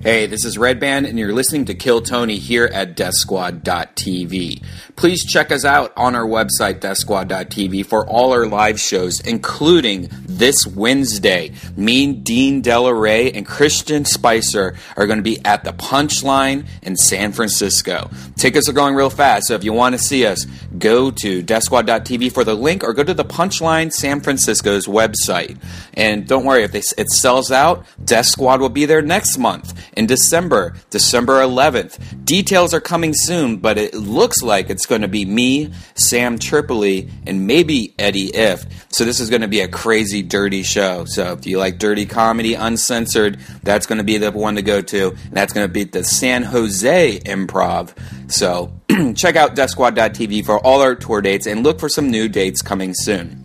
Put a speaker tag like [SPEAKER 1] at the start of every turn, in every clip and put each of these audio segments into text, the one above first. [SPEAKER 1] Hey, this is Red Band, and you're listening to Kill Tony here at DeathSquad.tv. Please check us out on our website, DeathSquad.tv, for all our live shows, including this Wednesday. Me, Dean Delaray, and Christian Spicer are going to be at the Punchline in San Francisco. Tickets are going real fast, so if you want to see us, go to DeathSquad.tv for the link or go to the Punchline San Francisco's website. And don't worry, if they, it sells out, Death Squad will be there next month in December, December 11th. Details are coming soon, but it looks like it's going to be me, Sam Tripoli, and maybe Eddie If. So this is going to be a crazy, dirty show. So if you like dirty comedy, uncensored, that's going to be the one to go to. And that's going to be the San Jose Improv. So check out DeathSquad.tv for all our tour dates and look for some new dates coming soon.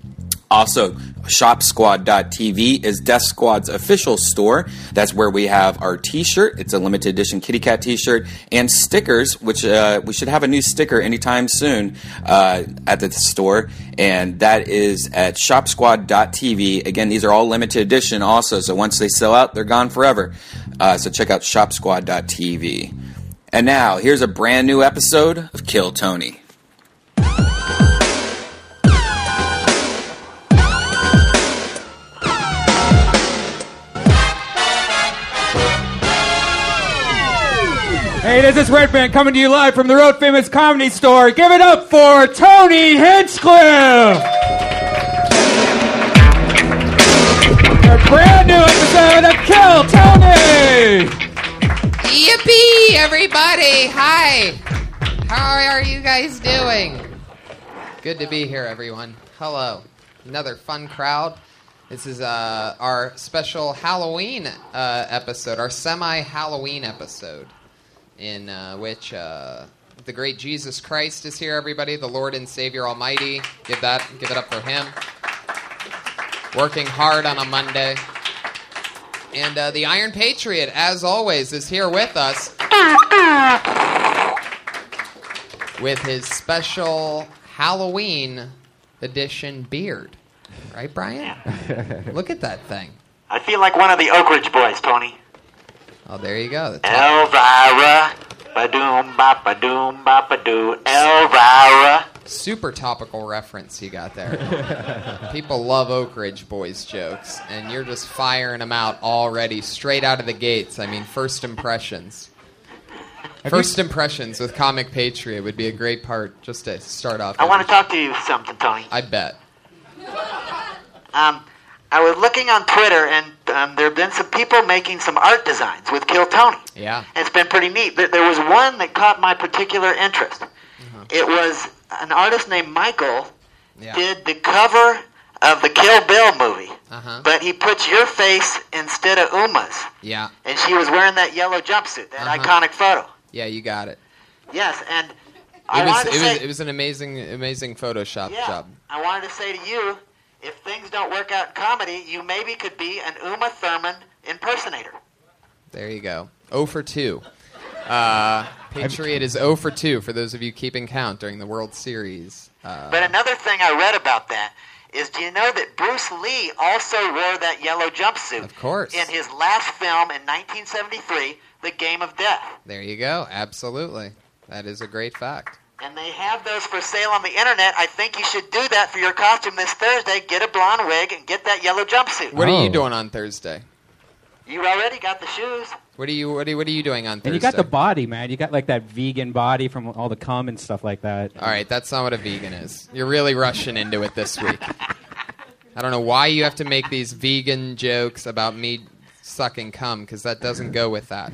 [SPEAKER 1] Also, ShopSquad.tv is Death Squad's official store. That's where we have our T-shirt. It's a limited edition kitty cat T-shirt and stickers, which uh, we should have a new sticker anytime soon uh, at the store. And that is at ShopSquad.tv. Again, these are all limited edition, also. So once they sell out, they're gone forever. Uh, so check out ShopSquad.tv. And now, here's a brand new episode of Kill Tony.
[SPEAKER 2] Hey, this is Red Band coming to you live from the road famous comedy store. Give it up for Tony Hinchcliffe! A brand new episode of Kill Tony!
[SPEAKER 3] Yippee, everybody! Hi! How are you guys doing? Good to be here, everyone. Hello. Another fun crowd. This is uh, our special Halloween uh, episode, our semi Halloween episode, in uh, which uh, the great Jesus Christ is here, everybody, the Lord and Savior Almighty. Give that, give it up for him. Working hard on a Monday. And uh, the Iron Patriot, as always, is here with us with his special Halloween edition beard. Right, Brian? Look at that thing.
[SPEAKER 4] I feel like one of the Oak Ridge boys, Tony.
[SPEAKER 3] Oh, there you go. That's-
[SPEAKER 4] Elvira. Ba-doom, ba-ba-doom, ba-ba-doo. Elvira.
[SPEAKER 3] Super topical reference you got there. People love Oak Ridge Boys jokes, and you're just firing them out already, straight out of the gates. I mean, first impressions. First impressions with Comic Patriot would be a great part just to start off.
[SPEAKER 4] I want to talk to you something, Tony.
[SPEAKER 3] I bet.
[SPEAKER 4] Um, I was looking on Twitter, and um, there have been some people making some art designs with Kill Tony.
[SPEAKER 3] Yeah.
[SPEAKER 4] It's been pretty neat. There- There was one that caught my particular interest. It was an artist named Michael
[SPEAKER 3] Mm-hmm. Yeah.
[SPEAKER 4] did the cover of the Kill Bill movie,
[SPEAKER 3] Uh-huh.
[SPEAKER 4] but he put your face instead of Uma's,
[SPEAKER 3] Yeah.
[SPEAKER 4] and she was wearing that yellow jumpsuit, that
[SPEAKER 3] Uh-huh.
[SPEAKER 4] iconic photo.
[SPEAKER 3] Yeah, you got it.
[SPEAKER 4] Yes, and I
[SPEAKER 3] It was,
[SPEAKER 4] wanted to
[SPEAKER 3] it,
[SPEAKER 4] say,
[SPEAKER 3] was, it was an amazing, amazing Photoshop
[SPEAKER 4] yeah,
[SPEAKER 3] job.
[SPEAKER 4] I wanted to say to you, if things don't work out in comedy, you maybe could be an Uma Thurman impersonator.
[SPEAKER 3] Uh-huh. There you go. 0 for 2. Uh, Patriot is 0 for 2 for those of you keeping count during the World Series. Uh,
[SPEAKER 4] But another thing I read about that is, do you know that Bruce Lee also wore that yellow jumpsuit?
[SPEAKER 3] Of course.
[SPEAKER 4] In his last film in 1973, The Game of Death,
[SPEAKER 3] there you go. Absolutely. That is a great fact.
[SPEAKER 4] and they have those for sale on the internet. I think you should do that for your costume this Thursday. Get a blonde wig and get that yellow jumpsuit.
[SPEAKER 3] What are you
[SPEAKER 2] Oh.
[SPEAKER 3] doing on Thursday?
[SPEAKER 4] You already got the shoes.
[SPEAKER 3] What are you what are, what are you doing on Thursday?
[SPEAKER 2] And you got the body, man. You got like that vegan body from all the cum and stuff like that.
[SPEAKER 3] All right, that's not what a vegan is. You're really rushing into it this week. I don't know why you have to make these vegan jokes about me sucking cum cuz that doesn't go with that.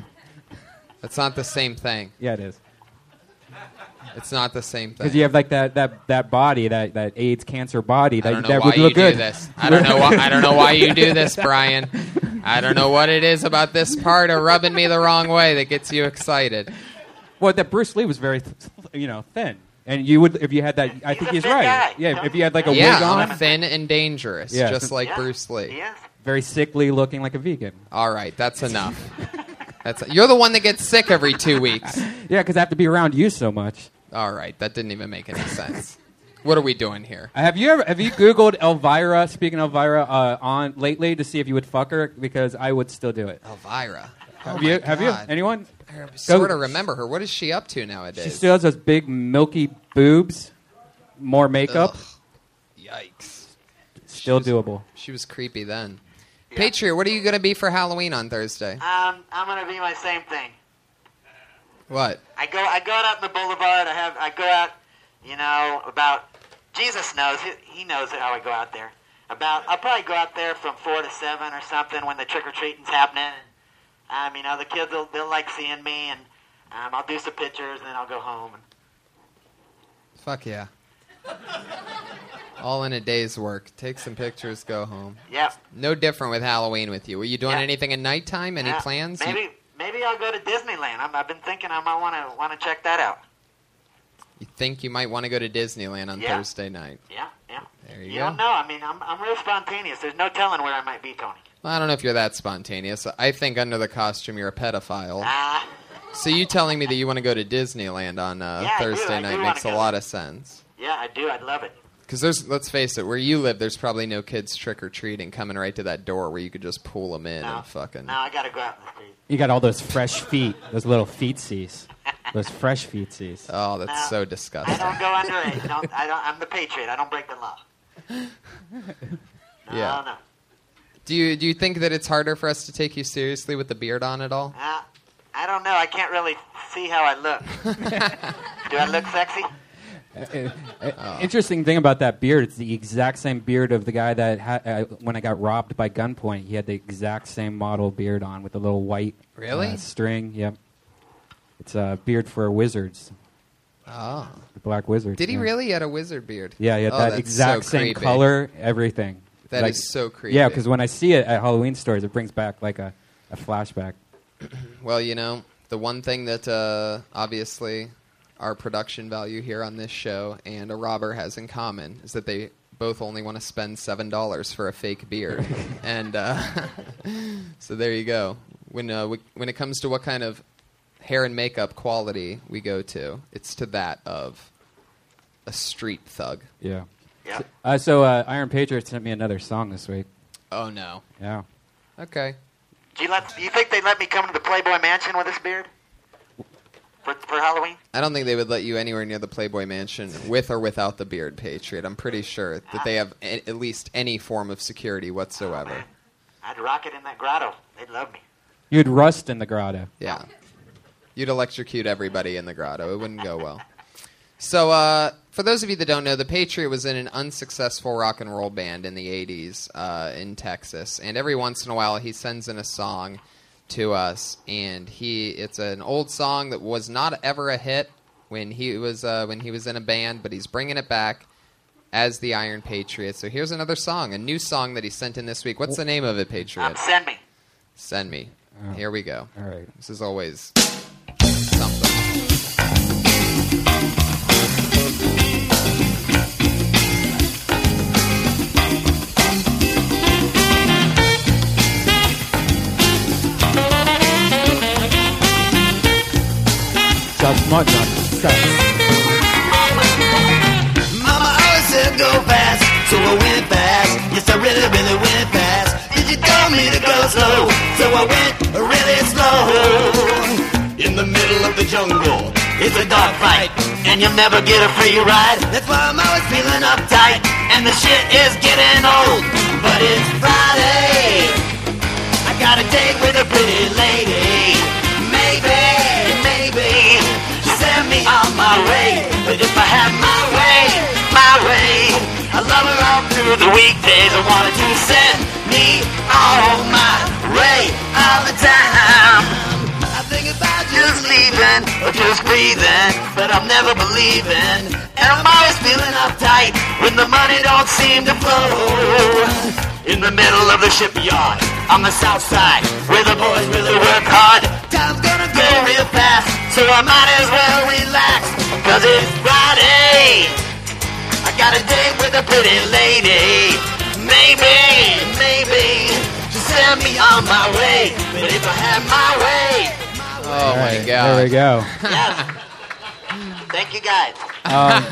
[SPEAKER 3] That's not the same thing.
[SPEAKER 2] Yeah, it is.
[SPEAKER 3] It's not the same thing.
[SPEAKER 2] Because you have like that, that, that body, that, that AIDS cancer body
[SPEAKER 3] I
[SPEAKER 2] that,
[SPEAKER 3] don't know
[SPEAKER 2] that
[SPEAKER 3] why
[SPEAKER 2] would
[SPEAKER 3] you
[SPEAKER 2] look
[SPEAKER 3] do
[SPEAKER 2] good.
[SPEAKER 3] this. I don't know. Why, I don't know why you do this, Brian. I don't know what it is about this part of rubbing me the wrong way that gets you excited.
[SPEAKER 2] Well, that Bruce Lee was very, th- th- you know, thin, and you would if you had that. I think
[SPEAKER 3] a
[SPEAKER 2] he's
[SPEAKER 3] thin
[SPEAKER 2] right.
[SPEAKER 3] guy.
[SPEAKER 2] Yeah, if you had like a
[SPEAKER 3] yeah,
[SPEAKER 2] wig on,
[SPEAKER 3] I'm thin and dangerous,
[SPEAKER 2] Yeah.
[SPEAKER 3] just like
[SPEAKER 2] Yeah,
[SPEAKER 3] Bruce Lee.
[SPEAKER 2] very sickly looking like a vegan.
[SPEAKER 3] All right, that's enough. That's you're the one that gets sick every two weeks.
[SPEAKER 2] Yeah, because I have to be around you so much.
[SPEAKER 3] All right, that didn't even make any sense. What are we doing here?
[SPEAKER 2] Have you ever have you Googled Elvira? Speaking of Elvira, uh, on lately to see if you would fuck her because I would still do it.
[SPEAKER 3] Elvira. Oh
[SPEAKER 2] have you?
[SPEAKER 3] my
[SPEAKER 2] Have you?
[SPEAKER 3] God.
[SPEAKER 2] Anyone?
[SPEAKER 3] I
[SPEAKER 2] Go-
[SPEAKER 3] sort of remember her. What is she up to nowadays?
[SPEAKER 2] She still has those big milky boobs, more makeup,
[SPEAKER 3] Yikes.
[SPEAKER 2] still doable.
[SPEAKER 3] She was creepy then. Patriot, what are you going to be for Halloween on Thursday?
[SPEAKER 4] Um, I'm gonna be my same thing.
[SPEAKER 3] What?
[SPEAKER 4] I go I go out in the boulevard. I have I go out, you know, about Jesus knows he, he knows how I go out there. About I'll probably go out there from four to seven or something when the trick or treating's happening. Um, you know, the kids will they'll like seeing me, and um, I'll do some pictures, and then I'll go home.
[SPEAKER 3] Fuck yeah. All in a day's work. Take some pictures, go home.
[SPEAKER 4] Yep.
[SPEAKER 3] No different with Halloween with you. Were you doing anything at nighttime? Any
[SPEAKER 4] Yeah,
[SPEAKER 3] plans? You-
[SPEAKER 4] Maybe maybe I'll go to Disneyland. I'm, I've been thinking I might want to want to check that out.
[SPEAKER 3] You think you might want to go to Disneyland on
[SPEAKER 4] Yeah.
[SPEAKER 3] Thursday night?
[SPEAKER 4] Yeah, yeah.
[SPEAKER 3] There you,
[SPEAKER 4] You,
[SPEAKER 3] go.
[SPEAKER 4] don't know. I mean, I'm I'm real spontaneous. There's no telling where I might be, Tony.
[SPEAKER 3] Well, I don't know if you're that spontaneous. I think under the costume you're a pedophile.
[SPEAKER 4] Ah.
[SPEAKER 3] So you telling me that you want to go to Disneyland on uh,
[SPEAKER 4] Yeah, I do.
[SPEAKER 3] Thursday
[SPEAKER 4] I
[SPEAKER 3] night
[SPEAKER 4] do
[SPEAKER 3] makes a
[SPEAKER 4] wanna go.
[SPEAKER 3] lot of sense.
[SPEAKER 4] Yeah, I do. I'd love it.
[SPEAKER 3] Because there's, let's face it, where you live, there's probably no kids trick or treating coming right to that door where you could just pull them in and fucking.
[SPEAKER 4] No, I gotta go out in the street.
[SPEAKER 2] You got all those fresh feet, those little feetsies, those fresh feetsies.
[SPEAKER 3] Oh, that's
[SPEAKER 4] No.
[SPEAKER 3] so
[SPEAKER 4] I
[SPEAKER 3] disgusting.
[SPEAKER 4] don't go underage. No, I don't. I'm the patriot. I don't break the law. No,
[SPEAKER 3] Yeah.
[SPEAKER 4] no.
[SPEAKER 3] Do you do you think that it's harder for us to take you seriously with the beard on at all?
[SPEAKER 4] Uh, I don't know. I can't really see how I look. do I look sexy?
[SPEAKER 2] Uh, uh, Interesting thing about that beard, it's the exact same beard of the guy that ha- uh, when I got robbed by gunpoint, he had the exact same model beard on with a little white
[SPEAKER 3] Really?
[SPEAKER 2] uh, string. Yep, it's a uh, beard for wizards,
[SPEAKER 3] Oh.
[SPEAKER 2] the black wizards.
[SPEAKER 3] Did he
[SPEAKER 2] yeah.
[SPEAKER 3] really? He had a wizard beard.
[SPEAKER 2] Yeah, yeah,
[SPEAKER 3] Oh,
[SPEAKER 2] that
[SPEAKER 3] that's
[SPEAKER 2] exact
[SPEAKER 3] so
[SPEAKER 2] same
[SPEAKER 3] creepy.
[SPEAKER 2] color, everything.
[SPEAKER 3] That
[SPEAKER 2] That is
[SPEAKER 3] is so
[SPEAKER 2] Yeah,
[SPEAKER 3] creepy.
[SPEAKER 2] because when I see it at Halloween stores, it brings back like a, a flashback.
[SPEAKER 3] Well, you know, the one thing that uh, obviously our production value here on this show and a robber has in common is that they both only want to spend seven dollars for a fake beard, and uh, so there you go. When uh, we, when it comes to what kind of hair and makeup quality we go to, it's to that of a street thug.
[SPEAKER 2] Yeah. So, uh, so uh, Iron Patriot sent me another song this week.
[SPEAKER 3] Oh no.
[SPEAKER 2] Yeah.
[SPEAKER 3] Okay.
[SPEAKER 4] Do you let? Do you think they let me come to the Playboy Mansion with this beard for for Halloween?
[SPEAKER 3] I don't think they would let you anywhere near the Playboy Mansion with or without the beard, Patriot. I'm pretty sure that they have a- at least any form of security whatsoever.
[SPEAKER 4] I'd rock it in that grotto. They'd love me.
[SPEAKER 2] You'd rust in the grotto.
[SPEAKER 3] Yeah. You'd electrocute everybody in the grotto. It wouldn't go well. So, uh, for those of you that don't know, the Patriot was in an unsuccessful rock and roll band in the 80s uh, in Texas. And every once in a while, he sends in a song to us. And he it's an old song that was not ever a hit when he was, uh, when he was in a band, but he's bringing it back as the Iron Patriot. So, here's another song, a new song that he sent in this week. What's the name of it, Patriot?
[SPEAKER 4] Send me.
[SPEAKER 3] Send me. Here we go.
[SPEAKER 2] Oh. All right.
[SPEAKER 3] This is always.
[SPEAKER 2] uh. Sounds much on
[SPEAKER 5] Mama always said go fast, so I went fast. Yes, I really, really went fast. Did you tell me to go slow? So I went really slow. In the middle of the jungle, it's a dog fight, and you'll never get a free ride. That's why I'm always feeling uptight, and the shit is getting old. But it's Friday. I got a date with a pretty lady. Maybe, maybe she'll send me on my way. But if I have my way, my way, I love her all through the weekdays. I wanted to send me on my way all the time. I think about just leaving. fine, or just breathing, but I'm never believing. And I'm always feeling uptight when the money don't seem to flow. In the middle of the shipyard, on the south side, where the boys really work hard. Time's gonna go real fast, so I might as well relax, cause it's Friday. I got a date with a pretty lady. Maybe, maybe she'll send me on my way. But if I had my way,
[SPEAKER 3] Oh my
[SPEAKER 2] There we go.
[SPEAKER 3] god.
[SPEAKER 4] Thank you guys.
[SPEAKER 2] Um,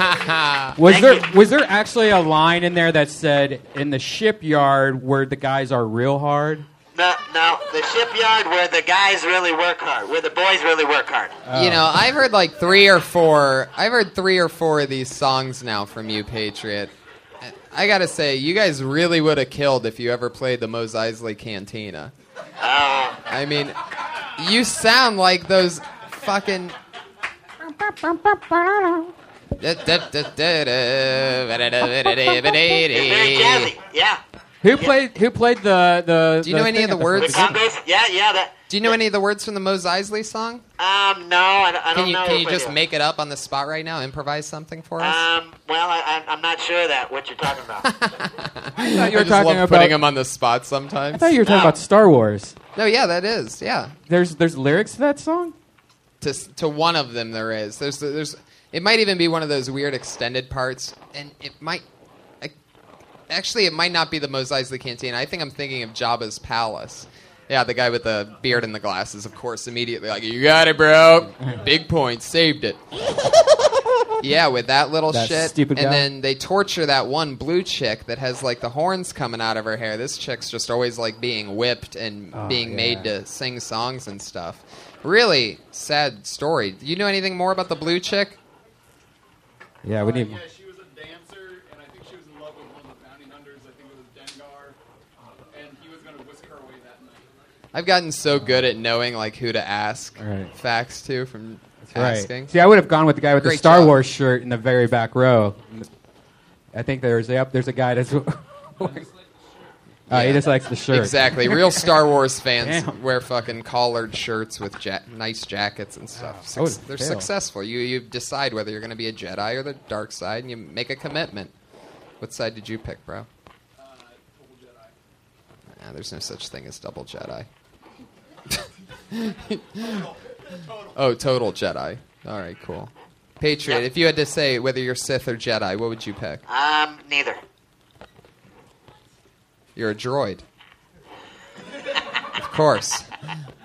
[SPEAKER 2] Was there was there actually a line in there that said in the shipyard where the guys are real hard?
[SPEAKER 4] No, no, the shipyard where the guys really work hard, where the boys really work hard.
[SPEAKER 3] You know,
[SPEAKER 4] Oh.
[SPEAKER 3] I've heard like three or four. I've heard three or four of these songs now from you, Patriot. I gotta say, you guys really would have killed if you ever played the Mos Eisley Cantina.
[SPEAKER 4] Ah.
[SPEAKER 3] I mean, you sound like those fucking.
[SPEAKER 4] It's very jazzy. Yeah.
[SPEAKER 2] Who played who played the the
[SPEAKER 3] Do you know any
[SPEAKER 2] thing
[SPEAKER 3] of the
[SPEAKER 2] at front?
[SPEAKER 4] The
[SPEAKER 3] words?
[SPEAKER 4] Congos? Yeah, yeah. That,
[SPEAKER 3] Do you know any of the words from the Mos Eisley song?
[SPEAKER 4] um, no, I, don't- I don't
[SPEAKER 3] Can you
[SPEAKER 4] know.
[SPEAKER 3] can
[SPEAKER 4] if
[SPEAKER 3] you
[SPEAKER 4] I
[SPEAKER 3] just
[SPEAKER 4] do.
[SPEAKER 3] make it up on the spot right now? Improvise something for us.
[SPEAKER 4] Um, well, I, I, I'm not sure of that, what you're talking about.
[SPEAKER 2] I thought you
[SPEAKER 3] I
[SPEAKER 2] were
[SPEAKER 3] just
[SPEAKER 2] talking
[SPEAKER 3] love
[SPEAKER 2] about
[SPEAKER 3] putting him on the spot sometimes.
[SPEAKER 2] I thought you were talking about Star Wars.
[SPEAKER 3] No, yeah, that is. Yeah.
[SPEAKER 2] There's there's lyrics to that song?
[SPEAKER 3] To s- to one of them there is. There's there's it might even be one of those weird extended parts and it might I, actually it might not be the Mos Eisley Cantina. I think I'm thinking of Jabba's palace. Yeah, the guy with the beard and the glasses, of course, immediately like, "You got it, bro. Big point, saved it." yeah, with that little
[SPEAKER 2] That
[SPEAKER 3] shit.
[SPEAKER 2] stupid
[SPEAKER 3] and
[SPEAKER 2] guy.
[SPEAKER 3] then they torture that one blue chick that has like the horns coming out of her hair. This chick's just always like being whipped and being
[SPEAKER 2] Oh, yeah.
[SPEAKER 3] made to sing songs and stuff. Really sad story. Do you know anything more about the blue chick?
[SPEAKER 2] Yeah, we need
[SPEAKER 6] Yeah, she was a dancer, and I think she was in love with one of the bounty hunters. I think it was Dengar, and he was going to whisk her away that night.
[SPEAKER 3] I've gotten so good at knowing like who to ask
[SPEAKER 2] Right.
[SPEAKER 3] facts to from asking.
[SPEAKER 2] Right. See, I would have gone with the guy with the
[SPEAKER 3] Great
[SPEAKER 2] Star
[SPEAKER 3] job.
[SPEAKER 2] Wars shirt in the very back row. I think there's yep, there's a guy that's. uh, He just likes the shirt.
[SPEAKER 3] Exactly. Real Star Wars fans
[SPEAKER 2] Damn.
[SPEAKER 3] wear fucking collared shirts with ja- nice jackets and stuff.
[SPEAKER 2] I would
[SPEAKER 3] Suc- they're
[SPEAKER 2] fail.
[SPEAKER 3] successful. You you decide whether you're going to be a Jedi or the dark side, and you make a commitment. What side did you pick, bro? Nah, there's no such thing as double Jedi. oh, total Jedi. All right, cool. Patriot, if you had to say whether you're Sith or Jedi, what would you pick?
[SPEAKER 4] Um, neither.
[SPEAKER 3] You're a droid. of course.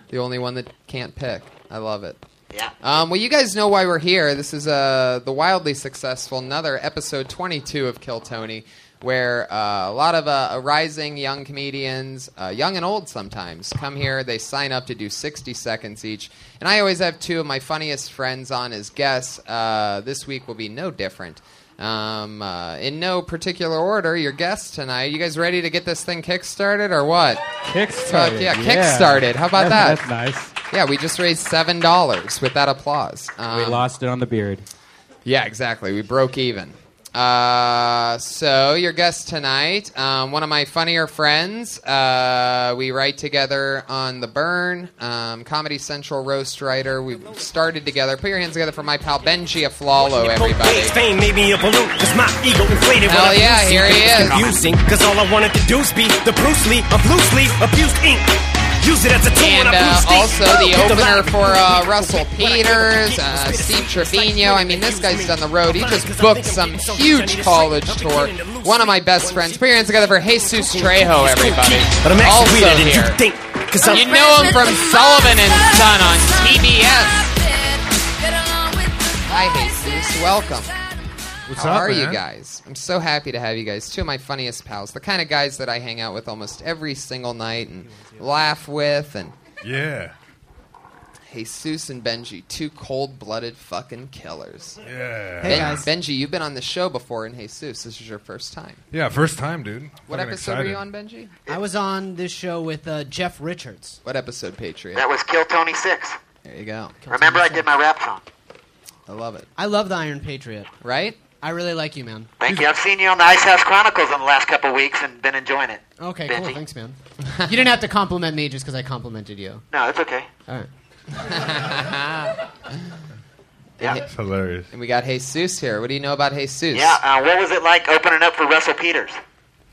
[SPEAKER 3] The only one that can't pick. I love it.
[SPEAKER 4] Yeah.
[SPEAKER 3] Um, well, you guys know why we're here. This is uh, the wildly successful, another episode 22 of Kill Tony, where uh, a lot of uh, rising young comedians, uh, young and old sometimes, come here. They sign up to do 60 seconds each. And I always have two of my funniest friends on as guests. Uh, this week will be no different. Um, uh, in no particular order, your guests tonight. You guys ready to get this thing kickstarted or what?
[SPEAKER 2] Kickstarted.
[SPEAKER 3] Fuck yeah, kickstarted. How about that?
[SPEAKER 2] That's nice.
[SPEAKER 3] Yeah, we just raised seven dollars with that applause.
[SPEAKER 2] We
[SPEAKER 3] Um,
[SPEAKER 2] lost it on the beard.
[SPEAKER 3] Yeah, exactly. We broke even. Uh, so your guest tonight, um, one of my funnier friends. Uh, we write together on the Burn um, Comedy Central roast writer. We have started together. Put your hands together for my pal Benji Aflalo,
[SPEAKER 7] Cocaine,
[SPEAKER 3] everybody.
[SPEAKER 7] Fame made me a balloon, cause my ego inflated.
[SPEAKER 3] Hell
[SPEAKER 7] when I do
[SPEAKER 3] yeah,
[SPEAKER 7] see
[SPEAKER 3] here he
[SPEAKER 7] things
[SPEAKER 3] is.
[SPEAKER 7] Confusing, cause all I wanted to do is be the Bruce Lee of loosely abused ink. Use it as a tool when I
[SPEAKER 3] And uh,
[SPEAKER 7] lose things.
[SPEAKER 3] also the
[SPEAKER 7] Hit
[SPEAKER 3] opener
[SPEAKER 7] line.
[SPEAKER 3] for uh, Russell Peters, uh, Steve Trevino. I mean, this guy's done the road. He just booked some huge college tour. One of my best friends. Put your hands together for Jesus Trejo, everybody.
[SPEAKER 7] But I'm
[SPEAKER 3] Also
[SPEAKER 7] actually weirder than you
[SPEAKER 3] here.
[SPEAKER 7] think. Cause I'm
[SPEAKER 3] You know him from Sullivan and Son on TBS.
[SPEAKER 8] I hate this. Welcome.
[SPEAKER 2] What's
[SPEAKER 3] How are you guys? I'm so happy to have you guys. Two of my funniest pals, the kind of guys that I hang out with almost every single night and laugh with. And
[SPEAKER 9] Yeah,
[SPEAKER 3] Jesus and Benji, two cold-blooded fucking killers.
[SPEAKER 9] yeah,
[SPEAKER 3] Ben- Benji, you've been on the show before, and Jesus, this is your first time.
[SPEAKER 9] yeah. First time, dude.
[SPEAKER 3] What
[SPEAKER 9] Fucking
[SPEAKER 3] episode were
[SPEAKER 9] excited.
[SPEAKER 3] you on, Benji?
[SPEAKER 10] I was on this show with uh, Jeff Richards.
[SPEAKER 3] What episode, Patriot?
[SPEAKER 4] That was Kill Tony 6.
[SPEAKER 3] There you go.
[SPEAKER 4] Remember, I did my rap song.
[SPEAKER 3] I love it.
[SPEAKER 10] I love the Iron Patriot.
[SPEAKER 3] Right?
[SPEAKER 10] I really like you, man.
[SPEAKER 4] Thank you. I've seen you on the Ice House Chronicles in the last couple weeks and been enjoying it.
[SPEAKER 10] Okay,
[SPEAKER 4] Benji.
[SPEAKER 10] cool. Thanks, man. you didn't have to compliment me just because I complimented you.
[SPEAKER 4] No, it's okay.
[SPEAKER 10] All right.
[SPEAKER 3] yeah.
[SPEAKER 9] hilarious.
[SPEAKER 3] And we got Jesus here. What do you know about Jesus?
[SPEAKER 4] Yeah, uh, what was it like opening up for Russell Peters?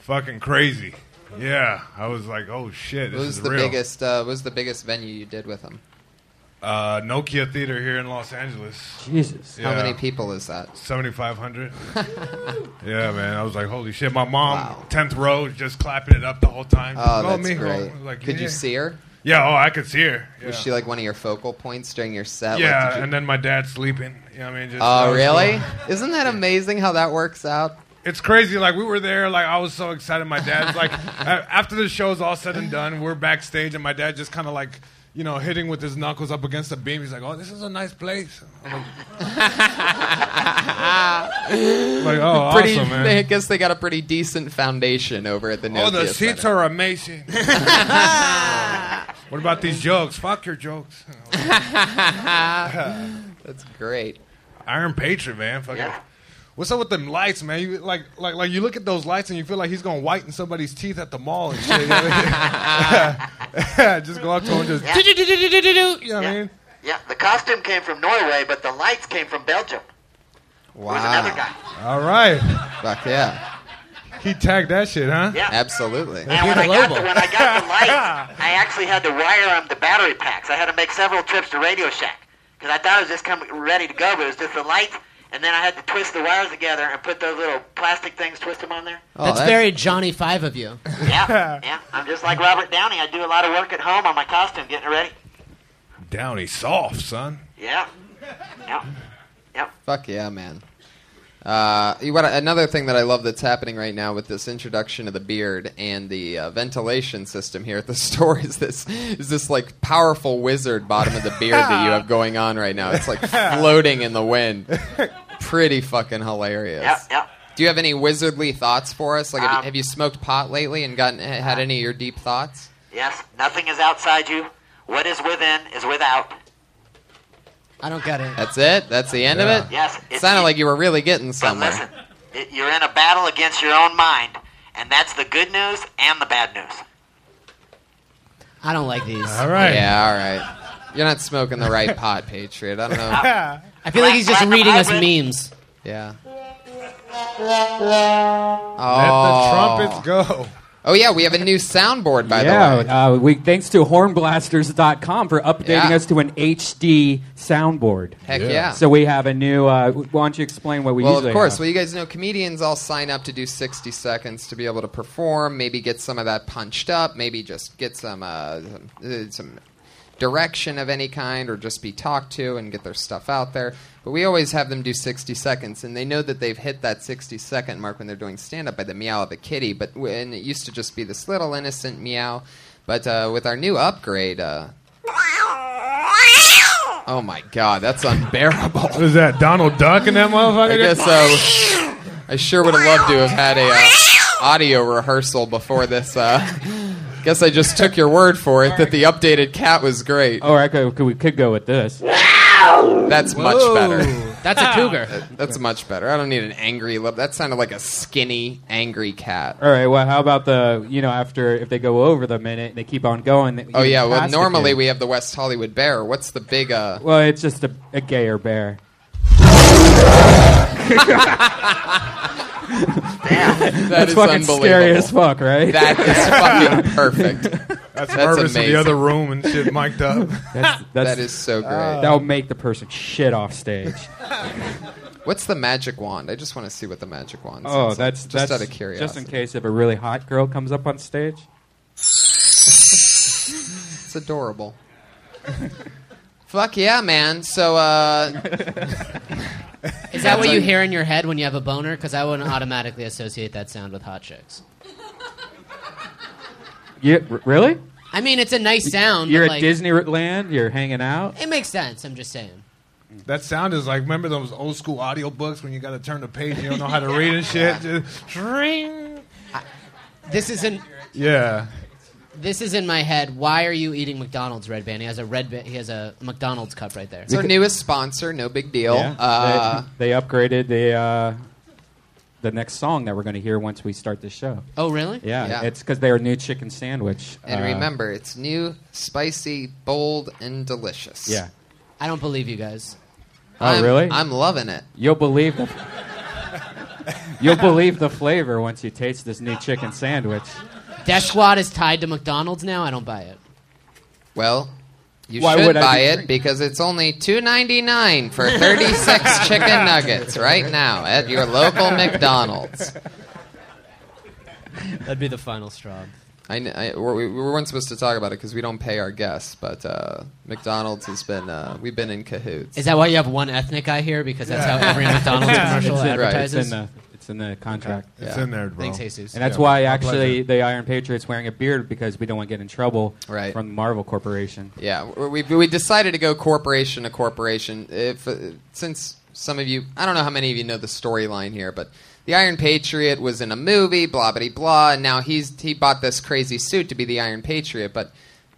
[SPEAKER 9] Fucking crazy. Yeah, I was like, oh shit,
[SPEAKER 3] What
[SPEAKER 9] this
[SPEAKER 3] was
[SPEAKER 9] is
[SPEAKER 3] the
[SPEAKER 9] real.
[SPEAKER 3] biggest? Uh, what was the biggest venue you did with him?
[SPEAKER 9] Uh, Nokia Theater here in Los Angeles.
[SPEAKER 3] Jesus. How
[SPEAKER 9] Yeah.
[SPEAKER 3] many people is that?
[SPEAKER 9] Seventy five hundred. yeah, man. I was like, holy shit. My mom, tenth row, just clapping it up the whole time.
[SPEAKER 3] Oh,
[SPEAKER 9] Go,
[SPEAKER 3] that's
[SPEAKER 9] mijo.
[SPEAKER 3] great.
[SPEAKER 9] I was Like,
[SPEAKER 3] Could
[SPEAKER 9] yeah.
[SPEAKER 3] you see her?
[SPEAKER 9] Yeah. Oh, I could see her. Yeah.
[SPEAKER 3] Was she like one of your focal points during your set? Like,
[SPEAKER 9] yeah,
[SPEAKER 3] did you-
[SPEAKER 9] and then my dad's sleeping. You know what I mean? Just, I
[SPEAKER 3] oh,
[SPEAKER 9] was
[SPEAKER 3] really?
[SPEAKER 9] going-
[SPEAKER 3] Isn't that amazing how that works out?
[SPEAKER 9] It's crazy. Like we were there. Like I was so excited. My dad's like, a- after the show's all said and done, we're backstage, and my dad just kind of like, you know, hitting with his knuckles up against the beam. He's like, "Oh, this is a nice place." I'm like, like, oh,
[SPEAKER 3] pretty,
[SPEAKER 9] awesome, man.
[SPEAKER 3] I guess they got a pretty decent foundation over at the Nokia
[SPEAKER 9] oh, the
[SPEAKER 3] Center.
[SPEAKER 9] seats are amazing. what about these jokes? Fuck your jokes.
[SPEAKER 3] That's great.
[SPEAKER 9] Iron Patriot, man. Fucking. What's up with them lights, man? You like, like, like you look at those lights and you feel like he's gonna whiten somebody's teeth at the mall and shit. you know what I mean? just go up to him, and just
[SPEAKER 4] Yeah.
[SPEAKER 9] You know what I mean?
[SPEAKER 4] Yeah, the costume came from Norway, but the lights came from Belgium.
[SPEAKER 3] Wow.
[SPEAKER 4] There was another guy.
[SPEAKER 9] All right.
[SPEAKER 3] Fuck yeah.
[SPEAKER 9] He tagged that shit, huh?
[SPEAKER 4] Yeah.
[SPEAKER 3] Absolutely.
[SPEAKER 4] And when I, got the,
[SPEAKER 10] Global.
[SPEAKER 4] when I got the lights, I actually had to wire them the battery packs. I had to make several trips to Radio Shack because I thought it was just come, ready to go, but it was just the lights. And then I had to twist the wires together and put those little plastic things, twist them on there.
[SPEAKER 3] Oh,
[SPEAKER 10] that's, very Johnny Five of you.
[SPEAKER 4] Yeah, yeah. I'm just like Robert Downey. I do a lot of work at home on my costume, getting it ready.
[SPEAKER 9] Downey soft, son.
[SPEAKER 4] Yeah, yeah, yeah.
[SPEAKER 3] Fuck yeah, man. Uh, you what, another thing that I love that's happening right now with this introduction of the beard and the uh, ventilation system here at the store is this is this like powerful wizard bottom of the beard that you have going on right now. It's like floating in the wind. Pretty fucking hilarious.
[SPEAKER 4] Yeah, yeah.
[SPEAKER 3] Do you have any wizardly thoughts for us? Like, have, you,
[SPEAKER 4] Um, uh,
[SPEAKER 3] have you smoked pot lately and gotten eh, had any of your deep thoughts?
[SPEAKER 4] Yes, nothing is outside you. What is within is without.
[SPEAKER 10] I don't get it.
[SPEAKER 3] That's it. That's the end of it.
[SPEAKER 4] Yes,
[SPEAKER 3] It
[SPEAKER 4] it's-
[SPEAKER 3] sounded like you were really getting
[SPEAKER 4] But
[SPEAKER 3] somewhere.
[SPEAKER 4] listen, it, you're in a battle against your own mind, and that's the good news and the bad news.
[SPEAKER 10] I don't like these.
[SPEAKER 9] All right.
[SPEAKER 3] Yeah, all right. You're not smoking the right pot, Patriot. I don't know.
[SPEAKER 10] I feel like he's just
[SPEAKER 4] Black
[SPEAKER 10] reading us
[SPEAKER 4] Hybrid.
[SPEAKER 10] memes.
[SPEAKER 3] Yeah.
[SPEAKER 9] Let
[SPEAKER 3] Oh.
[SPEAKER 9] the trumpets go.
[SPEAKER 3] Oh yeah, we have a new soundboard by the way.
[SPEAKER 2] yeah, uh, we thanks to hornblasters.com for updating
[SPEAKER 3] Yeah.
[SPEAKER 2] us to an HD soundboard.
[SPEAKER 3] Heck yeah.
[SPEAKER 2] So we have a new. Uh, w- why don't you explain what we
[SPEAKER 3] well,
[SPEAKER 2] usually
[SPEAKER 3] of course.
[SPEAKER 2] have?
[SPEAKER 3] Well, you guys know comedians all sign up to do 60 seconds to be able to perform, maybe get some of that punched up, maybe just get some uh, some, uh, some direction of any kind, or just be talked to and get their stuff out there. But we always have them do 60 seconds, and they know that they've hit that 60 second mark when they're doing stand up by the meow of a kitty. But when it used to just be this little innocent meow, but uh, with our new upgrade. Uh, Oh my god, that's unbearable.
[SPEAKER 9] What is that, Donald Duck and that motherfucker?
[SPEAKER 3] I guess so. I sure would have loved to have had a uh, audio rehearsal before this. Uh, guess I just took your word for it that the updated cat was great.
[SPEAKER 2] All right, okay, we could go with this.
[SPEAKER 3] That's much better.
[SPEAKER 10] That's a cougar.
[SPEAKER 3] That's much better. I don't need an angry lip. That sounded like a skinny, angry cat.
[SPEAKER 2] All right. Well, how about the you know after if they go over the minute and they keep on going? that-
[SPEAKER 3] Oh
[SPEAKER 2] you
[SPEAKER 3] yeah. Well,
[SPEAKER 2] pass the
[SPEAKER 3] normally
[SPEAKER 2] kid.
[SPEAKER 3] we have the West Hollywood bear. What's the big? Uh,
[SPEAKER 2] Well, it's just a, a gayer bear.
[SPEAKER 4] Damn.
[SPEAKER 3] that
[SPEAKER 2] It's
[SPEAKER 3] is
[SPEAKER 2] fucking
[SPEAKER 3] unbelievable.
[SPEAKER 2] scary as fuck, right?
[SPEAKER 3] That is fucking perfect.
[SPEAKER 9] That's,
[SPEAKER 3] That's
[SPEAKER 9] Mervis in
[SPEAKER 3] amazing.
[SPEAKER 9] the other room and shit, mic'd up.
[SPEAKER 2] that's, that's,
[SPEAKER 3] That is so great.
[SPEAKER 2] that'll make the person shit off stage.
[SPEAKER 3] What's the magic wand? I just want to see what the magic wand. sounds
[SPEAKER 2] Oh,
[SPEAKER 3] like,
[SPEAKER 2] that's
[SPEAKER 3] just
[SPEAKER 2] that's
[SPEAKER 3] out of curiosity.
[SPEAKER 2] Just in case if a really hot girl comes up on stage.
[SPEAKER 3] It's adorable. Fuck yeah, man. So, uh,
[SPEAKER 10] Is that what
[SPEAKER 3] That's
[SPEAKER 10] you
[SPEAKER 3] a-
[SPEAKER 10] hear in your head when you have a boner? Because I wouldn't automatically associate that sound with hot chicks.
[SPEAKER 2] You, r- really?
[SPEAKER 10] I mean, it's a nice sound.
[SPEAKER 2] You're
[SPEAKER 10] but
[SPEAKER 2] at
[SPEAKER 10] like,
[SPEAKER 2] Disneyland. You're hanging out.
[SPEAKER 10] It makes sense. I'm just saying.
[SPEAKER 9] That sound is like, remember those old school audio books when you got to turn the page and you don't know how to read and shit? Just, ring.
[SPEAKER 10] This isn't.
[SPEAKER 9] Yeah.
[SPEAKER 10] This is in my head. Why are you eating McDonald's Red Band? He has a red. Ba- he has a McDonald's cup right there.
[SPEAKER 3] it's our newest sponsor. No big deal.
[SPEAKER 2] Yeah.
[SPEAKER 3] Uh,
[SPEAKER 2] they, they upgraded the uh, the next song that we're going to hear once we start the show.
[SPEAKER 10] Oh, really?
[SPEAKER 2] Yeah,
[SPEAKER 3] Yeah.
[SPEAKER 2] it's because their new chicken sandwich.
[SPEAKER 3] And
[SPEAKER 2] uh,
[SPEAKER 3] remember, it's new, spicy, bold, and delicious.
[SPEAKER 2] Yeah.
[SPEAKER 10] I don't believe you guys.
[SPEAKER 2] Oh,
[SPEAKER 3] I'm-
[SPEAKER 2] really?
[SPEAKER 3] I'm loving it.
[SPEAKER 2] You'll believe the. You'll believe the flavor once you taste this new chicken sandwich.
[SPEAKER 10] Death Squad is tied to McDonald's now. I don't buy it.
[SPEAKER 3] Well, you
[SPEAKER 2] Why
[SPEAKER 3] should
[SPEAKER 2] would I
[SPEAKER 3] buy
[SPEAKER 2] be
[SPEAKER 3] it because it's only two ninety nine for thirty six chicken nuggets right now at your local McDonald's.
[SPEAKER 10] That'd be the final straw.
[SPEAKER 3] I, kn- I- we, we weren't supposed to talk about it because we don't pay our guests, but uh, McDonald's has been uh, we've been in cahoots.
[SPEAKER 10] Is that why you have one ethnic guy here? Because that's how every McDonald's commercial
[SPEAKER 2] It's in- it's
[SPEAKER 10] advertises.
[SPEAKER 2] in the, it's in the contract.
[SPEAKER 9] It's in there, bro.
[SPEAKER 10] Thanks, Jesus.
[SPEAKER 2] And that's
[SPEAKER 9] Yeah,
[SPEAKER 2] why
[SPEAKER 9] my
[SPEAKER 2] actually the Iron Patriot's wearing a beard because we don't want to get in trouble
[SPEAKER 3] Right.
[SPEAKER 2] from the Marvel Corporation.
[SPEAKER 3] Yeah, we, we- we decided to go corporation to corporation. If uh, since some of you, I don't know how many of you know the storyline here, but the Iron Patriot was in a movie, blah blah blah, and now he's he bought this crazy suit to be the Iron Patriot. But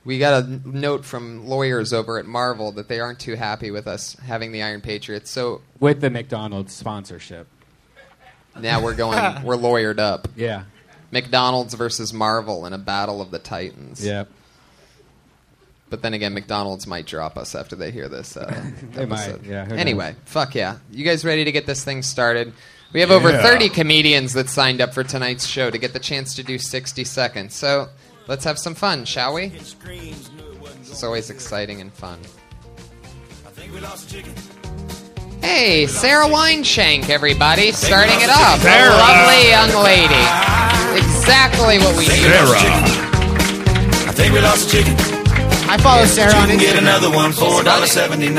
[SPEAKER 3] we got a n- note from lawyers over at Marvel that they aren't too happy with us having the Iron Patriot. So
[SPEAKER 2] With the McDonald's sponsorship.
[SPEAKER 3] now we're going, we're lawyered up.
[SPEAKER 2] Yeah.
[SPEAKER 3] McDonald's versus Marvel in a battle of the titans.
[SPEAKER 2] Yeah.
[SPEAKER 3] But then again, McDonald's might drop us after they hear this. Uh,
[SPEAKER 2] They might,
[SPEAKER 3] episode.
[SPEAKER 2] yeah, who knows?
[SPEAKER 3] Anyway, fuck yeah. You guys ready to get this thing started? We have over 30 comedians that signed up for tonight's show to get the chance to do 60 seconds. So let's have some fun, shall we? It's always exciting and fun. Hey, Sarah Wineshank, everybody, starting it off. A
[SPEAKER 9] Sarah.
[SPEAKER 3] lovely young lady. Exactly what we need.
[SPEAKER 5] I think we lost a chicken.
[SPEAKER 10] I follow Sarah on
[SPEAKER 5] Get
[SPEAKER 10] Instagram.
[SPEAKER 5] another one for $1.79.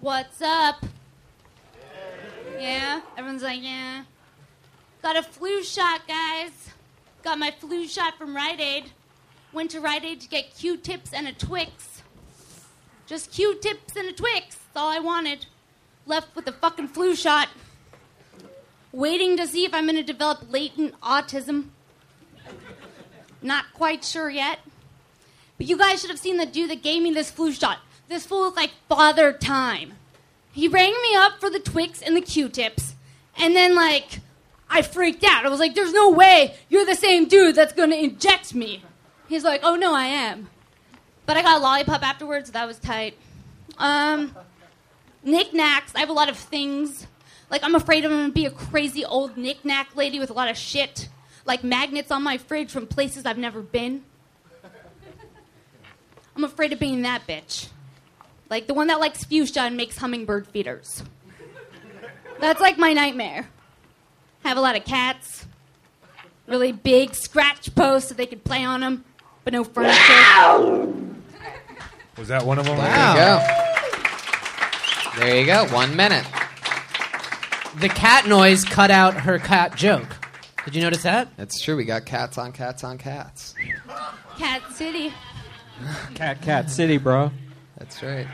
[SPEAKER 8] What's up? Yeah, everyone's like, yeah. Got a flu shot, guys. Got my flu shot from Rite Aid. Went to Rite Aid to get Q tips and a Twix. Just Q tips and a Twix. That's all I wanted. Left with a fucking flu shot. Waiting to see if I'm going to develop latent autism. Not quite sure yet. But you guys should have seen the dude that gave me this flu shot. This fool looked like father time. He rang me up for the Twix and the Q-tips, and then like I freaked out. I was like, "There's no way you're the same dude that's gonna inject me." He's like, "Oh no, I am." But I got a lollipop afterwards. That was tight. Um, knickknacks. I have a lot of things. Like I'm afraid I'm gonna be a crazy old knickknack lady with a lot of shit, like magnets on my fridge from places I've never been. I'm afraid of being that bitch. Like the one that likes fuchsia and makes hummingbird feeders. That's like my nightmare. Have a lot of cats. Really big scratch posts so they could play on them, but no furniture.
[SPEAKER 9] Was that one of them?
[SPEAKER 3] There you go. There you go. One minute.
[SPEAKER 10] The cat noise cut out her cat joke. Did you notice that?
[SPEAKER 3] That's true. We got cats on cats on cats.
[SPEAKER 8] Cat City.
[SPEAKER 2] Cat Cat City, bro.
[SPEAKER 3] That's right.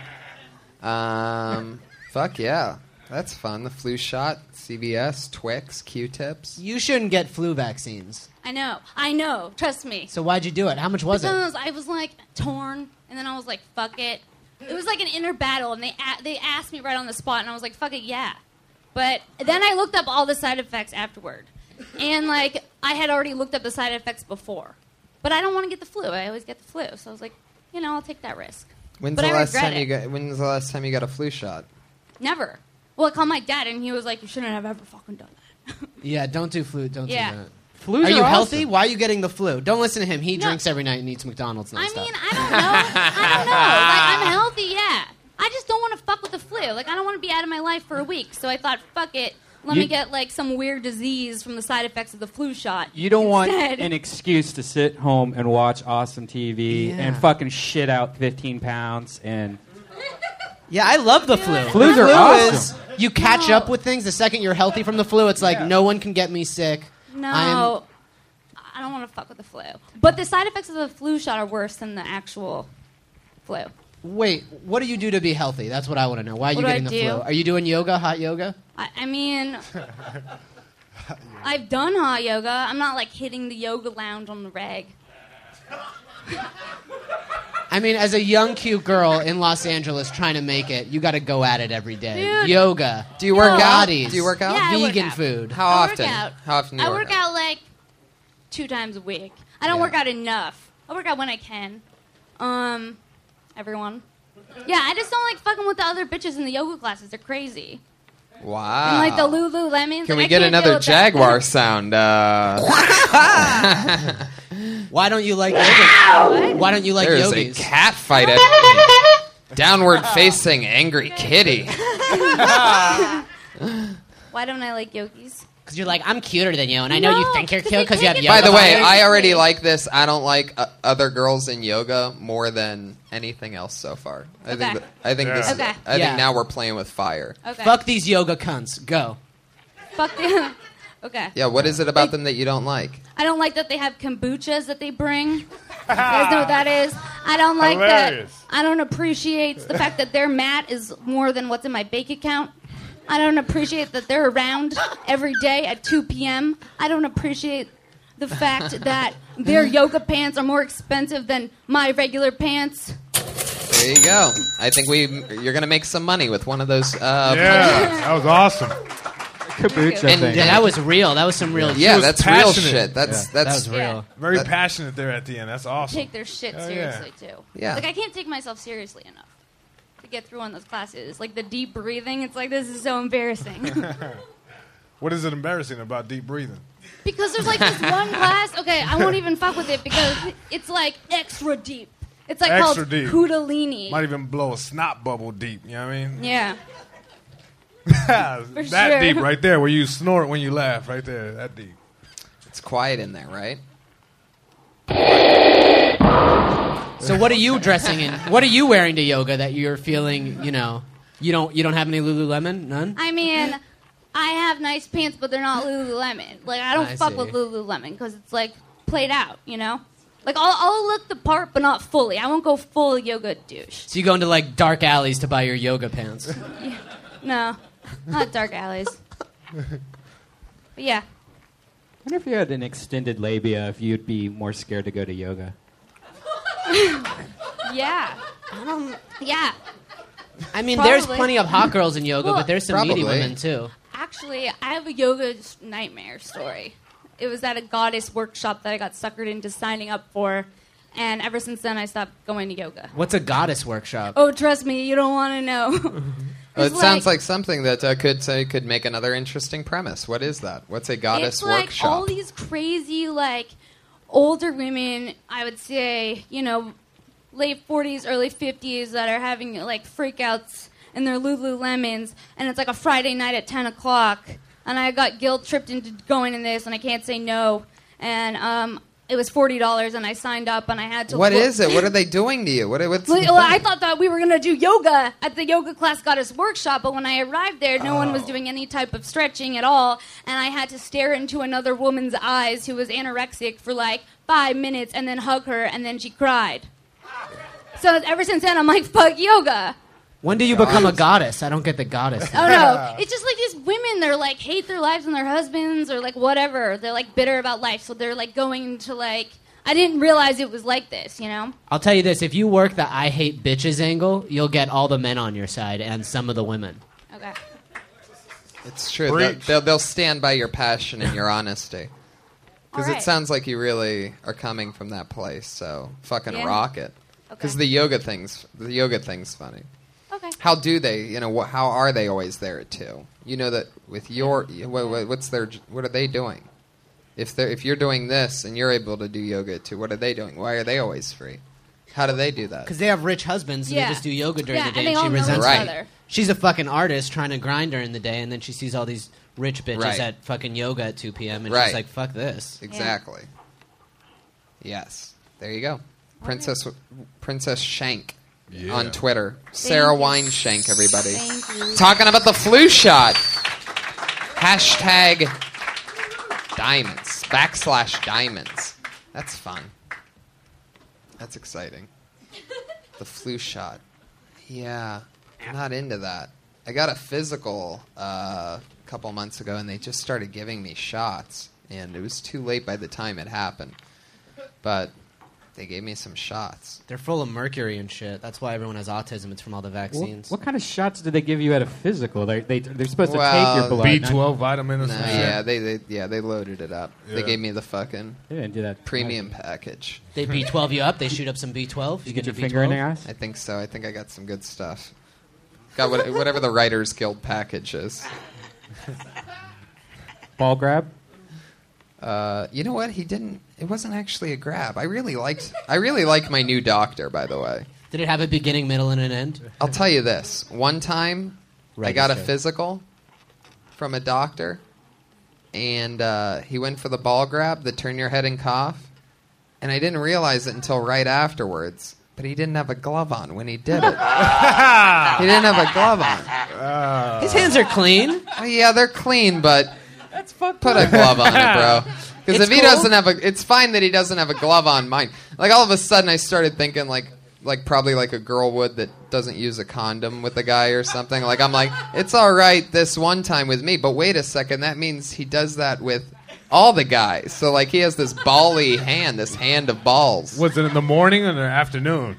[SPEAKER 3] Um, fuck yeah. That's fun. The flu shot, CVS, Twix, Q-tips.
[SPEAKER 10] You shouldn't get flu vaccines.
[SPEAKER 8] I know. I know. Trust me.
[SPEAKER 10] So why'd you do it? How much was it?
[SPEAKER 8] Because I was like torn, and then I was like, "Fuck it." It was like an inner battle, and they a- they asked me right on the spot, and I was like, "Fuck it, yeah." But then I looked up all the side effects afterward, and like I had already looked up the side effects before, but I don't want to get the flu. I always get the flu, so I was like, you know, I'll take that risk.
[SPEAKER 3] When's
[SPEAKER 8] but
[SPEAKER 3] the
[SPEAKER 8] I
[SPEAKER 3] last
[SPEAKER 8] regret
[SPEAKER 3] time
[SPEAKER 8] it.
[SPEAKER 3] you got? When's the last time you got a flu shot?
[SPEAKER 8] Never. Well, I called my dad, and he was like, "You shouldn't have ever fucking done that."
[SPEAKER 10] Yeah, don't do flu. Don't
[SPEAKER 8] Yeah.
[SPEAKER 10] do that.
[SPEAKER 2] Flus
[SPEAKER 10] are you
[SPEAKER 2] awesome.
[SPEAKER 10] healthy? Why are you getting the flu? Don't listen to him. He
[SPEAKER 8] No.
[SPEAKER 10] drinks every night and eats McDonald's
[SPEAKER 8] I
[SPEAKER 10] nonstop.
[SPEAKER 8] mean, I don't know. I don't know. Like, I'm
[SPEAKER 2] Ah.
[SPEAKER 8] healthy, yeah. I just don't want to fuck with the flu. Like, I don't want to be out of my life for a week. So I thought, fuck it. Let
[SPEAKER 2] You-
[SPEAKER 8] me get, like, some weird disease from the side effects of the flu shot.
[SPEAKER 2] You don't want
[SPEAKER 8] instead.
[SPEAKER 2] an excuse to sit home and watch awesome TV
[SPEAKER 10] Yeah.
[SPEAKER 2] and fucking shit out 15 pounds and
[SPEAKER 10] yeah, I love the flu.
[SPEAKER 2] Flus are
[SPEAKER 10] flu
[SPEAKER 2] awesome.
[SPEAKER 10] is you catch
[SPEAKER 8] No.
[SPEAKER 10] up with things the second you're healthy from the flu. It's like no one can get me sick.
[SPEAKER 8] No. I don't want to fuck with the flu. But the side effects of the flu shot are worse than the actual flu.
[SPEAKER 10] I'm, wait, what do you do to be healthy? That's what I want to know. Why are you
[SPEAKER 8] What do I
[SPEAKER 10] getting the
[SPEAKER 8] do?
[SPEAKER 10] flu? Are you doing yoga, hot yoga?
[SPEAKER 8] I, I mean, I've done hot yoga. I'm not, like, hitting the yoga lounge on the reg.
[SPEAKER 10] I mean, as a young, cute girl in Los Angeles trying to make it, you got to go at it every day.
[SPEAKER 8] Dude.
[SPEAKER 10] Yoga.
[SPEAKER 3] Do you work out?
[SPEAKER 10] Pilates,
[SPEAKER 3] Do you work out?
[SPEAKER 8] Yeah, I work
[SPEAKER 10] vegan
[SPEAKER 8] out.
[SPEAKER 10] food.
[SPEAKER 3] How
[SPEAKER 8] I
[SPEAKER 3] often?
[SPEAKER 8] Work out.
[SPEAKER 3] How often do you
[SPEAKER 8] Uh, I
[SPEAKER 3] work
[SPEAKER 8] work out? like two times a week. I don't work out enough. I work out when I can. Um, everyone. Yeah, I just don't like fucking with the other bitches in the yoga classes. They're crazy.
[SPEAKER 3] Wow.
[SPEAKER 8] And like the Lululemons.
[SPEAKER 3] Ah. Can
[SPEAKER 8] like,
[SPEAKER 3] we
[SPEAKER 8] I
[SPEAKER 3] get
[SPEAKER 8] can't deal
[SPEAKER 3] another
[SPEAKER 8] with that.
[SPEAKER 3] jaguar sound? Uh,
[SPEAKER 10] Why don't you like yoga? Why don't you like
[SPEAKER 3] there's
[SPEAKER 10] yogis?
[SPEAKER 3] a cat fight at Downward facing angry kitty.
[SPEAKER 8] Why don't I like yogis?
[SPEAKER 10] Because you're like, I'm cuter than you, and I know you
[SPEAKER 8] No,
[SPEAKER 10] think you're
[SPEAKER 8] 'cause
[SPEAKER 10] cute
[SPEAKER 8] they
[SPEAKER 10] because you have
[SPEAKER 8] take it
[SPEAKER 10] yoga.
[SPEAKER 3] By the way,
[SPEAKER 10] pants.
[SPEAKER 3] I already like this. I don't like uh, other girls in yoga more than anything else so far. I
[SPEAKER 8] Okay.
[SPEAKER 3] think. th- I think this.
[SPEAKER 9] Yeah.
[SPEAKER 8] Okay.
[SPEAKER 3] I
[SPEAKER 10] Yeah.
[SPEAKER 3] think now we're playing with fire.
[SPEAKER 8] Okay.
[SPEAKER 10] fuck these yoga cunts. Go.
[SPEAKER 8] Fuck them. Okay.
[SPEAKER 3] Yeah. What is it about them that you don't like?
[SPEAKER 8] I don't like that they have kombuchas that they bring. You guys know what that is? I don't like
[SPEAKER 9] Hilarious.
[SPEAKER 8] that. I don't appreciate the fact that their mat is more than what's in my bank account. I don't appreciate that they're around every day at 2 p.m. I don't appreciate the fact that their yoga pants are more expensive than my regular pants.
[SPEAKER 3] There you go. I think we. You're gonna make some money with one of those. Uh,
[SPEAKER 9] Yeah, that was awesome.
[SPEAKER 2] Kabucha
[SPEAKER 3] And-
[SPEAKER 2] thing.
[SPEAKER 10] Yeah, that was real. That was some real.
[SPEAKER 3] Yeah,
[SPEAKER 9] was
[SPEAKER 3] that's real
[SPEAKER 9] passionate.
[SPEAKER 3] shit. That's
[SPEAKER 10] that
[SPEAKER 3] that's
[SPEAKER 10] was real.
[SPEAKER 9] Very
[SPEAKER 3] That-
[SPEAKER 9] passionate there at the end. That's awesome.
[SPEAKER 8] Take their shit
[SPEAKER 9] Hell yeah.
[SPEAKER 8] seriously too.
[SPEAKER 3] Yeah.
[SPEAKER 8] Like I can't take myself seriously enough to get through on those classes. Like the deep breathing, it's like this is so embarrassing.
[SPEAKER 9] What is it embarrassing about deep breathing?
[SPEAKER 8] Because there's like this one class. Okay, I won't even fuck with it because it's like extra deep. It's like
[SPEAKER 9] Extra
[SPEAKER 8] called
[SPEAKER 9] deep.
[SPEAKER 8] Kundalini.
[SPEAKER 9] Might even blow a snot bubble deep. You know what I mean?
[SPEAKER 8] yeah.
[SPEAKER 9] that
[SPEAKER 8] sure.
[SPEAKER 9] deep right there, where you snort when you laugh. Right there, that deep.
[SPEAKER 3] it's quiet in there, right?
[SPEAKER 10] So what are you dressing in? What are you wearing to yoga that you're feeling? You know, you don't you don't have any Lululemon, none.
[SPEAKER 8] I mean, I have nice pants, but they're not Lululemon. Like I don't
[SPEAKER 10] I
[SPEAKER 8] fuck
[SPEAKER 10] see.
[SPEAKER 8] with Lululemon because it's like played out. You know. Like I'll, I'll look the part, but not fully. I won't go full yoga douche.
[SPEAKER 10] So you go into like dark alleys to buy your yoga pants.
[SPEAKER 8] No, not dark alleys. But yeah,
[SPEAKER 2] I wonder if you had an extended labia, if you'd be more scared to go to yoga.
[SPEAKER 8] yeah, yeah.
[SPEAKER 10] I
[SPEAKER 8] Probably.
[SPEAKER 10] mean, there's plenty of hot girls in yoga,
[SPEAKER 8] Well,
[SPEAKER 10] but there's some meaty
[SPEAKER 3] probably.
[SPEAKER 10] women too.
[SPEAKER 8] Actually, I have a yoga s- nightmare story. It was at a goddess workshop that I got suckered into signing up for, and ever since then I stopped going to yoga.
[SPEAKER 10] What's a goddess workshop?
[SPEAKER 8] Oh, trust me, you don't want to know.
[SPEAKER 3] Well, it
[SPEAKER 8] It's
[SPEAKER 3] sounds
[SPEAKER 8] like-
[SPEAKER 3] like something that uh, could say could make another interesting premise. What is that? What's a goddess
[SPEAKER 8] it's like
[SPEAKER 3] workshop?
[SPEAKER 8] all these crazy, like older women. I would say, you know, late forties, early fifties, that are having like freakouts in their Lululemons, and it's like a Friday night at ten o'clock, and I got guilt tripped into going in this, and I can't say no, and um, it was forty dollars, and I signed up, and I had to.
[SPEAKER 3] What
[SPEAKER 8] look-
[SPEAKER 3] is it? What are they doing to you? What, what's
[SPEAKER 8] Well,
[SPEAKER 3] the
[SPEAKER 8] well, I
[SPEAKER 3] thing?
[SPEAKER 8] thought that we were going to do yoga at the yoga class goddess workshop, but when I arrived there, no one was doing any type of stretching at all, and I had to stare into another woman's eyes who was anorexic for like five minutes and then hug her, and then she cried. So ever since then, I'm like, fuck yoga.
[SPEAKER 10] When do you become a goddess? I don't get the goddess. thing.
[SPEAKER 8] Oh no! It's just like these women. They're like hate their lives and their husbands, or like whatever. They're like bitter about life, so they're like going to like. I didn't realize it was like this, you know.
[SPEAKER 10] I'll tell you this: if you work the "I hate bitches" angle, you'll get all the men on your side and some of the women.
[SPEAKER 8] Okay.
[SPEAKER 3] It's true. They'll,
[SPEAKER 9] Preach.
[SPEAKER 3] they'll, they'll stand by your passion and your honesty. Because
[SPEAKER 8] All right.
[SPEAKER 3] it sounds like you really are coming from that place. So fucking
[SPEAKER 8] Yeah.
[SPEAKER 3] rock it. Because
[SPEAKER 8] Okay.
[SPEAKER 3] the yoga things, the yoga things, funny.
[SPEAKER 8] Okay.
[SPEAKER 3] How do they? You know, wh- how are they always there at two? You know that with your what, what, what's their j- what are they doing? If they are if you're doing this and you're able to do yoga too, what are they doing? Why are they always free? How do they do that?
[SPEAKER 10] Because they have rich husbands and
[SPEAKER 8] Yeah.
[SPEAKER 10] they just do yoga during
[SPEAKER 8] Yeah,
[SPEAKER 10] the day,
[SPEAKER 8] and
[SPEAKER 10] and,
[SPEAKER 8] they all
[SPEAKER 10] she
[SPEAKER 8] know
[SPEAKER 10] resents
[SPEAKER 3] each
[SPEAKER 10] it.
[SPEAKER 8] other.
[SPEAKER 10] She's a fucking artist trying to grind during the day, and then she sees all these rich bitches
[SPEAKER 3] Right.
[SPEAKER 10] at fucking yoga at 2 p.m. and
[SPEAKER 3] Right.
[SPEAKER 10] she's like, "Fuck this."
[SPEAKER 3] Exactly. Yes. There you go. Princess Princess Shank on Twitter. Sarah
[SPEAKER 8] you.
[SPEAKER 3] Wineshank, everybody.
[SPEAKER 8] Thank you.
[SPEAKER 3] Talking about the flu shot. Hashtag diamonds. Backslash diamonds. That's fun. That's exciting. The flu shot. Yeah. I'm not into that. I got a physical uh, a couple months ago and they just started giving me shots. And it was too late by the time it happened. But They gave me some shots.
[SPEAKER 10] They're full of mercury and shit. That's why everyone has autism. It's from all the vaccines.
[SPEAKER 2] What kind of shots do they give you at a physical? They they they're supposed to
[SPEAKER 3] Well,
[SPEAKER 2] take your blood. not-
[SPEAKER 3] Uh, Nah, yeah, they, they yeah they loaded it up. They
[SPEAKER 10] Yeah.
[SPEAKER 3] gave me the fucking
[SPEAKER 2] They didn't do that
[SPEAKER 3] premium package.
[SPEAKER 10] They B12 you up. They shoot up some B12.
[SPEAKER 3] Did
[SPEAKER 10] into B12?
[SPEAKER 3] I think so. I think I got some good stuff. Got what, whatever the Writers Guild package is.
[SPEAKER 2] Ball grab.
[SPEAKER 3] Uh, you know what? He didn't. It wasn't actually a grab. I really liked. I really like my new doctor, by the way.
[SPEAKER 10] Did it have a beginning, middle, and an end?
[SPEAKER 3] I'll tell you this. One time, Oh, I
[SPEAKER 10] Right,
[SPEAKER 3] got a
[SPEAKER 10] you said.
[SPEAKER 3] physical from a doctor, and uh, he went for the ball grab, the turn your head and cough, and I didn't realize it until right afterwards. But he didn't have a glove on when he did it. he didn't have a glove on.
[SPEAKER 10] His hands are clean.
[SPEAKER 3] yeah, they're clean, but
[SPEAKER 2] That's fucked
[SPEAKER 3] put a glove on it, bro. Because
[SPEAKER 10] It's
[SPEAKER 3] if he
[SPEAKER 10] cool.
[SPEAKER 3] doesn't have a, it's fine that he doesn't have a glove on mine. Like all of a sudden, I started thinking like, like probably like a girl would that doesn't use a condom with a guy or something. Like I'm like, it's all right this one time with me, but wait a second, that means he does that with all the guys. So like he has this bally hand, this hand of balls.
[SPEAKER 9] Was it in the morning or the afternoon?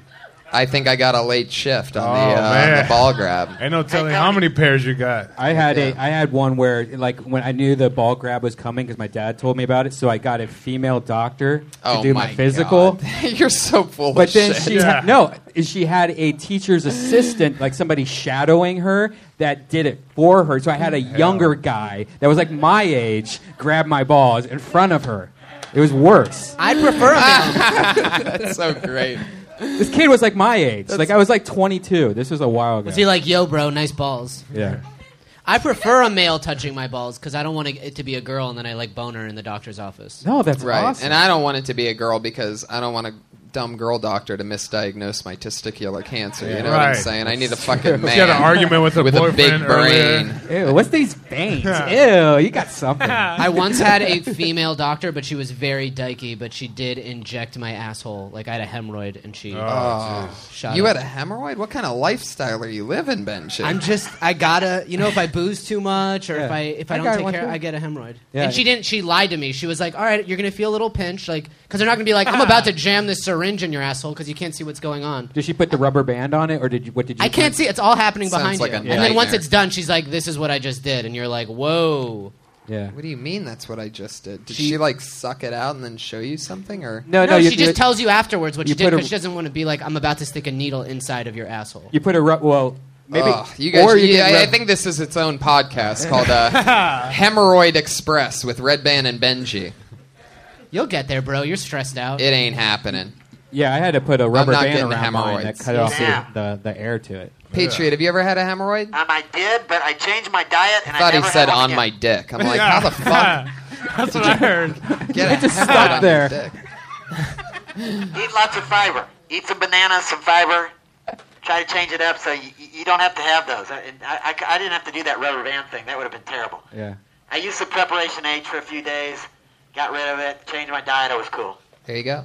[SPEAKER 3] I think I got a late shift on
[SPEAKER 9] Oh,
[SPEAKER 3] the, uh, on
[SPEAKER 9] man.
[SPEAKER 3] the ball grab.
[SPEAKER 9] Ain't no telling how many pairs you got.
[SPEAKER 2] I had a I had one where like when I knew the ball grab was coming because my dad told me about it, so I got a female doctor
[SPEAKER 3] Oh
[SPEAKER 2] to do
[SPEAKER 3] my
[SPEAKER 2] my, physical.
[SPEAKER 3] You're so full
[SPEAKER 2] But
[SPEAKER 3] of
[SPEAKER 2] then
[SPEAKER 3] shit.
[SPEAKER 2] she had, no, she had a teacher's assistant, like somebody shadowing her that did it for her. So I had a younger guy that was like my age grab my balls in front of her. It was worse.
[SPEAKER 10] I'd prefer a man.
[SPEAKER 3] That's so great.
[SPEAKER 2] This kid was like my age. like I was like 22. This was a while ago.
[SPEAKER 10] Was he like, yo, bro, nice balls?
[SPEAKER 2] yeah.
[SPEAKER 10] I prefer a male touching my balls because I don't want it to be a girl and then I like boner in the doctor's office.
[SPEAKER 2] No, that's
[SPEAKER 3] right.
[SPEAKER 10] Oh, awesome.
[SPEAKER 3] And I don't want it to be a girl because I don't want a dumb girl doctor to misdiagnose my testicular cancer. You know what I'm
[SPEAKER 9] Right.
[SPEAKER 3] saying? I need a
[SPEAKER 9] That's
[SPEAKER 3] fucking
[SPEAKER 9] true.
[SPEAKER 3] man.
[SPEAKER 9] She had an argument with her
[SPEAKER 3] a big
[SPEAKER 9] boyfriend earlier.
[SPEAKER 3] brain.
[SPEAKER 2] Ew, what's these veins? Ew, you got something.
[SPEAKER 10] I once had a female doctor, but she was very dykey, but she did inject my asshole. Like I had a hemorrhoid and she
[SPEAKER 3] Oh.
[SPEAKER 10] shot
[SPEAKER 3] you had
[SPEAKER 10] it.
[SPEAKER 3] a hemorrhoid? What kind of lifestyle are you living, Benji?
[SPEAKER 10] I'm just I gotta you know if I booze too much or if
[SPEAKER 3] Yeah.
[SPEAKER 10] I if
[SPEAKER 3] I
[SPEAKER 10] I, don't
[SPEAKER 3] got
[SPEAKER 10] take
[SPEAKER 3] one
[SPEAKER 10] care
[SPEAKER 3] too.
[SPEAKER 10] I get a hemorrhoid.
[SPEAKER 3] Yeah.
[SPEAKER 10] And she didn't. She lied to me. She was like, "All right, you're gonna feel a little pinch, like because they're not gonna be like I'm about to jam this syringe in your asshole because you can't see what's going on.
[SPEAKER 2] Did she put the rubber band on it, or did you? What did you?
[SPEAKER 10] I can't see. It's all happening
[SPEAKER 2] Sounds
[SPEAKER 10] behind
[SPEAKER 2] like
[SPEAKER 10] you.
[SPEAKER 2] a
[SPEAKER 10] And then once
[SPEAKER 2] nightmare.
[SPEAKER 10] it's done, she's like, "This is what I just did," and you're like, "Whoa."
[SPEAKER 2] Yeah.
[SPEAKER 3] What do you mean that's what I just did? Did she, like suck it out and then show you something or
[SPEAKER 10] No, she just tells you afterwards what
[SPEAKER 3] you
[SPEAKER 10] she did
[SPEAKER 3] put a-
[SPEAKER 10] because she doesn't want to be like, "I'm about to stick a needle inside of your asshole."
[SPEAKER 2] You put a ru- well, maybe
[SPEAKER 3] Ugh, you guys,
[SPEAKER 2] or
[SPEAKER 3] you-
[SPEAKER 2] you
[SPEAKER 3] I,
[SPEAKER 2] get
[SPEAKER 3] I
[SPEAKER 2] rub-
[SPEAKER 3] think this is its own podcast called uh, Hemorrhoid Express with Red Band and Benji.
[SPEAKER 10] You'll get there, bro. You're stressed out.
[SPEAKER 3] It ain't happening.
[SPEAKER 2] yeah, I had to put a rubber
[SPEAKER 3] not
[SPEAKER 2] band
[SPEAKER 3] getting
[SPEAKER 2] around mine that
[SPEAKER 3] hemorrhoids.
[SPEAKER 2] cut off
[SPEAKER 3] Yeah.
[SPEAKER 2] the, the, the air to it.
[SPEAKER 3] Patriot, have you ever had a hemorrhoid?
[SPEAKER 4] Um, I did, but I changed my diet
[SPEAKER 3] I
[SPEAKER 4] and I,
[SPEAKER 3] thought he
[SPEAKER 4] never had
[SPEAKER 3] said
[SPEAKER 4] one
[SPEAKER 3] on
[SPEAKER 4] again.
[SPEAKER 3] my dick. I'm like, how the fuck?
[SPEAKER 9] That's what I heard.
[SPEAKER 3] Get
[SPEAKER 9] It
[SPEAKER 3] a
[SPEAKER 9] just
[SPEAKER 3] hemorrhoid
[SPEAKER 9] stuck
[SPEAKER 3] on
[SPEAKER 9] there.
[SPEAKER 3] your dick.
[SPEAKER 4] Eat lots of fiber. Eat some bananas, some fiber. Try to change it up so you, you don't have to have those. I, and I, I, I didn't have to do that rubber band thing. That would have been terrible.
[SPEAKER 2] Yeah.
[SPEAKER 4] I used the preparation aid for a few days, got rid of it, changed my diet. I was cool.
[SPEAKER 3] There you go.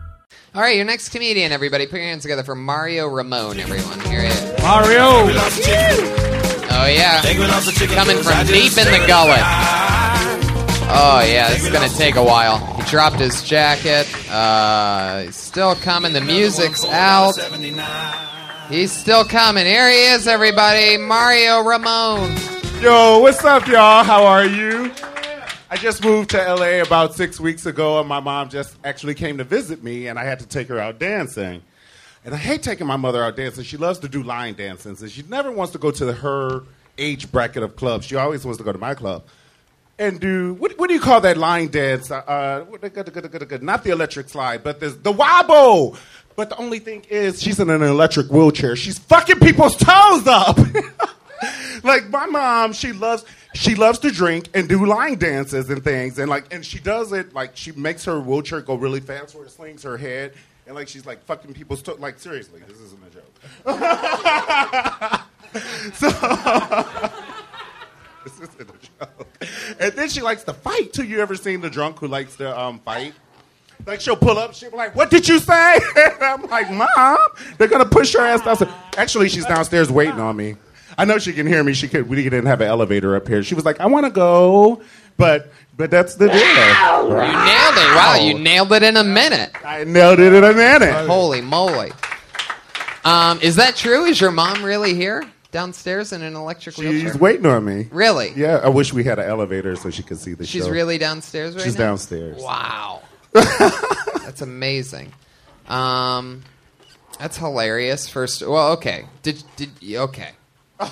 [SPEAKER 3] All right, your next comedian, everybody. Put your hands together for Mario Ramon, everyone. Here he is.
[SPEAKER 9] Mario.
[SPEAKER 3] Oh, yeah. Coming from deep in the gullet. Oh, yeah, this is going to take a while. He dropped his jacket. Uh, he's still coming. The music's out. He's still coming. Here he is, everybody. Mario Ramon.
[SPEAKER 11] Yo, what's up, y'all? How are you? I just moved to LA about six weeks ago, and my mom just actually came to visit me, and I had to take her out dancing. And I hate taking my mother out dancing. She loves to do line dancing, and she never wants to go to her age bracket of clubs. She always wants to go to my club and do what, what do you call that line dance? Uh, Uh, what- good, good, good, good, good. not the electric slide, but this, the wobble. But the only thing is, she's in an electric wheelchair. She's fucking people's toes up. like my mom, she loves she loves to drink and do line dances and things, and like and she does it like she makes her wheelchair go really fast where it slings her head, and like she's like fucking people's to- like seriously, this isn't a joke. so this isn't a joke. And then she likes to fight too. You ever seen the drunk who likes to um, fight? Like she'll pull up, she'll be like, "What did you say?" And I'm like, "Mom, they're gonna push her ass downstairs." Actually, she's downstairs waiting on me. I know she can hear me. She could. We didn't have an elevator up here. She was like, "I want to go," but but that's the deal.
[SPEAKER 3] Nailed it. Wow, you nailed it in a minute.
[SPEAKER 11] I nailed it in a minute.
[SPEAKER 3] Holy moly. Um, is that true? Is your mom really here downstairs in an electric wheelchair?
[SPEAKER 11] She's waiting on me.
[SPEAKER 3] Really?
[SPEAKER 11] Yeah. I wish we had an elevator so she could see the
[SPEAKER 3] She's
[SPEAKER 11] show.
[SPEAKER 3] really downstairs right
[SPEAKER 11] She's
[SPEAKER 3] now?
[SPEAKER 11] downstairs.
[SPEAKER 3] Wow. that's amazing. Um, that's hilarious. First, well, okay. Did, did, okay.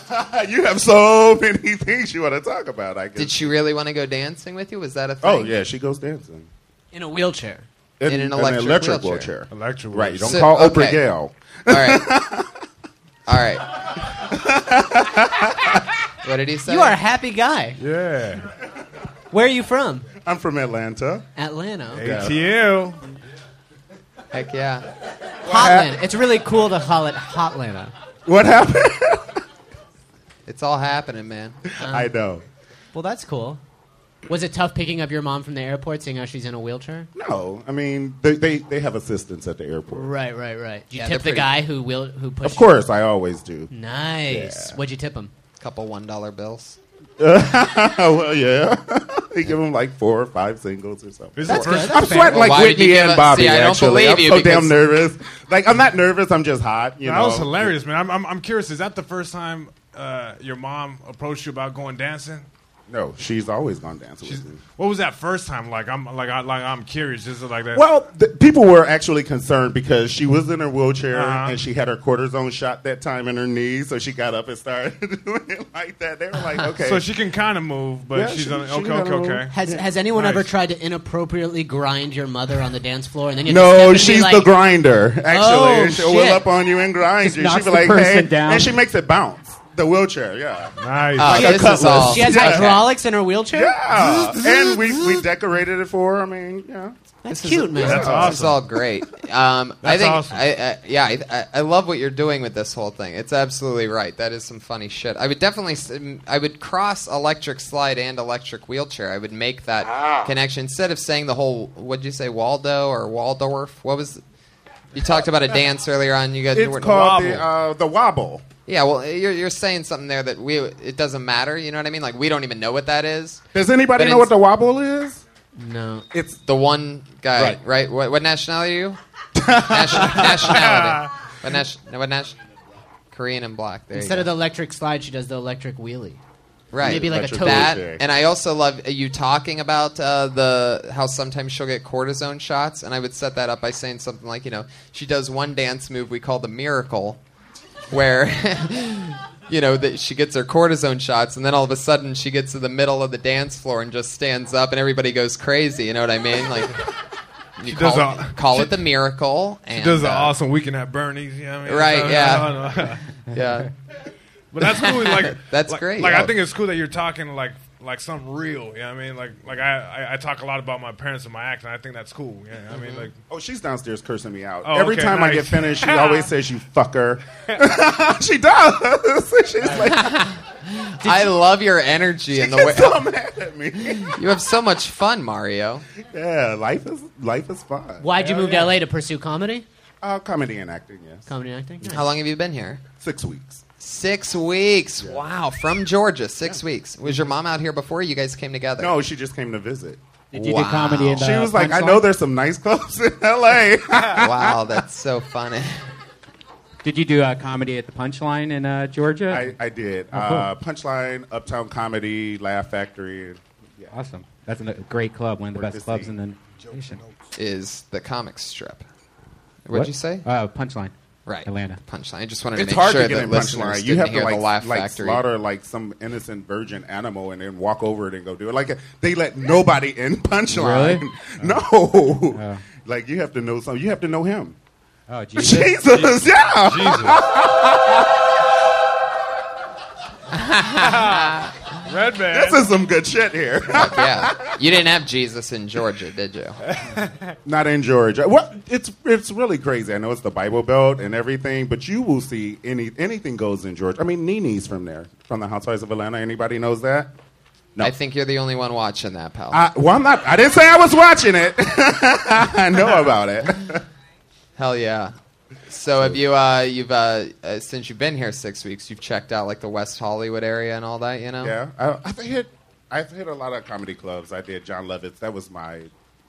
[SPEAKER 11] you have so many things you want to talk about. I guess.
[SPEAKER 3] Did she really want to go dancing with you? Was that a thing?
[SPEAKER 11] Oh yeah, she goes dancing
[SPEAKER 10] in a wheelchair.
[SPEAKER 3] In, an electric,
[SPEAKER 11] wheelchair.
[SPEAKER 9] Electric
[SPEAKER 11] Right. You don't
[SPEAKER 3] So-
[SPEAKER 11] call
[SPEAKER 3] okay.
[SPEAKER 11] Oprah Gale.
[SPEAKER 3] All right. All right. what did he say?
[SPEAKER 10] You are a happy guy.
[SPEAKER 9] Yeah.
[SPEAKER 10] Where are you from?
[SPEAKER 11] I'm from Atlanta.
[SPEAKER 10] Atlanta.
[SPEAKER 9] ATL.
[SPEAKER 3] Heck yeah.
[SPEAKER 10] Hotlanta. It's really cool to call it Hotlanta.
[SPEAKER 11] What happened?
[SPEAKER 3] It's all happening, man.
[SPEAKER 11] I know.
[SPEAKER 10] Um, Well, that's cool. Was it tough picking up your mom from the airport, seeing how she's in a wheelchair?
[SPEAKER 11] No, I mean they, they, they have assistants at the airport.
[SPEAKER 10] Right, right, right. Did you
[SPEAKER 3] Yeah,
[SPEAKER 10] tip
[SPEAKER 3] they're
[SPEAKER 10] the guy who will who pushed?
[SPEAKER 11] Of course, I always do.
[SPEAKER 10] You? Nice. What'd you tip him?
[SPEAKER 3] Couple one dollar bills.
[SPEAKER 11] well, yeah. they give them like four or five singles or something.
[SPEAKER 3] That's good. That's
[SPEAKER 11] I'm sweating
[SPEAKER 3] fair.
[SPEAKER 11] like
[SPEAKER 3] Why did you
[SPEAKER 11] Whitney
[SPEAKER 3] give
[SPEAKER 11] and
[SPEAKER 3] us-
[SPEAKER 11] Bobby.
[SPEAKER 3] See, I don't
[SPEAKER 11] actually,
[SPEAKER 3] believe
[SPEAKER 11] I'm
[SPEAKER 3] you
[SPEAKER 11] so
[SPEAKER 3] because-
[SPEAKER 11] damn nervous. Like I'm not nervous. I'm just hot. You
[SPEAKER 9] that
[SPEAKER 11] know,
[SPEAKER 9] was hilarious, man. I'm, I'm, I'm curious. Is that the first time uh, your mom approached you about going dancing?
[SPEAKER 11] No, she's always gone dancing with me.
[SPEAKER 9] What was that first time like? I'm like I like I'm curious. This is like that.
[SPEAKER 11] Well, th- people were actually concerned because she was in her wheelchair
[SPEAKER 9] Uh-huh.
[SPEAKER 11] and she had her cortisone shot that time in her knee, so she got up and started doing it like that. They were like, okay.
[SPEAKER 9] So she can kind of move, but
[SPEAKER 11] Yeah,
[SPEAKER 9] she's
[SPEAKER 11] she-
[SPEAKER 9] on-
[SPEAKER 11] she
[SPEAKER 9] okay,
[SPEAKER 11] can
[SPEAKER 9] okay,
[SPEAKER 11] kinda move.
[SPEAKER 9] okay.
[SPEAKER 10] Has Has anyone ever tried to inappropriately grind your mother on the dance floor, and then you have to step in
[SPEAKER 11] no,
[SPEAKER 10] and be
[SPEAKER 11] she's
[SPEAKER 10] like,
[SPEAKER 11] the grinder. Actually,
[SPEAKER 10] Oh,
[SPEAKER 11] she'll whip
[SPEAKER 10] shit.
[SPEAKER 11] up on you and grind
[SPEAKER 10] Just
[SPEAKER 11] you. She'll
[SPEAKER 10] knocks
[SPEAKER 11] be
[SPEAKER 10] the
[SPEAKER 11] like, hey,
[SPEAKER 10] person down.
[SPEAKER 11] and she makes it bounce. The wheelchair, yeah.
[SPEAKER 3] Oh,
[SPEAKER 9] Nice.
[SPEAKER 11] Like a cutlass.
[SPEAKER 10] She has
[SPEAKER 11] Yeah.
[SPEAKER 10] hydraulics in her wheelchair.
[SPEAKER 11] Yeah. and we, we decorated it for her. I mean, yeah.
[SPEAKER 10] That's
[SPEAKER 3] This is-
[SPEAKER 10] cute, man.
[SPEAKER 3] This is all great. Um, I
[SPEAKER 9] That's
[SPEAKER 3] think,
[SPEAKER 9] awesome.
[SPEAKER 3] I, I, yeah, I, I- I love what you're doing with this whole thing. It's absolutely right. That is some funny shit. I would definitely, s- mm, I would cross electric slide and electric wheelchair. I would make that
[SPEAKER 10] Ah.
[SPEAKER 3] connection instead of saying the whole. What'd you say, Waldo or Waldorf? What was? You talked about a dance earlier on. You guys,
[SPEAKER 11] It's
[SPEAKER 3] were-
[SPEAKER 11] called the, uh, the wobble.
[SPEAKER 3] yeah, well, you're, you're saying something there that we. It doesn't matter. You know what I mean? Like we don't even know what that is.
[SPEAKER 11] Does anybody
[SPEAKER 3] But
[SPEAKER 11] know
[SPEAKER 3] it's-
[SPEAKER 11] what the wobble is?
[SPEAKER 10] No.
[SPEAKER 11] It's
[SPEAKER 3] the one guy, right?
[SPEAKER 11] Right.
[SPEAKER 3] What, what nationality are you? Nation, nationality. What nation? What nation? Korean and black. There
[SPEAKER 10] Instead
[SPEAKER 3] you
[SPEAKER 10] of
[SPEAKER 3] go.
[SPEAKER 10] the electric slide, she does the electric wheelie.
[SPEAKER 3] right,
[SPEAKER 10] maybe like a Electric toad.
[SPEAKER 3] That,
[SPEAKER 10] wheelchair.
[SPEAKER 3] and I also love uh, you talking about uh, the how sometimes she'll get cortisone shots, and I would set that up by saying something like, you know, she does one dance move we call the miracle, where. You know that she gets her cortisone shots, and then all of a sudden she gets to the middle of the dance floor and just stands up, and everybody goes crazy. You know what I mean? Like, you
[SPEAKER 9] does
[SPEAKER 3] call,
[SPEAKER 9] a-
[SPEAKER 3] call it the miracle. And,
[SPEAKER 9] She does an
[SPEAKER 3] uh,
[SPEAKER 9] awesome weekend at Bernie's. You know what I mean?
[SPEAKER 3] Right,
[SPEAKER 9] So,
[SPEAKER 3] yeah.
[SPEAKER 9] I don't know.
[SPEAKER 3] Yeah.
[SPEAKER 9] But that's cool. Like
[SPEAKER 3] That's
[SPEAKER 9] like-
[SPEAKER 3] great.
[SPEAKER 9] Like
[SPEAKER 3] Oh.
[SPEAKER 9] I think it's cool that you're talking like like something real. You know what I mean? Like like I, I, I talk a lot about my parents and my act, and I think that's cool. Yeah, I mean like
[SPEAKER 11] Oh, she's downstairs cursing me out.
[SPEAKER 9] Oh,
[SPEAKER 11] Every
[SPEAKER 9] okay,
[SPEAKER 11] time I get
[SPEAKER 9] nice.
[SPEAKER 11] finished, she always says, "You fucker." she does. she's like,
[SPEAKER 3] I love your energy and the way
[SPEAKER 11] "Get so mad at me."
[SPEAKER 3] you have so much fun, Mario.
[SPEAKER 11] yeah, life is life is fun.
[SPEAKER 10] Why'd you
[SPEAKER 11] Hell
[SPEAKER 10] move
[SPEAKER 11] yeah.
[SPEAKER 10] to LA to pursue comedy?
[SPEAKER 11] Uh, comedy and acting, yes.
[SPEAKER 10] Comedy and acting.
[SPEAKER 3] How long have you been here?
[SPEAKER 11] Six weeks.
[SPEAKER 3] Six weeks. Wow, from Georgia. Six weeks. Was your mom out here before you guys came together?
[SPEAKER 11] No, she just came to visit.
[SPEAKER 3] Did
[SPEAKER 12] you do comedy in the
[SPEAKER 11] She was like, "I
[SPEAKER 12] punchline?
[SPEAKER 11] know there's some nice clubs in L.A."
[SPEAKER 3] wow, that's so funny.
[SPEAKER 2] Did you do uh, comedy at the Punchline in uh, Georgia?
[SPEAKER 11] I, I did.
[SPEAKER 2] Oh, cool.
[SPEAKER 11] Uh, Punchline, Uptown Comedy, Laugh Factory. Yeah.
[SPEAKER 2] awesome. That's a great club, one of the
[SPEAKER 11] Worth
[SPEAKER 2] best
[SPEAKER 11] to
[SPEAKER 2] clubs
[SPEAKER 11] see.
[SPEAKER 2] in the nation.
[SPEAKER 3] Is the comic strip? What'd
[SPEAKER 2] What?
[SPEAKER 3] you say?
[SPEAKER 2] Uh, punchline.
[SPEAKER 3] Right.
[SPEAKER 2] Atlanta.
[SPEAKER 3] Punchline. I just wanted to
[SPEAKER 11] It's
[SPEAKER 3] make
[SPEAKER 11] hard
[SPEAKER 3] sure
[SPEAKER 11] to get
[SPEAKER 3] that
[SPEAKER 11] in
[SPEAKER 3] listeners
[SPEAKER 11] punchline. You
[SPEAKER 3] didn't
[SPEAKER 11] have to
[SPEAKER 3] hear
[SPEAKER 11] like,
[SPEAKER 3] the Laugh
[SPEAKER 11] like
[SPEAKER 3] Factory.
[SPEAKER 11] slaughter like some innocent virgin animal and then walk over it and go do it. Like they let nobody in punchline.
[SPEAKER 2] Really?
[SPEAKER 11] No, like you have to know some. You have to know him.
[SPEAKER 2] Oh,
[SPEAKER 11] Jesus,
[SPEAKER 2] Jesus.
[SPEAKER 11] yeah.
[SPEAKER 9] Jesus. Red man.
[SPEAKER 11] This is some good shit here.
[SPEAKER 3] Fuck yeah. You didn't have Jesus in Georgia, did you?
[SPEAKER 11] Not in Georgia. Well, it's it's really crazy. I know it's the Bible Belt and everything, but you will see any anything goes in Georgia. I mean, Nini's from there, from the Housewives of Atlanta. Anybody knows that?
[SPEAKER 3] I think you're the only one watching that, pal.
[SPEAKER 11] I, well, I'm not. I didn't say I was watching it. I know about it.
[SPEAKER 3] Hell yeah. So have you? Uh, you've uh, uh, since you've been here six weeks, you've checked out like the West Hollywood area and all that, you know?
[SPEAKER 11] Yeah, I, I've hit. I've hit a lot of comedy clubs. I did John Lovitz. That was my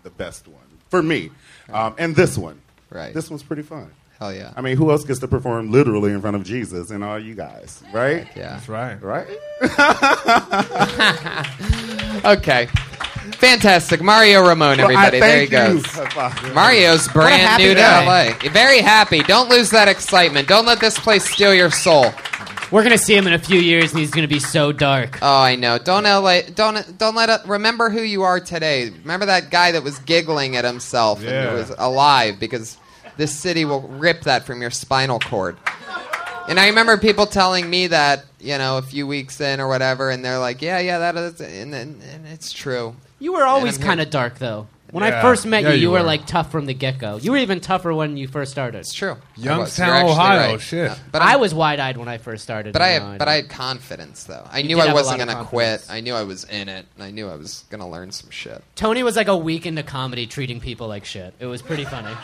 [SPEAKER 11] the best one for me, um, and this one.
[SPEAKER 3] Right.
[SPEAKER 11] This one's pretty fun.
[SPEAKER 3] Hell Oh, yeah.
[SPEAKER 11] I mean, who else gets to perform literally in front of Jesus and all you guys, right?
[SPEAKER 3] Yeah,
[SPEAKER 11] that's right. Right.
[SPEAKER 3] okay. Fantastic. Mario Ramon,
[SPEAKER 11] Well, I
[SPEAKER 3] everybody. there he
[SPEAKER 11] thank
[SPEAKER 3] goes.
[SPEAKER 11] you. Fuck.
[SPEAKER 3] Mario's
[SPEAKER 11] What a
[SPEAKER 3] brand
[SPEAKER 11] happy
[SPEAKER 3] new
[SPEAKER 11] guy.
[SPEAKER 3] to LA. Very happy. Don't lose that excitement. Don't let this place steal your soul.
[SPEAKER 10] We're gonna see him in a few years, and he's gonna be so dark.
[SPEAKER 3] Oh, I know. Don't LA. Don't don't let. It, remember who you are today. Remember that guy that was giggling at himself and
[SPEAKER 10] Yeah.
[SPEAKER 3] who was alive because this city will rip that from your spinal cord. And I remember people telling me that you know a few weeks in or whatever, and they're like, yeah, yeah, that is, and, and, and it's true.
[SPEAKER 10] You were always
[SPEAKER 3] And I'm
[SPEAKER 10] kind
[SPEAKER 3] here.
[SPEAKER 10] of dark, though. When I
[SPEAKER 3] Yeah.
[SPEAKER 10] first met
[SPEAKER 3] Yeah,
[SPEAKER 10] you, you,
[SPEAKER 3] you
[SPEAKER 10] were
[SPEAKER 3] were.
[SPEAKER 10] like tough from the get go. You were even tougher when you first started. It's
[SPEAKER 3] true.
[SPEAKER 9] Youngstown, You're actually Ohio, right. shit.
[SPEAKER 10] but I was wide eyed when I first started.
[SPEAKER 3] But I
[SPEAKER 10] you know,
[SPEAKER 3] had, but I had confidence though. I
[SPEAKER 10] You
[SPEAKER 3] knew
[SPEAKER 10] did
[SPEAKER 3] I
[SPEAKER 10] have a
[SPEAKER 3] wasn't
[SPEAKER 10] lot of
[SPEAKER 3] gonna quit. I knew I was in it, and I knew I was gonna learn some shit.
[SPEAKER 10] Tony was like a week into comedy, treating people like shit. It was pretty funny.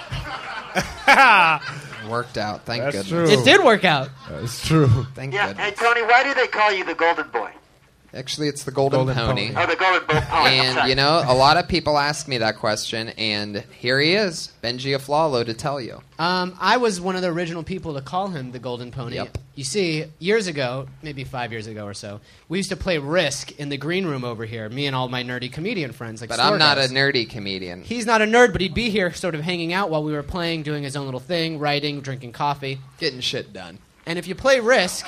[SPEAKER 3] Worked out. Thank goodness.
[SPEAKER 10] That's true. It did work out.
[SPEAKER 9] That's true.
[SPEAKER 3] Thank
[SPEAKER 4] Yeah,
[SPEAKER 3] goodness.
[SPEAKER 4] hey Tony, why do they call you the Golden Boy?
[SPEAKER 3] Actually, it's the Golden,
[SPEAKER 4] Golden
[SPEAKER 3] Pony.
[SPEAKER 4] Pony. Oh, the Golden Bo- Pony, I'm
[SPEAKER 3] and
[SPEAKER 4] sorry.
[SPEAKER 3] you know, a lot of people ask me that question, and here he is, Benji Aflalo, to tell you.
[SPEAKER 10] Um, I was one of the original people to call him the Golden Pony.
[SPEAKER 3] Yep.
[SPEAKER 10] You see, years ago, maybe five years ago or so, we used to play Risk in the green room over here. Me and all my nerdy comedian friends. Like
[SPEAKER 3] But
[SPEAKER 10] store
[SPEAKER 3] I'm not
[SPEAKER 10] guys.
[SPEAKER 3] a nerdy comedian.
[SPEAKER 10] He's not a nerd, but he'd be here sort of hanging out while we were playing, doing his own little thing, writing, drinking coffee.
[SPEAKER 3] Getting shit done.
[SPEAKER 10] And if you play Risk,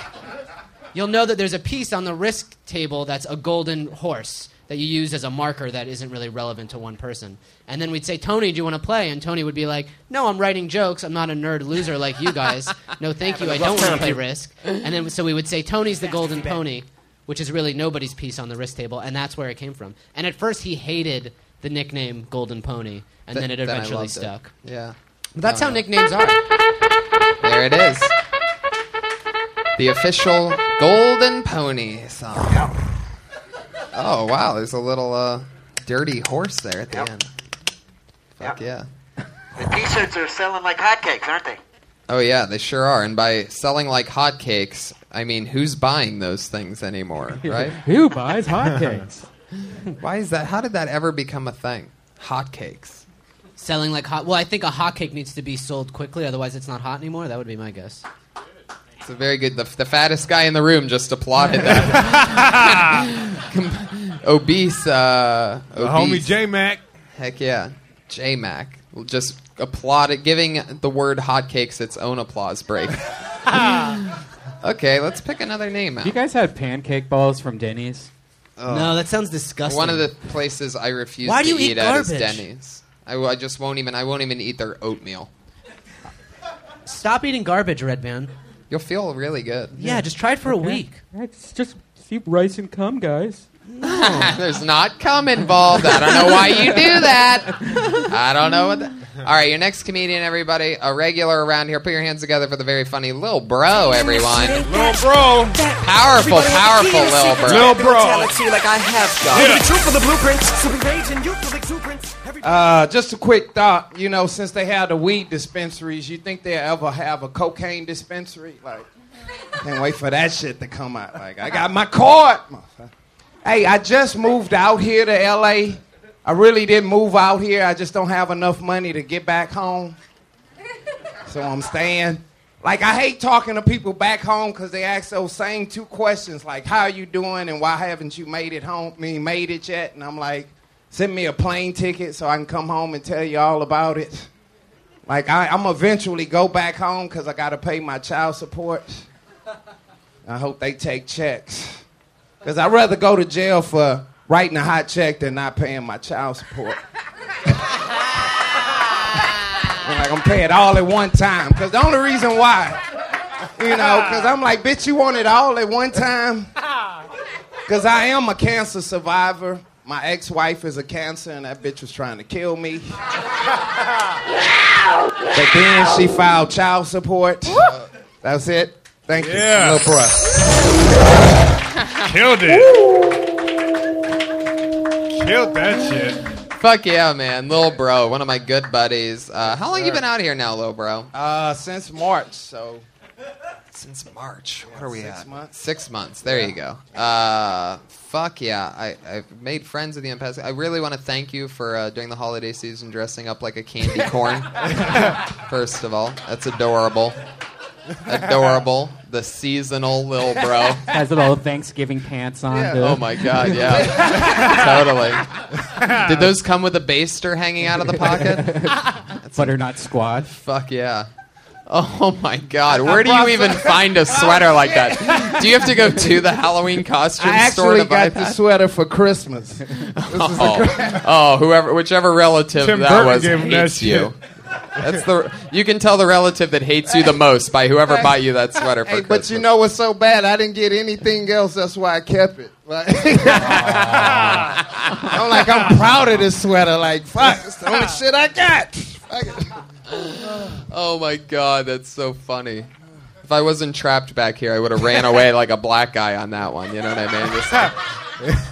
[SPEAKER 10] you'll know that there's a piece on the Risk table that's a golden horse that you use as a marker that isn't really relevant to one person. And then we'd say, Tony, do you want to play? And Tony would be like, No, I'm writing jokes. I'm not a nerd loser like you guys. No, thank you. I don't want to play Risk. And then so we would say, Tony's the golden pony, which is really nobody's piece on the Risk table. And that's where it came from. And at first, he hated the nickname Golden Pony. And
[SPEAKER 3] Th-
[SPEAKER 10] then it
[SPEAKER 3] then I
[SPEAKER 10] eventually
[SPEAKER 3] loved it.
[SPEAKER 10] stuck.
[SPEAKER 3] Yeah.
[SPEAKER 10] But that's
[SPEAKER 3] No,
[SPEAKER 10] how
[SPEAKER 3] no.
[SPEAKER 10] nicknames are.
[SPEAKER 3] There it is. The official Golden Pony song. Oh wow, there's a little uh, dirty horse there at the end. Fuck yeah.
[SPEAKER 4] The T-shirts are selling like hotcakes, aren't they?
[SPEAKER 3] Oh yeah, they sure are. And by selling like hotcakes, I mean who's buying those things anymore, right?
[SPEAKER 2] Who buys hotcakes?
[SPEAKER 3] Why is that? How did that ever become a thing? Hotcakes.
[SPEAKER 10] Selling like hot. Well, I think a hot cake needs to be sold quickly, otherwise it's not hot anymore. That would be my guess.
[SPEAKER 3] It's a very good. The, the fattest guy in the room just applauded that. Com- obese, uh,
[SPEAKER 9] The
[SPEAKER 3] obese.
[SPEAKER 9] homie J Mac.
[SPEAKER 3] Heck yeah, J Mac just applauded, giving the word hotcakes its own applause break. okay, let's pick another name out. Oh.
[SPEAKER 2] you guys had pancake balls from Denny's?
[SPEAKER 10] No, that sounds disgusting.
[SPEAKER 3] One of the places I refuse
[SPEAKER 10] Why
[SPEAKER 3] to
[SPEAKER 10] do you
[SPEAKER 3] eat,
[SPEAKER 10] eat
[SPEAKER 3] at is
[SPEAKER 10] garbage?
[SPEAKER 3] Denny's. I, will- I just won't even. I won't even eat their oatmeal.
[SPEAKER 10] Stop eating garbage, Red Man.
[SPEAKER 3] You'll feel really good.
[SPEAKER 10] Yeah, just try it for a week.
[SPEAKER 2] It's just see rice and cum, guys.
[SPEAKER 3] Oh, There's not cum involved. I don't know why you do that. I don't know what. The... All right, your next comedian, everybody, a regular around here. Put your hands together for the very funny Lil Bro, everyone.
[SPEAKER 9] Little bro.
[SPEAKER 3] Powerful, powerful Lil Bro.
[SPEAKER 7] Like I have
[SPEAKER 3] got.
[SPEAKER 7] You're the truth for the blueprints. Super rage and youthful exuberance.
[SPEAKER 13] Uh, just a quick thought. You know, since they have the weed dispensaries, you think they'll ever have a cocaine dispensary? Like, can't wait for that shit to come out. Like, I got my card. motherfucker. Hey, I just moved out here to LA. I really didn't move out here. I just don't have enough money to get back home. So I'm staying. Like, I hate talking to people back home because they ask those same two questions, like, how are you doing and why haven't you made it home, I mean, made it yet? And I'm like, send me a plane ticket so I can come home and tell you all about it. Like, I, I'm eventually go back home because I got to pay my child support. I hope they take checks. Because I'd rather go to jail for writing a hot check than not paying my child support. I'm like, I'm paying it all at one time. Because the only reason why, you know, because I'm like, bitch, you want it all at one time? Because I am a cancer survivor. My ex wife is a cancer, and that bitch was trying to kill me. but then she filed child support. Uh, That's it. Thank you.
[SPEAKER 9] Yeah.
[SPEAKER 13] A little breath.
[SPEAKER 9] Killed it. Killed that shit.
[SPEAKER 3] Fuck yeah, man. Lil Bro, one of my good buddies. Uh, how long you been out here now, Lil Bro?
[SPEAKER 13] Uh, since March, so.
[SPEAKER 3] Since March, what are we
[SPEAKER 13] six
[SPEAKER 3] at?
[SPEAKER 13] Months.
[SPEAKER 3] Six months. There you go. Uh, fuck yeah. I, I've made friends with the Impasses. I really want to thank you for, uh, during the holiday season, dressing up like a candy corn. First of all, that's adorable. Adorable. The seasonal Lil Bro.
[SPEAKER 2] Has little Thanksgiving pants on. dude.
[SPEAKER 3] Oh my god, yeah. totally. Did those come with a baster hanging out of the pocket?
[SPEAKER 2] Butternut squad.
[SPEAKER 3] Fuck yeah. Oh my god, where do you even find a sweater like that? Do you have to go to the Halloween costume
[SPEAKER 13] I
[SPEAKER 3] store
[SPEAKER 13] actually
[SPEAKER 3] to buy
[SPEAKER 13] got the
[SPEAKER 3] that?
[SPEAKER 13] sweater for Christmas. This is
[SPEAKER 3] Oh. oh, whoever, whichever relative
[SPEAKER 13] Tim
[SPEAKER 3] that
[SPEAKER 13] Burton
[SPEAKER 3] was
[SPEAKER 13] gave him that
[SPEAKER 3] hates
[SPEAKER 13] shit.
[SPEAKER 3] you. That's the. You can tell the relative that hates you the most by whoever
[SPEAKER 13] Hey.
[SPEAKER 3] bought you that sweater for
[SPEAKER 13] Hey,
[SPEAKER 3] Christmas.
[SPEAKER 13] but you know what's so bad? I didn't get anything else. That's why I kept it. Like, I'm like, I'm proud of this sweater. Like, fuck, it's the only shit I got. Fuck it.
[SPEAKER 3] Oh my god, that's so funny. If I wasn't trapped back here, I would have ran away like a black guy on that one. You know what I mean? Just like-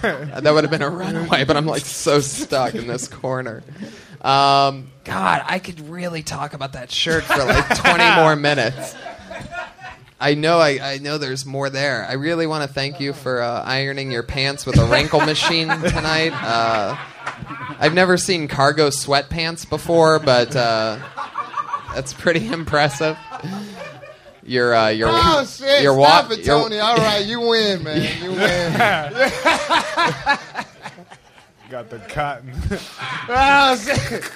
[SPEAKER 3] that would have been a runaway, but I'm like so stuck in this corner. Um, god, I could really talk about that shirt for like 20 more minutes. I know, I, I know. There's more there. I really want to thank you for uh, ironing your pants with a wrinkle machine tonight. Uh, I've never seen cargo sweatpants before, but uh, that's pretty impressive. Your uh, your
[SPEAKER 13] Oh shit!
[SPEAKER 3] your wa-
[SPEAKER 13] Stop it,
[SPEAKER 3] your-
[SPEAKER 13] Tony. All right, you win, man. You win.
[SPEAKER 9] Got the cotton.
[SPEAKER 13] oh shit!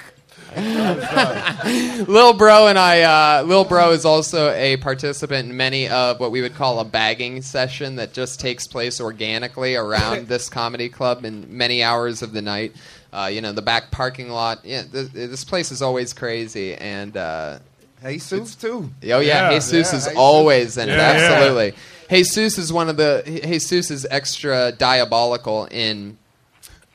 [SPEAKER 3] Lil Bro and I, uh, Lil Bro is also a participant in many of what we would call a bagging session that just takes place organically around this comedy club in many hours of the night. Uh, you know, the back parking lot. Yeah, this, this place is always crazy. And uh,
[SPEAKER 13] Jesus too.
[SPEAKER 3] Oh yeah,
[SPEAKER 13] Yeah.
[SPEAKER 3] Jesus
[SPEAKER 13] Yeah,
[SPEAKER 3] is
[SPEAKER 13] Jesus.
[SPEAKER 3] always in it.
[SPEAKER 13] Yeah.
[SPEAKER 3] Absolutely. Jesus is one of the Jesus is extra diabolical in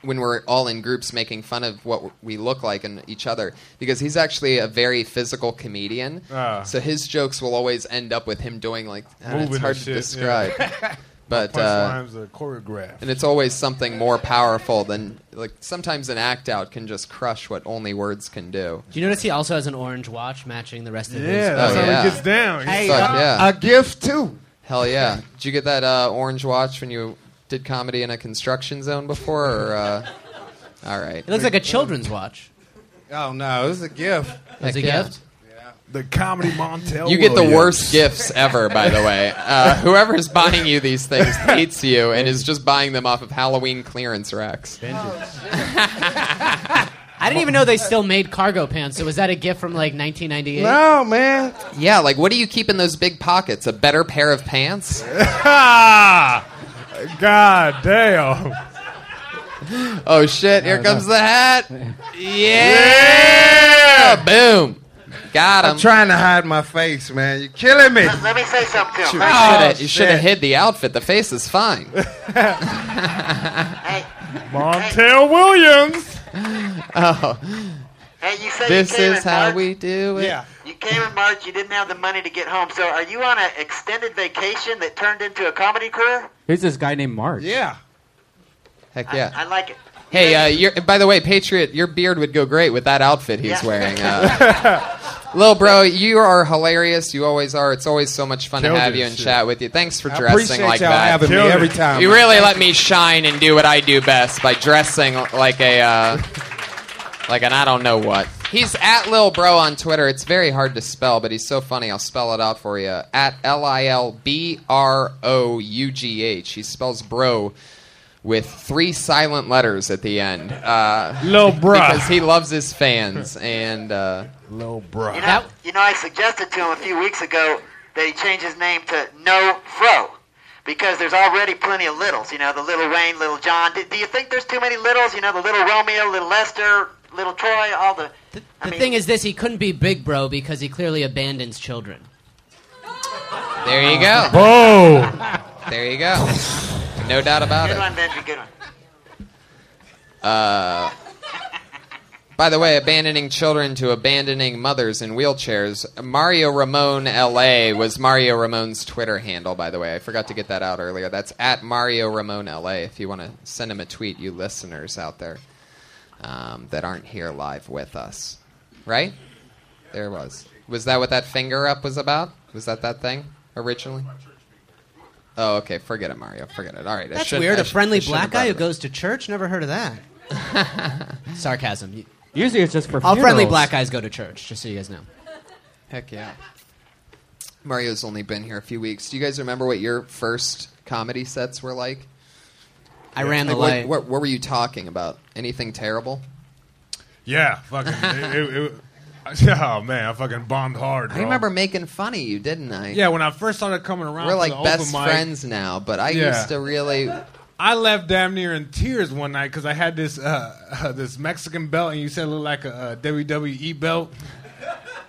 [SPEAKER 3] when we're all in groups making fun of what we look like and each other because he's actually a very physical comedian.
[SPEAKER 9] Ah.
[SPEAKER 3] So his jokes will always end up with him doing like I don't know, it's
[SPEAKER 9] Moving
[SPEAKER 3] hard
[SPEAKER 9] and
[SPEAKER 3] to
[SPEAKER 9] shit, yeah.
[SPEAKER 3] describe. But uh,
[SPEAKER 9] Punchlines are choreographed.
[SPEAKER 3] and it's always something more powerful than like sometimes an act out can just crush what only words can do.
[SPEAKER 10] Do you notice he also has an orange watch matching the rest of his?
[SPEAKER 3] Yeah, that's Oh, how he yeah. gets
[SPEAKER 9] down.
[SPEAKER 10] Hey,
[SPEAKER 3] Fuck,
[SPEAKER 10] uh,
[SPEAKER 3] yeah.
[SPEAKER 13] A gift too.
[SPEAKER 3] Hell yeah! Did you get that uh, orange watch when you did comedy in a construction zone before? Or, uh... All right.
[SPEAKER 10] It looks like a children's watch.
[SPEAKER 13] Oh no, this is a gift.
[SPEAKER 3] Heck
[SPEAKER 10] It's a
[SPEAKER 3] yeah.
[SPEAKER 10] gift.
[SPEAKER 9] The comedy Montel.
[SPEAKER 3] You get the
[SPEAKER 9] Williams.
[SPEAKER 3] worst gifts ever, by the way. Uh, whoever's buying you these things hates you and is just buying them off of Halloween clearance racks.
[SPEAKER 10] I didn't even know they still made cargo pants. So was that a gift from like 1998?
[SPEAKER 13] No, man.
[SPEAKER 3] Yeah, like what do you keep in those big pockets? A better pair of pants?
[SPEAKER 9] God damn.
[SPEAKER 3] Oh shit, here comes the hat.
[SPEAKER 13] Yeah.
[SPEAKER 3] Boom. Got him.
[SPEAKER 13] I'm trying to hide my face, man. You're killing me.
[SPEAKER 4] Let me say something to
[SPEAKER 3] Shoot,
[SPEAKER 4] him.
[SPEAKER 3] you
[SPEAKER 4] Right?
[SPEAKER 3] shoulda- you should have hid the outfit. The face is fine.
[SPEAKER 9] Montel Williams.
[SPEAKER 3] Oh.
[SPEAKER 4] Hey, you said
[SPEAKER 3] This
[SPEAKER 4] you came
[SPEAKER 3] is
[SPEAKER 4] in
[SPEAKER 3] how
[SPEAKER 4] March.
[SPEAKER 3] we do it. Yeah.
[SPEAKER 4] You came in March. You didn't have the money to get home. So, are you on an extended vacation that turned into a comedy career?
[SPEAKER 2] Here's this guy named Mark.
[SPEAKER 13] Yeah.
[SPEAKER 3] Heck yeah.
[SPEAKER 4] I like it.
[SPEAKER 3] Hey, uh, you're, by the way, Patriot, your beard would go great with that outfit he's
[SPEAKER 4] Yeah.
[SPEAKER 3] wearing. Uh, Lil bro, you are hilarious. You always are. It's always so much fun
[SPEAKER 13] Killed
[SPEAKER 3] to have
[SPEAKER 13] it,
[SPEAKER 3] you and
[SPEAKER 13] shit.
[SPEAKER 3] chat with you. Thanks for
[SPEAKER 13] I
[SPEAKER 3] dressing
[SPEAKER 13] appreciate
[SPEAKER 3] like
[SPEAKER 13] y'all
[SPEAKER 3] that.
[SPEAKER 13] having me Killed every it. time.
[SPEAKER 3] You really let me shine and do what I do best by dressing like a uh, like an I don't know what. He's at Lil Bro on Twitter. It's very hard to spell, but he's so funny. I'll spell it out for you. At L I L B R O U G H. He spells bro with three silent letters at the end. Uh,
[SPEAKER 9] Lil Bro.
[SPEAKER 3] Because he loves his fans. And uh,
[SPEAKER 9] Lil Bro.
[SPEAKER 4] You know, you know, I suggested to him a few weeks ago that he change his name to No Fro because there's already plenty of littles. You know, the little Wayne, little John. Do, do you think there's too many littles? You know, the little Romeo, little Lester, little Troy, all the.
[SPEAKER 10] The thing is, this he couldn't be big bro because he clearly abandons children.
[SPEAKER 3] there you go.
[SPEAKER 9] Whoa.
[SPEAKER 3] There you go. No doubt about
[SPEAKER 4] good
[SPEAKER 3] it.
[SPEAKER 4] one, Benji. Good one.
[SPEAKER 3] Uh, by the way, abandoning children to abandoning mothers in wheelchairs. Mario Ramon LA was Mario Ramon's Twitter handle, by the way. I forgot to get that out earlier. That's at Mario Ramon LA if you want to send him a tweet, you listeners out there um, that aren't here live with us. Right? There it was. Was that what that finger up was about? Was that that thing originally? Oh, okay. Forget it, Mario. Forget it. All right. I
[SPEAKER 10] That's
[SPEAKER 3] shouldn't-
[SPEAKER 10] weird.
[SPEAKER 3] I
[SPEAKER 10] A
[SPEAKER 3] sh- I
[SPEAKER 10] friendly
[SPEAKER 3] shouldn't
[SPEAKER 10] black
[SPEAKER 3] have
[SPEAKER 10] guy who
[SPEAKER 3] brought it up.
[SPEAKER 10] goes to church. Never heard of that. Sarcasm. You-
[SPEAKER 2] Usually it's just for
[SPEAKER 10] All friendly
[SPEAKER 3] funerals.
[SPEAKER 10] black guys go to church. Just so you guys know.
[SPEAKER 3] Heck yeah. Mario's only been here a few weeks. Do you guys remember what your first comedy sets were like?
[SPEAKER 10] I ran the
[SPEAKER 3] Like, what-
[SPEAKER 10] light.
[SPEAKER 3] What, what, were you talking about? Anything terrible?
[SPEAKER 9] Yeah, fucking. it, it, it- oh man, I fucking bombed hard.
[SPEAKER 3] I
[SPEAKER 9] bro.
[SPEAKER 3] remember making fun of you, didn't I?
[SPEAKER 9] Yeah, when I first started coming around,
[SPEAKER 3] We're
[SPEAKER 9] to
[SPEAKER 3] like
[SPEAKER 9] the
[SPEAKER 3] best
[SPEAKER 9] open mic-
[SPEAKER 3] friends now, but I
[SPEAKER 9] Yeah.
[SPEAKER 3] used to really.
[SPEAKER 9] I left damn near in tears one night because I had this uh, this Mexican belt, and you said it looked like a, uh WWE belt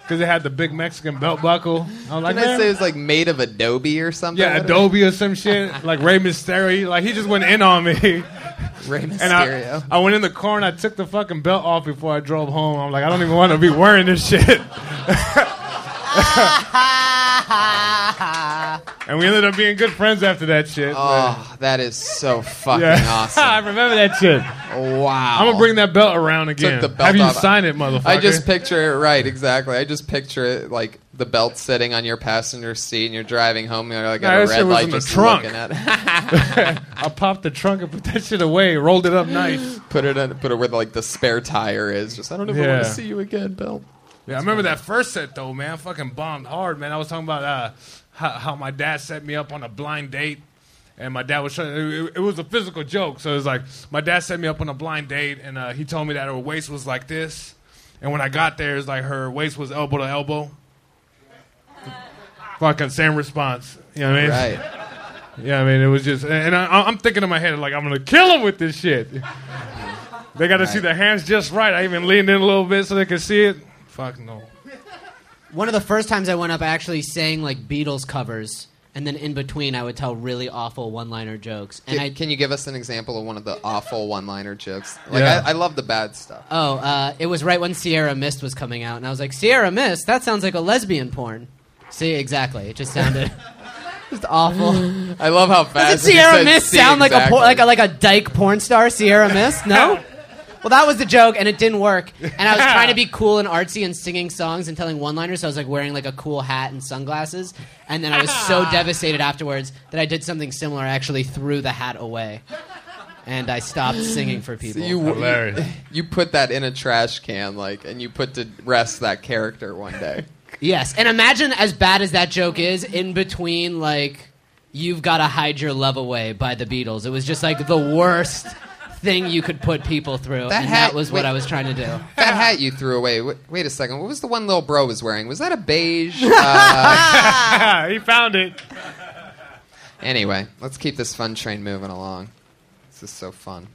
[SPEAKER 9] because it had the big Mexican belt buckle. I was like,
[SPEAKER 3] Didn't I
[SPEAKER 9] "Man,
[SPEAKER 3] say it was like made of Adobe or something?
[SPEAKER 9] yeah,
[SPEAKER 3] What-
[SPEAKER 9] Adobe or some shit, like Ray Mysterio. He- Like he just went in on me.
[SPEAKER 3] Ray
[SPEAKER 9] And I,
[SPEAKER 3] Mysterio.
[SPEAKER 9] I went in the car and I took the fucking belt off before I drove home. I'm like, I don't even want to be wearing this shit. and we ended up being good friends after that shit.
[SPEAKER 3] Oh, that is so fucking awesome.
[SPEAKER 9] I remember that shit.
[SPEAKER 3] Wow.
[SPEAKER 9] I'm gonna bring that belt around again.
[SPEAKER 3] Took the belt
[SPEAKER 9] Have you
[SPEAKER 3] off.
[SPEAKER 9] signed it, motherfucker?
[SPEAKER 3] I just picture it right, exactly. I just picture it like the belt sitting on your passenger seat and you're driving home and you're like
[SPEAKER 9] Nah,
[SPEAKER 3] at a
[SPEAKER 9] that shit
[SPEAKER 3] red
[SPEAKER 9] was
[SPEAKER 3] light
[SPEAKER 9] in the
[SPEAKER 3] just
[SPEAKER 9] trunk.
[SPEAKER 3] looking at
[SPEAKER 9] I popped the trunk and put that shit away. Rolled it up nice.
[SPEAKER 3] Put it on, put it where like the spare tire is. Just I don't ever
[SPEAKER 9] Yeah.
[SPEAKER 3] want to see you again, Bill.
[SPEAKER 9] Yeah, I remember that first set though, man. I fucking bombed hard, man. I was talking about uh, how, how my dad set me up on a blind date, and my dad was trying. It, it was a physical joke, so it was like my dad set me up on a blind date, and uh, he told me that her waist was like this, and when I got there, it was like her waist was elbow to elbow. Fucking same response. You know what I mean?
[SPEAKER 3] Right.
[SPEAKER 9] Yeah, I mean, it was just, and I, I'm thinking in my head like I'm gonna kill him with this shit. They got to see the hands just right. I even leaned in a little bit so they could see it. Fuck no.
[SPEAKER 10] One of the first times I went up, I actually sang like Beatles covers, and then in between, I would tell really awful one-liner jokes. And
[SPEAKER 3] Can,
[SPEAKER 10] I
[SPEAKER 3] can you give us an example of one of the awful one-liner jokes? Like
[SPEAKER 10] Yeah.
[SPEAKER 3] I, I love the bad stuff.
[SPEAKER 10] oh, uh, it was right when Sierra Mist was coming out, and I was like, Sierra Mist, that sounds like a lesbian porn. See, exactly, it just sounded just awful.
[SPEAKER 3] I love how
[SPEAKER 10] Doesn't
[SPEAKER 3] fast you
[SPEAKER 10] Sierra
[SPEAKER 3] said
[SPEAKER 10] Mist
[SPEAKER 3] "See,
[SPEAKER 10] sound like a
[SPEAKER 3] exactly."
[SPEAKER 10] por- like a like a dyke porn star? Sierra Mist, no. Well, that was the joke, and it didn't work. And I was trying to be cool and artsy and singing songs and telling one-liners. So I was like wearing like a cool hat and sunglasses. And then I was so devastated afterwards that I did something similar. I actually threw the hat away, and I stopped singing for people.
[SPEAKER 3] So you, you, you put that in a trash can, like, and you put to rest that character one day.
[SPEAKER 10] Yes, and imagine as bad as that joke is in between like you've got to hide your love away by the Beatles. It was just like the worst thing you could put people through,
[SPEAKER 3] That
[SPEAKER 10] and
[SPEAKER 3] hat-
[SPEAKER 10] that was what
[SPEAKER 3] wait.
[SPEAKER 10] I was trying to do.
[SPEAKER 3] That hat you threw away. Wait, wait a second. What was the one little bro was wearing? Was that a beige? Uh,
[SPEAKER 9] he found it.
[SPEAKER 3] Anyway, let's keep this fun train moving along. This is so fun.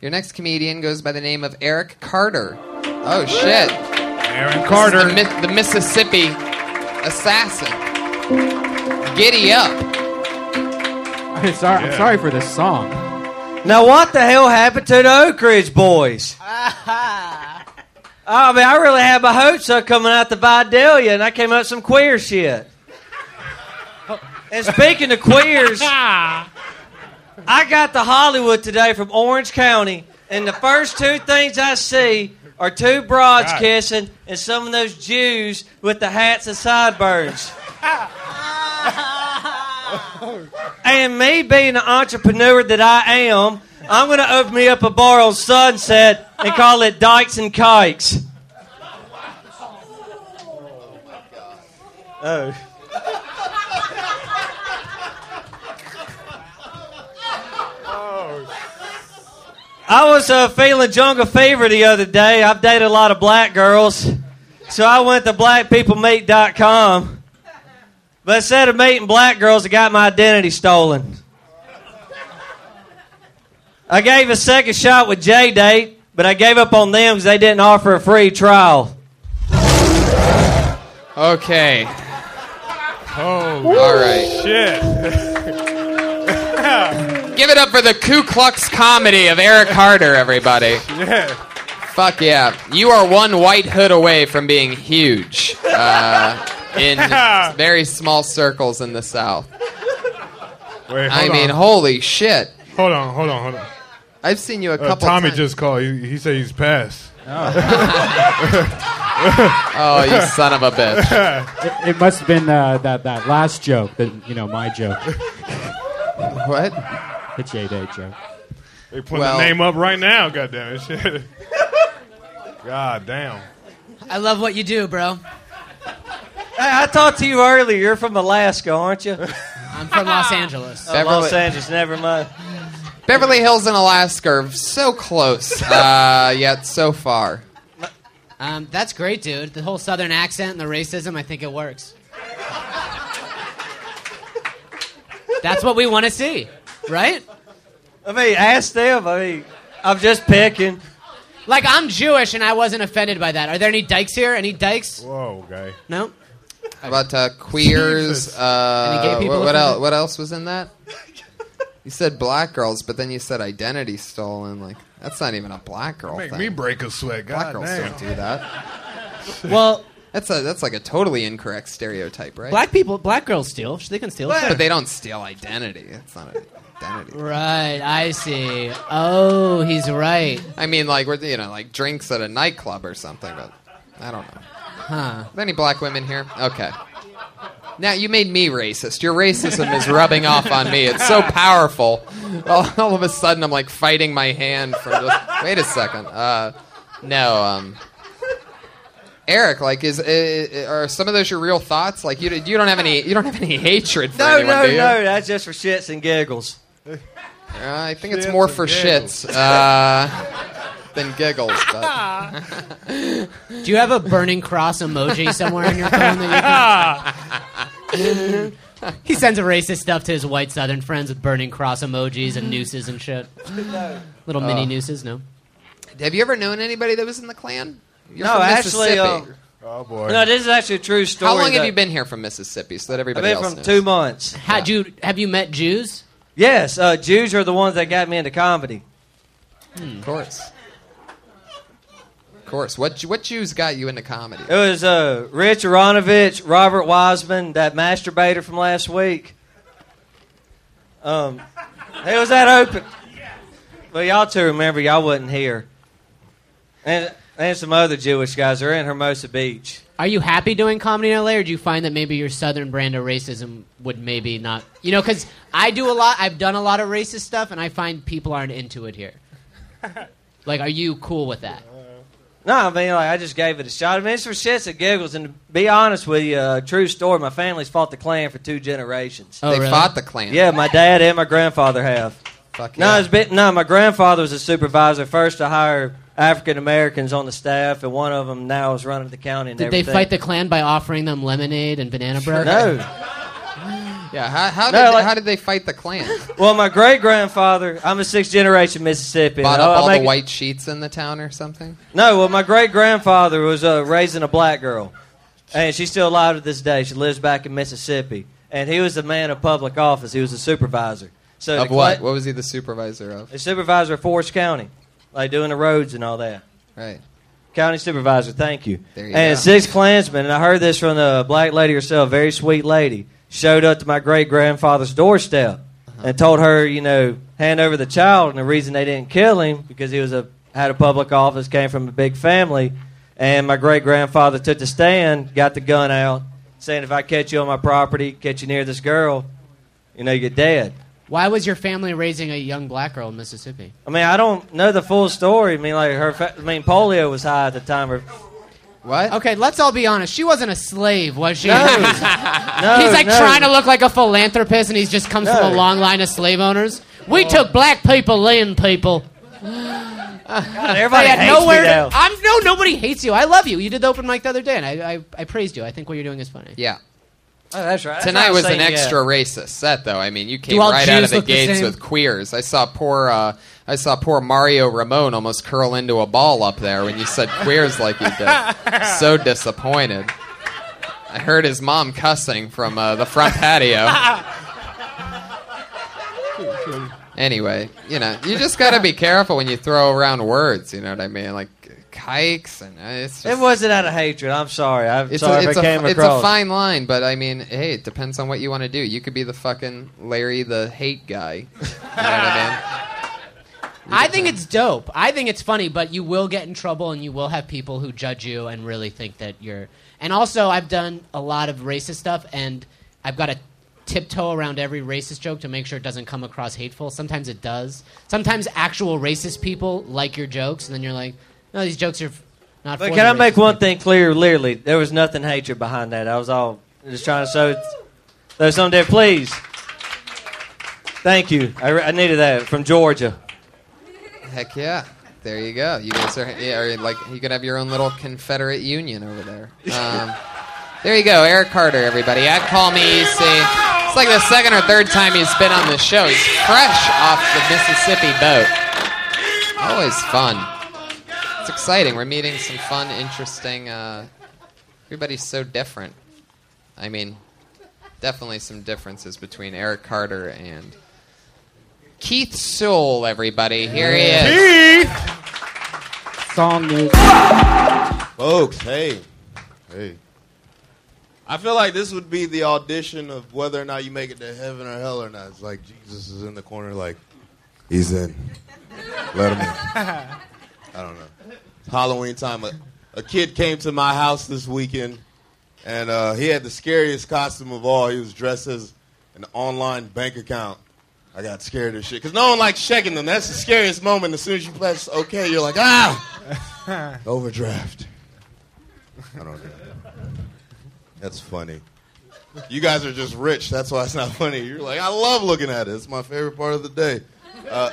[SPEAKER 3] Your next comedian goes by the name of Eric Carter. Oh shit!
[SPEAKER 9] Aaron
[SPEAKER 3] Carter, the, Mi- the Mississippi assassin. Giddy up!
[SPEAKER 2] I'm sorry, I'm sorry for this song.
[SPEAKER 14] Now, what the hell happened to the Oak Ridge boys? I mean, I really had my hopes up coming out the Vidalia, and I came up with some queer shit. And speaking of queers, I got to Hollywood today from Orange County, and the first two things I see are two broads
[SPEAKER 15] God.
[SPEAKER 14] kissing and some of those Jews with the hats and sideburns. And me being the entrepreneur that I am, I'm going to open me up a bar on Sunset and call it Dykes and Kikes. Oh. I was uh, feeling jungle fever the other day. I've dated a lot of black girls. So I went to blackpeoplemeet.com. But instead of meeting black girls, I got my identity stolen. I gave a second shot with J Date, but I gave up on them because they didn't offer a free trial.
[SPEAKER 3] Okay.
[SPEAKER 9] Oh,
[SPEAKER 3] All right.
[SPEAKER 9] shit.
[SPEAKER 3] it up for the Ku Klux comedy of Eric Carter, everybody.
[SPEAKER 9] Yeah.
[SPEAKER 3] Fuck yeah. You are one white hood away from being huge uh, in very small circles in the South.
[SPEAKER 9] Wait,
[SPEAKER 3] I
[SPEAKER 9] hold
[SPEAKER 3] mean,
[SPEAKER 9] on.
[SPEAKER 3] holy shit.
[SPEAKER 9] Hold on, hold on, hold on.
[SPEAKER 3] I've seen you a
[SPEAKER 9] Uh,
[SPEAKER 3] couple
[SPEAKER 9] Tommy
[SPEAKER 3] times.
[SPEAKER 9] just called. He, he said he's passed.
[SPEAKER 3] Oh, you son of a bitch.
[SPEAKER 2] It, it must have been uh, that, that last joke, that, you know, my joke.
[SPEAKER 3] what?
[SPEAKER 2] The J Day joke.
[SPEAKER 9] They putting
[SPEAKER 2] Well-
[SPEAKER 9] the name up right now. God damn it! Shit. God damn.
[SPEAKER 10] I love what you do, bro.
[SPEAKER 14] I, I talked to you earlier. You're from Alaska, aren't you?
[SPEAKER 10] I'm from Los Angeles.
[SPEAKER 14] Oh, Los Angeles, never mind.
[SPEAKER 3] Beverly Hills and Alaska are so close, uh, yet so far.
[SPEAKER 10] Um, that's great, dude. The whole Southern accent and the racism, I think it works. that's what we want to see, right?
[SPEAKER 14] I mean, ask them. I mean, I'm just picking.
[SPEAKER 10] Like, I'm Jewish and I wasn't offended by that. Are there any dykes here? Any dykes?
[SPEAKER 9] Whoa, guy.
[SPEAKER 10] No?
[SPEAKER 3] How about uh, queers?
[SPEAKER 10] Jesus.
[SPEAKER 3] Uh,
[SPEAKER 10] Any gay people
[SPEAKER 3] what, what,
[SPEAKER 10] offended?
[SPEAKER 3] el- what else was in that? You said black girls, but then you said identity stolen. Like that's not even a black girl
[SPEAKER 9] Make
[SPEAKER 3] thing.
[SPEAKER 9] me break a sweat. God
[SPEAKER 3] black girls
[SPEAKER 9] damn.
[SPEAKER 3] don't do that.
[SPEAKER 10] Well,
[SPEAKER 3] that's a that's like a totally incorrect stereotype, right?
[SPEAKER 10] Black people, black girls steal. They can steal.
[SPEAKER 3] but they don't steal identity. It's not an identity.
[SPEAKER 10] Right, I see. Oh, he's right.
[SPEAKER 3] I mean, like we're you know like drinks at a nightclub or something, but I don't know.
[SPEAKER 10] Huh.
[SPEAKER 3] Are there any black women here? Okay. Now you made me racist. Your racism is rubbing off on me. It's so powerful. All, all of a sudden, I'm like fighting my hand from. Just, wait a second. Uh, no. Um, Eric, like, is uh, are some of those your real thoughts? Like, you you don't have any you don't have any hatred for
[SPEAKER 14] No,
[SPEAKER 3] anyone,
[SPEAKER 14] no,
[SPEAKER 3] do you?
[SPEAKER 14] no. That's just for shits and giggles.
[SPEAKER 3] Uh, I think
[SPEAKER 14] Shits
[SPEAKER 3] it's more
[SPEAKER 14] and
[SPEAKER 3] for
[SPEAKER 14] giggles.
[SPEAKER 3] shits uh, than giggles. But.
[SPEAKER 10] Do you have a burning cross emoji somewhere in your phone that you can? he sends racist stuff to his white Southern friends with burning cross emojis and nooses and shit. Little mini
[SPEAKER 3] Oh.
[SPEAKER 10] nooses, no.
[SPEAKER 3] Have you ever known anybody that was in the Klan? You're
[SPEAKER 14] No,
[SPEAKER 3] from
[SPEAKER 14] actually, uh,
[SPEAKER 3] Mississippi.
[SPEAKER 9] oh
[SPEAKER 14] boy. No, this is actually a true story.
[SPEAKER 3] How long
[SPEAKER 14] that-
[SPEAKER 3] have you been here from Mississippi? So that
[SPEAKER 14] I've
[SPEAKER 3] everybody
[SPEAKER 14] been
[SPEAKER 3] else
[SPEAKER 14] from
[SPEAKER 3] knows.
[SPEAKER 14] two months.
[SPEAKER 10] How do you have you met Jews?
[SPEAKER 14] Yes, uh, Jews are the ones that got me into comedy.
[SPEAKER 3] Hmm. Of course. Of course. What what Jews got you into comedy?
[SPEAKER 14] It was uh, Rich Aronovich, Robert Wiseman, that masturbator from last week. Um, it was that open. Well, y'all two remember y'all wasn't here, and and some other Jewish guys. They're in Hermosa Beach.
[SPEAKER 10] Are you happy doing comedy in LA, or do you find that maybe your Southern brand of racism would maybe not? You know, because I do a lot. I've done a lot of racist stuff, and I find people aren't into it here. Like, are you cool with that?
[SPEAKER 14] No, I mean, like, I just gave it a shot. I mean, it's for shits and giggles. And to be honest with you, uh, true story, my family's fought the Klan for two generations.
[SPEAKER 3] Oh, They really? fought the Klan?
[SPEAKER 14] Yeah, my dad and my grandfather have.
[SPEAKER 3] Fuck
[SPEAKER 14] no,
[SPEAKER 3] yeah.
[SPEAKER 14] it's been, no, my grandfather was a supervisor first to hire African Americans on the staff, and one of them now is running the county. And
[SPEAKER 10] Did they
[SPEAKER 14] everything.
[SPEAKER 10] fight the Klan by offering them lemonade and banana bread?
[SPEAKER 14] No.
[SPEAKER 3] Yeah, how, how,
[SPEAKER 14] No,
[SPEAKER 3] did,
[SPEAKER 14] like-
[SPEAKER 3] how did they fight the Klan?
[SPEAKER 14] Well, my great grandfather, I'm a sixth generation Mississippian.
[SPEAKER 3] Bought
[SPEAKER 14] I'll
[SPEAKER 3] up all
[SPEAKER 14] make
[SPEAKER 3] the
[SPEAKER 14] it-
[SPEAKER 3] white sheets in the town or something?
[SPEAKER 14] No, well, my great grandfather was uh, raising a black girl, and she's still alive to this day. She lives back in Mississippi, and he was a man of public office. He was a supervisor. So
[SPEAKER 3] of
[SPEAKER 14] the
[SPEAKER 3] what?
[SPEAKER 14] Cla-
[SPEAKER 3] What was he the supervisor of?
[SPEAKER 14] a supervisor of Forest County, like doing the roads and all that.
[SPEAKER 3] Right.
[SPEAKER 14] County supervisor, thank you.
[SPEAKER 3] There you
[SPEAKER 14] and
[SPEAKER 3] go.
[SPEAKER 14] six Klansmen, and I heard this from the black lady herself, very sweet lady, showed up to my great grandfather's doorstep
[SPEAKER 3] Uh-huh.
[SPEAKER 14] and told her, you know, hand over the child. And the reason they didn't kill him because he was a had a public office, came from a big family, and my great grandfather took the stand, got the gun out, saying, "If I catch you on my property, catch you near this girl, you know, you're dead."
[SPEAKER 10] Why was your family raising a young black girl in Mississippi?
[SPEAKER 14] I mean, I don't know the full story. I mean, like her. Fa- I mean, polio was high at the time. Her
[SPEAKER 3] What?
[SPEAKER 10] Okay, let's all be honest. She wasn't a slave, was she?
[SPEAKER 14] No. No,
[SPEAKER 10] he's like
[SPEAKER 14] no.
[SPEAKER 10] trying to look like a philanthropist, and he just comes from a
[SPEAKER 14] No. Oh.
[SPEAKER 10] long line of slave owners. We took black people, land people.
[SPEAKER 14] everybody
[SPEAKER 10] They had
[SPEAKER 14] hates me
[SPEAKER 10] nowhere to-
[SPEAKER 14] now.
[SPEAKER 10] I'm no nobody hates you. I love you. You did the open mic the other day, and I, I, I praised you. I think what you're doing is funny.
[SPEAKER 3] Yeah.
[SPEAKER 14] Oh, that's right. That's
[SPEAKER 3] Tonight
[SPEAKER 14] what
[SPEAKER 3] was
[SPEAKER 14] I'm
[SPEAKER 3] an
[SPEAKER 14] saying, yeah.
[SPEAKER 3] extra racist set, though. I mean, you came
[SPEAKER 10] all
[SPEAKER 3] right out
[SPEAKER 10] Jews
[SPEAKER 3] of the
[SPEAKER 10] look the
[SPEAKER 3] gates
[SPEAKER 10] same?
[SPEAKER 3] with queers. I saw poor, uh, I saw poor Mario Ramon almost curl into a ball up there when you said queers like you did. So disappointed. I heard his mom cussing from uh, the front patio. Anyway, you know, you just got to be careful when you throw around words. You know what I mean? Like kikes and uh, it's. Just,
[SPEAKER 14] It wasn't out of hatred. I'm sorry. I'm
[SPEAKER 3] it's
[SPEAKER 14] sorry
[SPEAKER 3] a, it's,
[SPEAKER 14] if it
[SPEAKER 3] a,
[SPEAKER 14] came
[SPEAKER 3] it's
[SPEAKER 14] across.
[SPEAKER 3] a fine line, but I mean, hey, it depends on what you want to do. You could be the fucking Larry the hate guy. You know what I
[SPEAKER 10] I think it's dope. I think it's funny, but you will get in trouble and you will have people who judge you and really think that you're. And also, I've done a lot of racist stuff and I've got to tiptoe around every racist joke to make sure it doesn't come across hateful. Sometimes it does. Sometimes actual racist people like your jokes and then you're like, no, these jokes are f- not
[SPEAKER 14] But
[SPEAKER 10] for
[SPEAKER 14] can
[SPEAKER 10] the
[SPEAKER 14] I make
[SPEAKER 10] racist
[SPEAKER 14] one thing clear? Literally, there was nothing hatred behind that. I was all just trying to show there's something there. Please. Thank you. I, re- I needed that from Georgia.
[SPEAKER 3] mean? Heck yeah. There you go. You guys are, yeah, are like you could have your own little Confederate Union over there. Um, there you go, Eric Carter, everybody. At Call Me EC. It's like the second or third time he's been on the show. He's fresh off the Mississippi boat. Always fun. It's exciting. We're meeting some fun, interesting. Uh, everybody's so different. I mean, definitely some differences between Eric Carter and Keith Sewell, everybody. Here he is.
[SPEAKER 2] Song is.
[SPEAKER 15] Folks, hey. Hey. I feel like this would be the audition of whether or not you make it to heaven or hell or not. It's like Jesus is in the corner, like, he's in. Let him in. I don't know. It's Halloween time. A, a kid came to my house this weekend, and uh, he had the scariest costume of all. He was dressed as an online bank account. I got scared of shit because no one likes checking them. That's the scariest moment. As soon as you press OK, you're like, ah, overdraft. I don't know. That's funny. You guys are just rich. That's why it's not funny. You're like, I love looking at it. It's my favorite part of the day. Uh,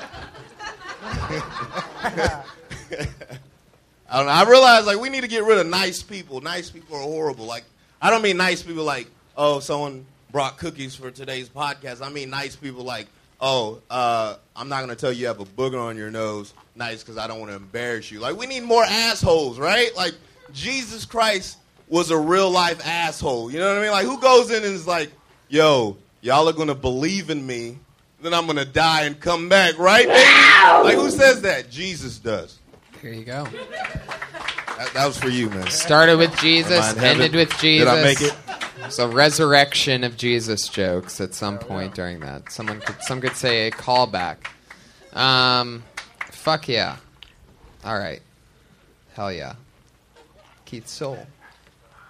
[SPEAKER 15] I don't know. I realize like we need to get rid of nice people. Nice people are horrible. Like I don't mean nice people like oh someone brought cookies for today's podcast. I mean nice people like oh uh, I'm not gonna tell you you have a booger on your nose. Nice because I don't want to embarrass you. Like we need more assholes, right? Like Jesus Christ was a real life asshole. You know what I mean? Like who goes in and is like yo y'all are gonna believe in me. Then I'm gonna die and come back, right, baby? Like who says that? Jesus does.
[SPEAKER 3] Here you go.
[SPEAKER 15] That, that was for you, man.
[SPEAKER 3] Started with Jesus,
[SPEAKER 15] Am I in
[SPEAKER 3] ended
[SPEAKER 15] heaven?
[SPEAKER 3] with Jesus.
[SPEAKER 15] Did I make it?
[SPEAKER 3] It's a resurrection of Jesus jokes at some point during that. Someone could, some could say a callback. Um, fuck yeah. All right. Hell yeah. Keith Soul.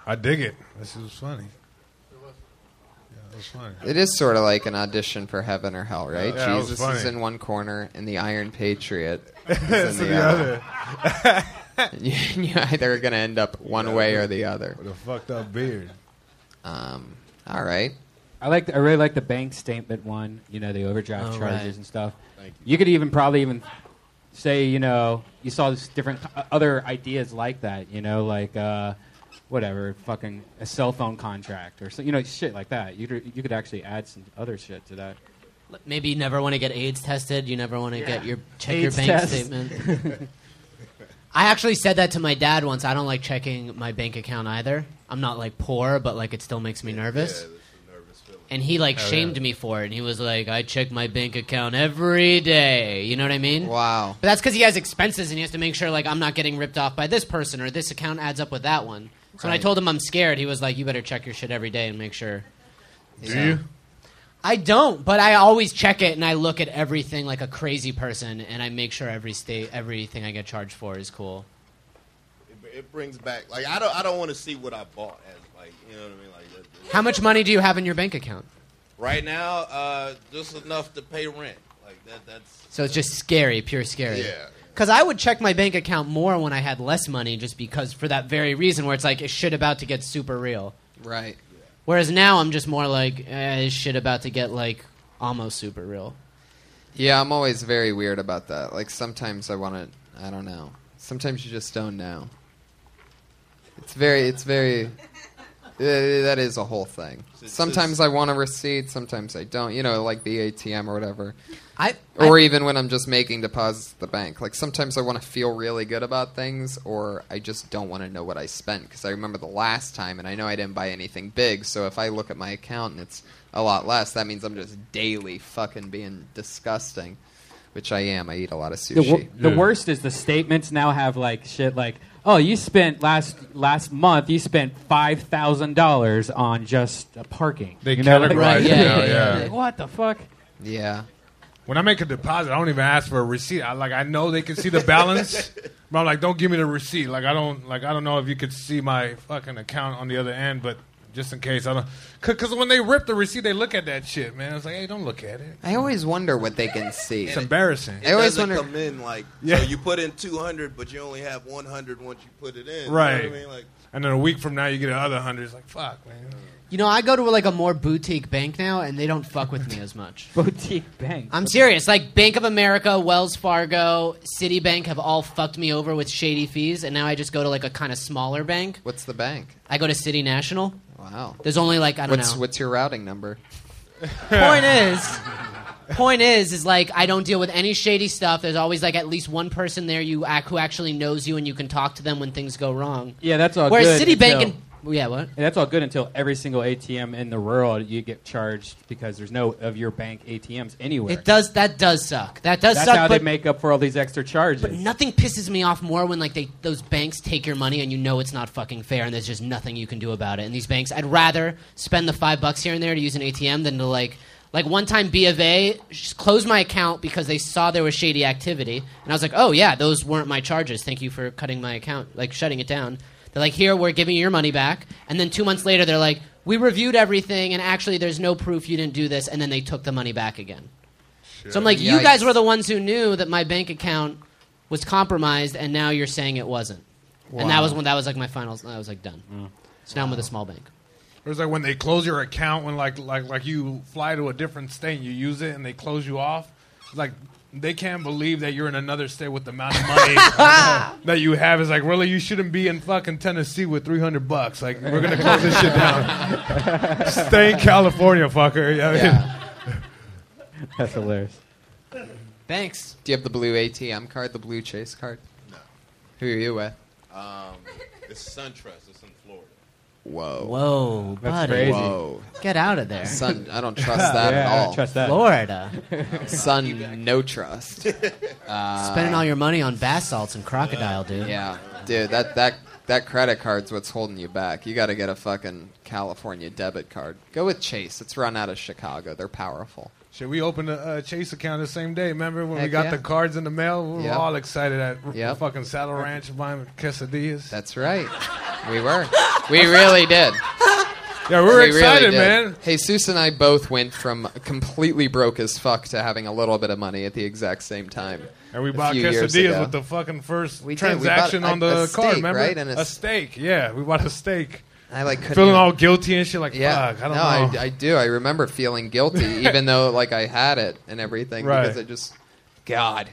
[SPEAKER 9] I dig it. This is funny. Yeah, that was funny.
[SPEAKER 3] It is sort of like an audition for heaven or hell, right?
[SPEAKER 9] Yeah, that was
[SPEAKER 3] Jesus
[SPEAKER 9] funny.
[SPEAKER 3] is in one corner and the Iron Patriot is in
[SPEAKER 9] It's in the
[SPEAKER 3] other. you, you either are going to end up one way or the other.
[SPEAKER 9] With a fucked up beard.
[SPEAKER 3] Um, all right.
[SPEAKER 2] I like. The, I really like the bank statement one. You know, the overdraft
[SPEAKER 3] Oh,
[SPEAKER 2] charges
[SPEAKER 3] right.
[SPEAKER 2] and stuff. Thank you. could even probably even say, you know, you saw this different uh, other ideas like that. You know, like uh, whatever, fucking a cell phone contract or so, you know, shit like that. You could, you could actually add some other shit to that.
[SPEAKER 10] people. Maybe you never want to get AIDS tested. You never want to get
[SPEAKER 2] Yeah.
[SPEAKER 10] your check
[SPEAKER 2] AIDS
[SPEAKER 10] your bank
[SPEAKER 2] test.
[SPEAKER 10] statement. I actually said that to my dad once. I don't like checking my bank account either. I'm not like poor, but like it still makes me nervous. and he like
[SPEAKER 14] Oh, yeah.
[SPEAKER 10] shamed me for it, and he was like, "I check my bank account every day." You know what I mean?
[SPEAKER 3] Wow.
[SPEAKER 10] But that's because he has expenses, and he has to make sure like I'm not getting ripped off by this person or this account adds up with that one. So when I
[SPEAKER 3] Right.
[SPEAKER 10] told him I'm scared, he was like, "You better check your shit every day and make sure."
[SPEAKER 3] Do you?
[SPEAKER 10] I don't, but I always check it and I look at everything like a crazy person, and I make sure every state, everything I get charged for is cool.
[SPEAKER 15] It brings back like I don't I don't want to see what I bought as like you know what I mean like that-
[SPEAKER 10] How much money do you have in your bank account?
[SPEAKER 15] right now uh just enough to pay rent like that that's
[SPEAKER 10] So it's just scary, pure scary.
[SPEAKER 15] Yeah.
[SPEAKER 10] Because I would check my bank account more when I had less money, just because for that very reason, where it's like, is shit about to get super real?
[SPEAKER 3] Right.
[SPEAKER 10] Whereas now I'm just more like, eh, is shit about to get like almost super real?
[SPEAKER 3] Yeah, I'm always very weird about that. Like sometimes I want to, I don't know. Sometimes you just don't know. It's very, it's very, Uh, that is a whole thing. Sometimes I want a receipt, sometimes I don't. You know, like the ATM or whatever.
[SPEAKER 10] I
[SPEAKER 3] or even when I'm just making deposits at the bank. Like sometimes I want to feel really good about things, or I just don't want to know what I spent because I remember the last time and I know I didn't buy anything big. So if I look at my account and it's a lot less, that means I'm just daily fucking being disgusting, which I am. I eat a lot of
[SPEAKER 2] The, wor-
[SPEAKER 3] sushi.
[SPEAKER 2] the
[SPEAKER 15] Hmm.
[SPEAKER 9] Hmm.
[SPEAKER 2] worst is the statements now have like shit like, "Oh, you spent last last month. You spent five thousand dollars on just uh, parking."
[SPEAKER 9] They
[SPEAKER 2] you know, like-
[SPEAKER 9] categorize it Yeah, now, yeah, yeah. yeah.
[SPEAKER 2] Like, what the fuck?
[SPEAKER 3] Yeah.
[SPEAKER 9] When I make a deposit, I don't even ask for a receipt. I like I know they can see the balance, but I'm like, don't give me the receipt. Like I don't like I don't know if you could see my fucking account on the other end, but just in case I don't. Because when they rip the receipt, they look at that shit, man. It's like, hey, don't look at it.
[SPEAKER 3] I always wonder what they can see.
[SPEAKER 9] It's embarrassing.
[SPEAKER 3] I always
[SPEAKER 15] doesn't
[SPEAKER 3] wonder.
[SPEAKER 15] come in like
[SPEAKER 9] Yeah.
[SPEAKER 15] so you put in 200 but you only have 100 once you put it in
[SPEAKER 9] Right.
[SPEAKER 15] you know what I mean like
[SPEAKER 9] and then a week from now, you get another hundred. It's like, fuck, man.
[SPEAKER 10] You know, I go to like a more boutique bank now, and they don't fuck with me as much.
[SPEAKER 2] boutique bank.
[SPEAKER 10] I'm serious. Like Bank of America, Wells Fargo, Citibank have all fucked me over with shady fees, and now I just go to like a kind of smaller bank.
[SPEAKER 3] What's the bank?
[SPEAKER 10] I go to City National.
[SPEAKER 3] Wow.
[SPEAKER 10] There's only like I don't
[SPEAKER 3] what's,
[SPEAKER 10] know.
[SPEAKER 3] What's your routing number?
[SPEAKER 10] point is point is is like i don't deal with any shady stuff there's always like at least one person there you act who actually knows you and you can talk to them when things go wrong
[SPEAKER 2] Yeah, that's all.
[SPEAKER 10] whereas
[SPEAKER 2] good
[SPEAKER 10] citibank
[SPEAKER 2] until-
[SPEAKER 10] and yeah what
[SPEAKER 2] And that's all good until every single ATM in the world you get charged because there's no of your bank ATMs anywhere.
[SPEAKER 10] it does that does suck that does
[SPEAKER 2] That's
[SPEAKER 10] suck
[SPEAKER 2] how
[SPEAKER 10] but
[SPEAKER 2] they make up for all these extra charges.
[SPEAKER 10] nothing pisses me off more when like they those banks take your money and you know it's not fucking fair and there's just nothing you can do about it and these banks i'd rather spend the five bucks here and there to use an atm than to like like one time b of a just closed my account because they saw there was shady activity and i was like oh yeah those weren't my charges thank you for cutting my account like shutting it down they're like here we're giving you your money back and then two months later they're like we reviewed everything and actually there's no proof you didn't do this and then they took the money back again so I'm like, you
[SPEAKER 3] Yikes.
[SPEAKER 10] guys were the ones who knew that my bank account was compromised, and now you're saying it wasn't. And that
[SPEAKER 9] Wow.
[SPEAKER 10] was when that was like my finals. I was like done. So now I'm with a small bank.
[SPEAKER 9] Or it's like when they close your account when like like like you fly to a different state and you use it and they close you off. It's like they can't believe that you're in another state with the amount of money that you have. It's like really you shouldn't be in fucking Tennessee with three hundred bucks. Like we're gonna close this shit down. Stay in California, fucker. Yeah. I mean-
[SPEAKER 2] That's hilarious.
[SPEAKER 10] Thanks.
[SPEAKER 3] Do you have the blue ATM card, the blue Chase card? No. Who are you with?
[SPEAKER 15] um it's SunTrust it's in Florida
[SPEAKER 3] Whoa.
[SPEAKER 10] Whoa, That's buddy. crazy.
[SPEAKER 3] Whoa.
[SPEAKER 10] Get out of there.
[SPEAKER 3] Sun, I don't trust that
[SPEAKER 10] Yeah,
[SPEAKER 3] at
[SPEAKER 10] I
[SPEAKER 3] all.
[SPEAKER 10] don't trust that. Florida.
[SPEAKER 3] Sun, no trust. Uh,
[SPEAKER 10] Spending all your money on bath salts and crocodile, dude.
[SPEAKER 3] Yeah, dude, that that that credit card's what's holding you back. You got to get a fucking California debit card. Go with Chase. It's run out of Chicago. They're powerful.
[SPEAKER 9] Should we open a uh, Chase account the same day? Remember when we
[SPEAKER 3] Heck
[SPEAKER 9] got
[SPEAKER 3] yeah.
[SPEAKER 9] the cards in the mail? We were
[SPEAKER 3] Yep.
[SPEAKER 9] all excited at r-
[SPEAKER 3] Yep.
[SPEAKER 9] fucking Saddle Ranch buying quesadillas.
[SPEAKER 3] That's right. We were. We really did.
[SPEAKER 9] Yeah, we were excited,
[SPEAKER 3] did.
[SPEAKER 9] man.
[SPEAKER 3] Jesus and I both went from completely broke as fuck to having a little bit of money at the exact same time.
[SPEAKER 9] And we
[SPEAKER 3] a
[SPEAKER 9] bought
[SPEAKER 3] few years
[SPEAKER 9] quesadillas
[SPEAKER 3] ago.
[SPEAKER 9] with the fucking first
[SPEAKER 3] We did. We
[SPEAKER 9] transaction
[SPEAKER 3] bought a-
[SPEAKER 9] on the
[SPEAKER 3] a
[SPEAKER 9] card,
[SPEAKER 3] steak,
[SPEAKER 9] remember?
[SPEAKER 3] right? And a
[SPEAKER 9] a,
[SPEAKER 3] s-
[SPEAKER 9] steak, yeah. We bought a steak.
[SPEAKER 3] I like couldn't
[SPEAKER 9] feeling
[SPEAKER 3] even-
[SPEAKER 9] all guilty and shit. Like,
[SPEAKER 3] Yeah,
[SPEAKER 9] fuck, I don't
[SPEAKER 3] no,
[SPEAKER 9] know.
[SPEAKER 3] I, I do. I remember feeling guilty, even though like I had it and everything,
[SPEAKER 9] Right.
[SPEAKER 3] because I just, God,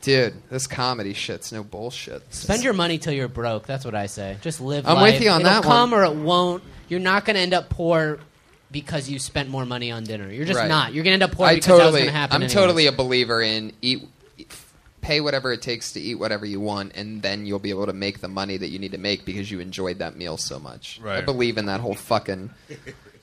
[SPEAKER 3] dude, this comedy shit's no bullshit.
[SPEAKER 10] Spend your money till you're broke. That's what I say. Just live.
[SPEAKER 3] I'm
[SPEAKER 10] life.
[SPEAKER 3] with you on
[SPEAKER 10] It'll
[SPEAKER 3] that
[SPEAKER 10] come
[SPEAKER 3] one.
[SPEAKER 10] or it won't. You're not going to end up poor because you spent more money on dinner. You're just
[SPEAKER 3] Right.
[SPEAKER 10] not. You're going to end up poor
[SPEAKER 3] I
[SPEAKER 10] because that was
[SPEAKER 3] totally,
[SPEAKER 10] going to happen.
[SPEAKER 3] I'm
[SPEAKER 10] anyways.
[SPEAKER 3] totally a believer in eat, pay whatever it takes to eat whatever you want, and then you'll be able to make the money that you need to make because you enjoyed that meal so much. I
[SPEAKER 10] Right.
[SPEAKER 3] believe in that whole fucking.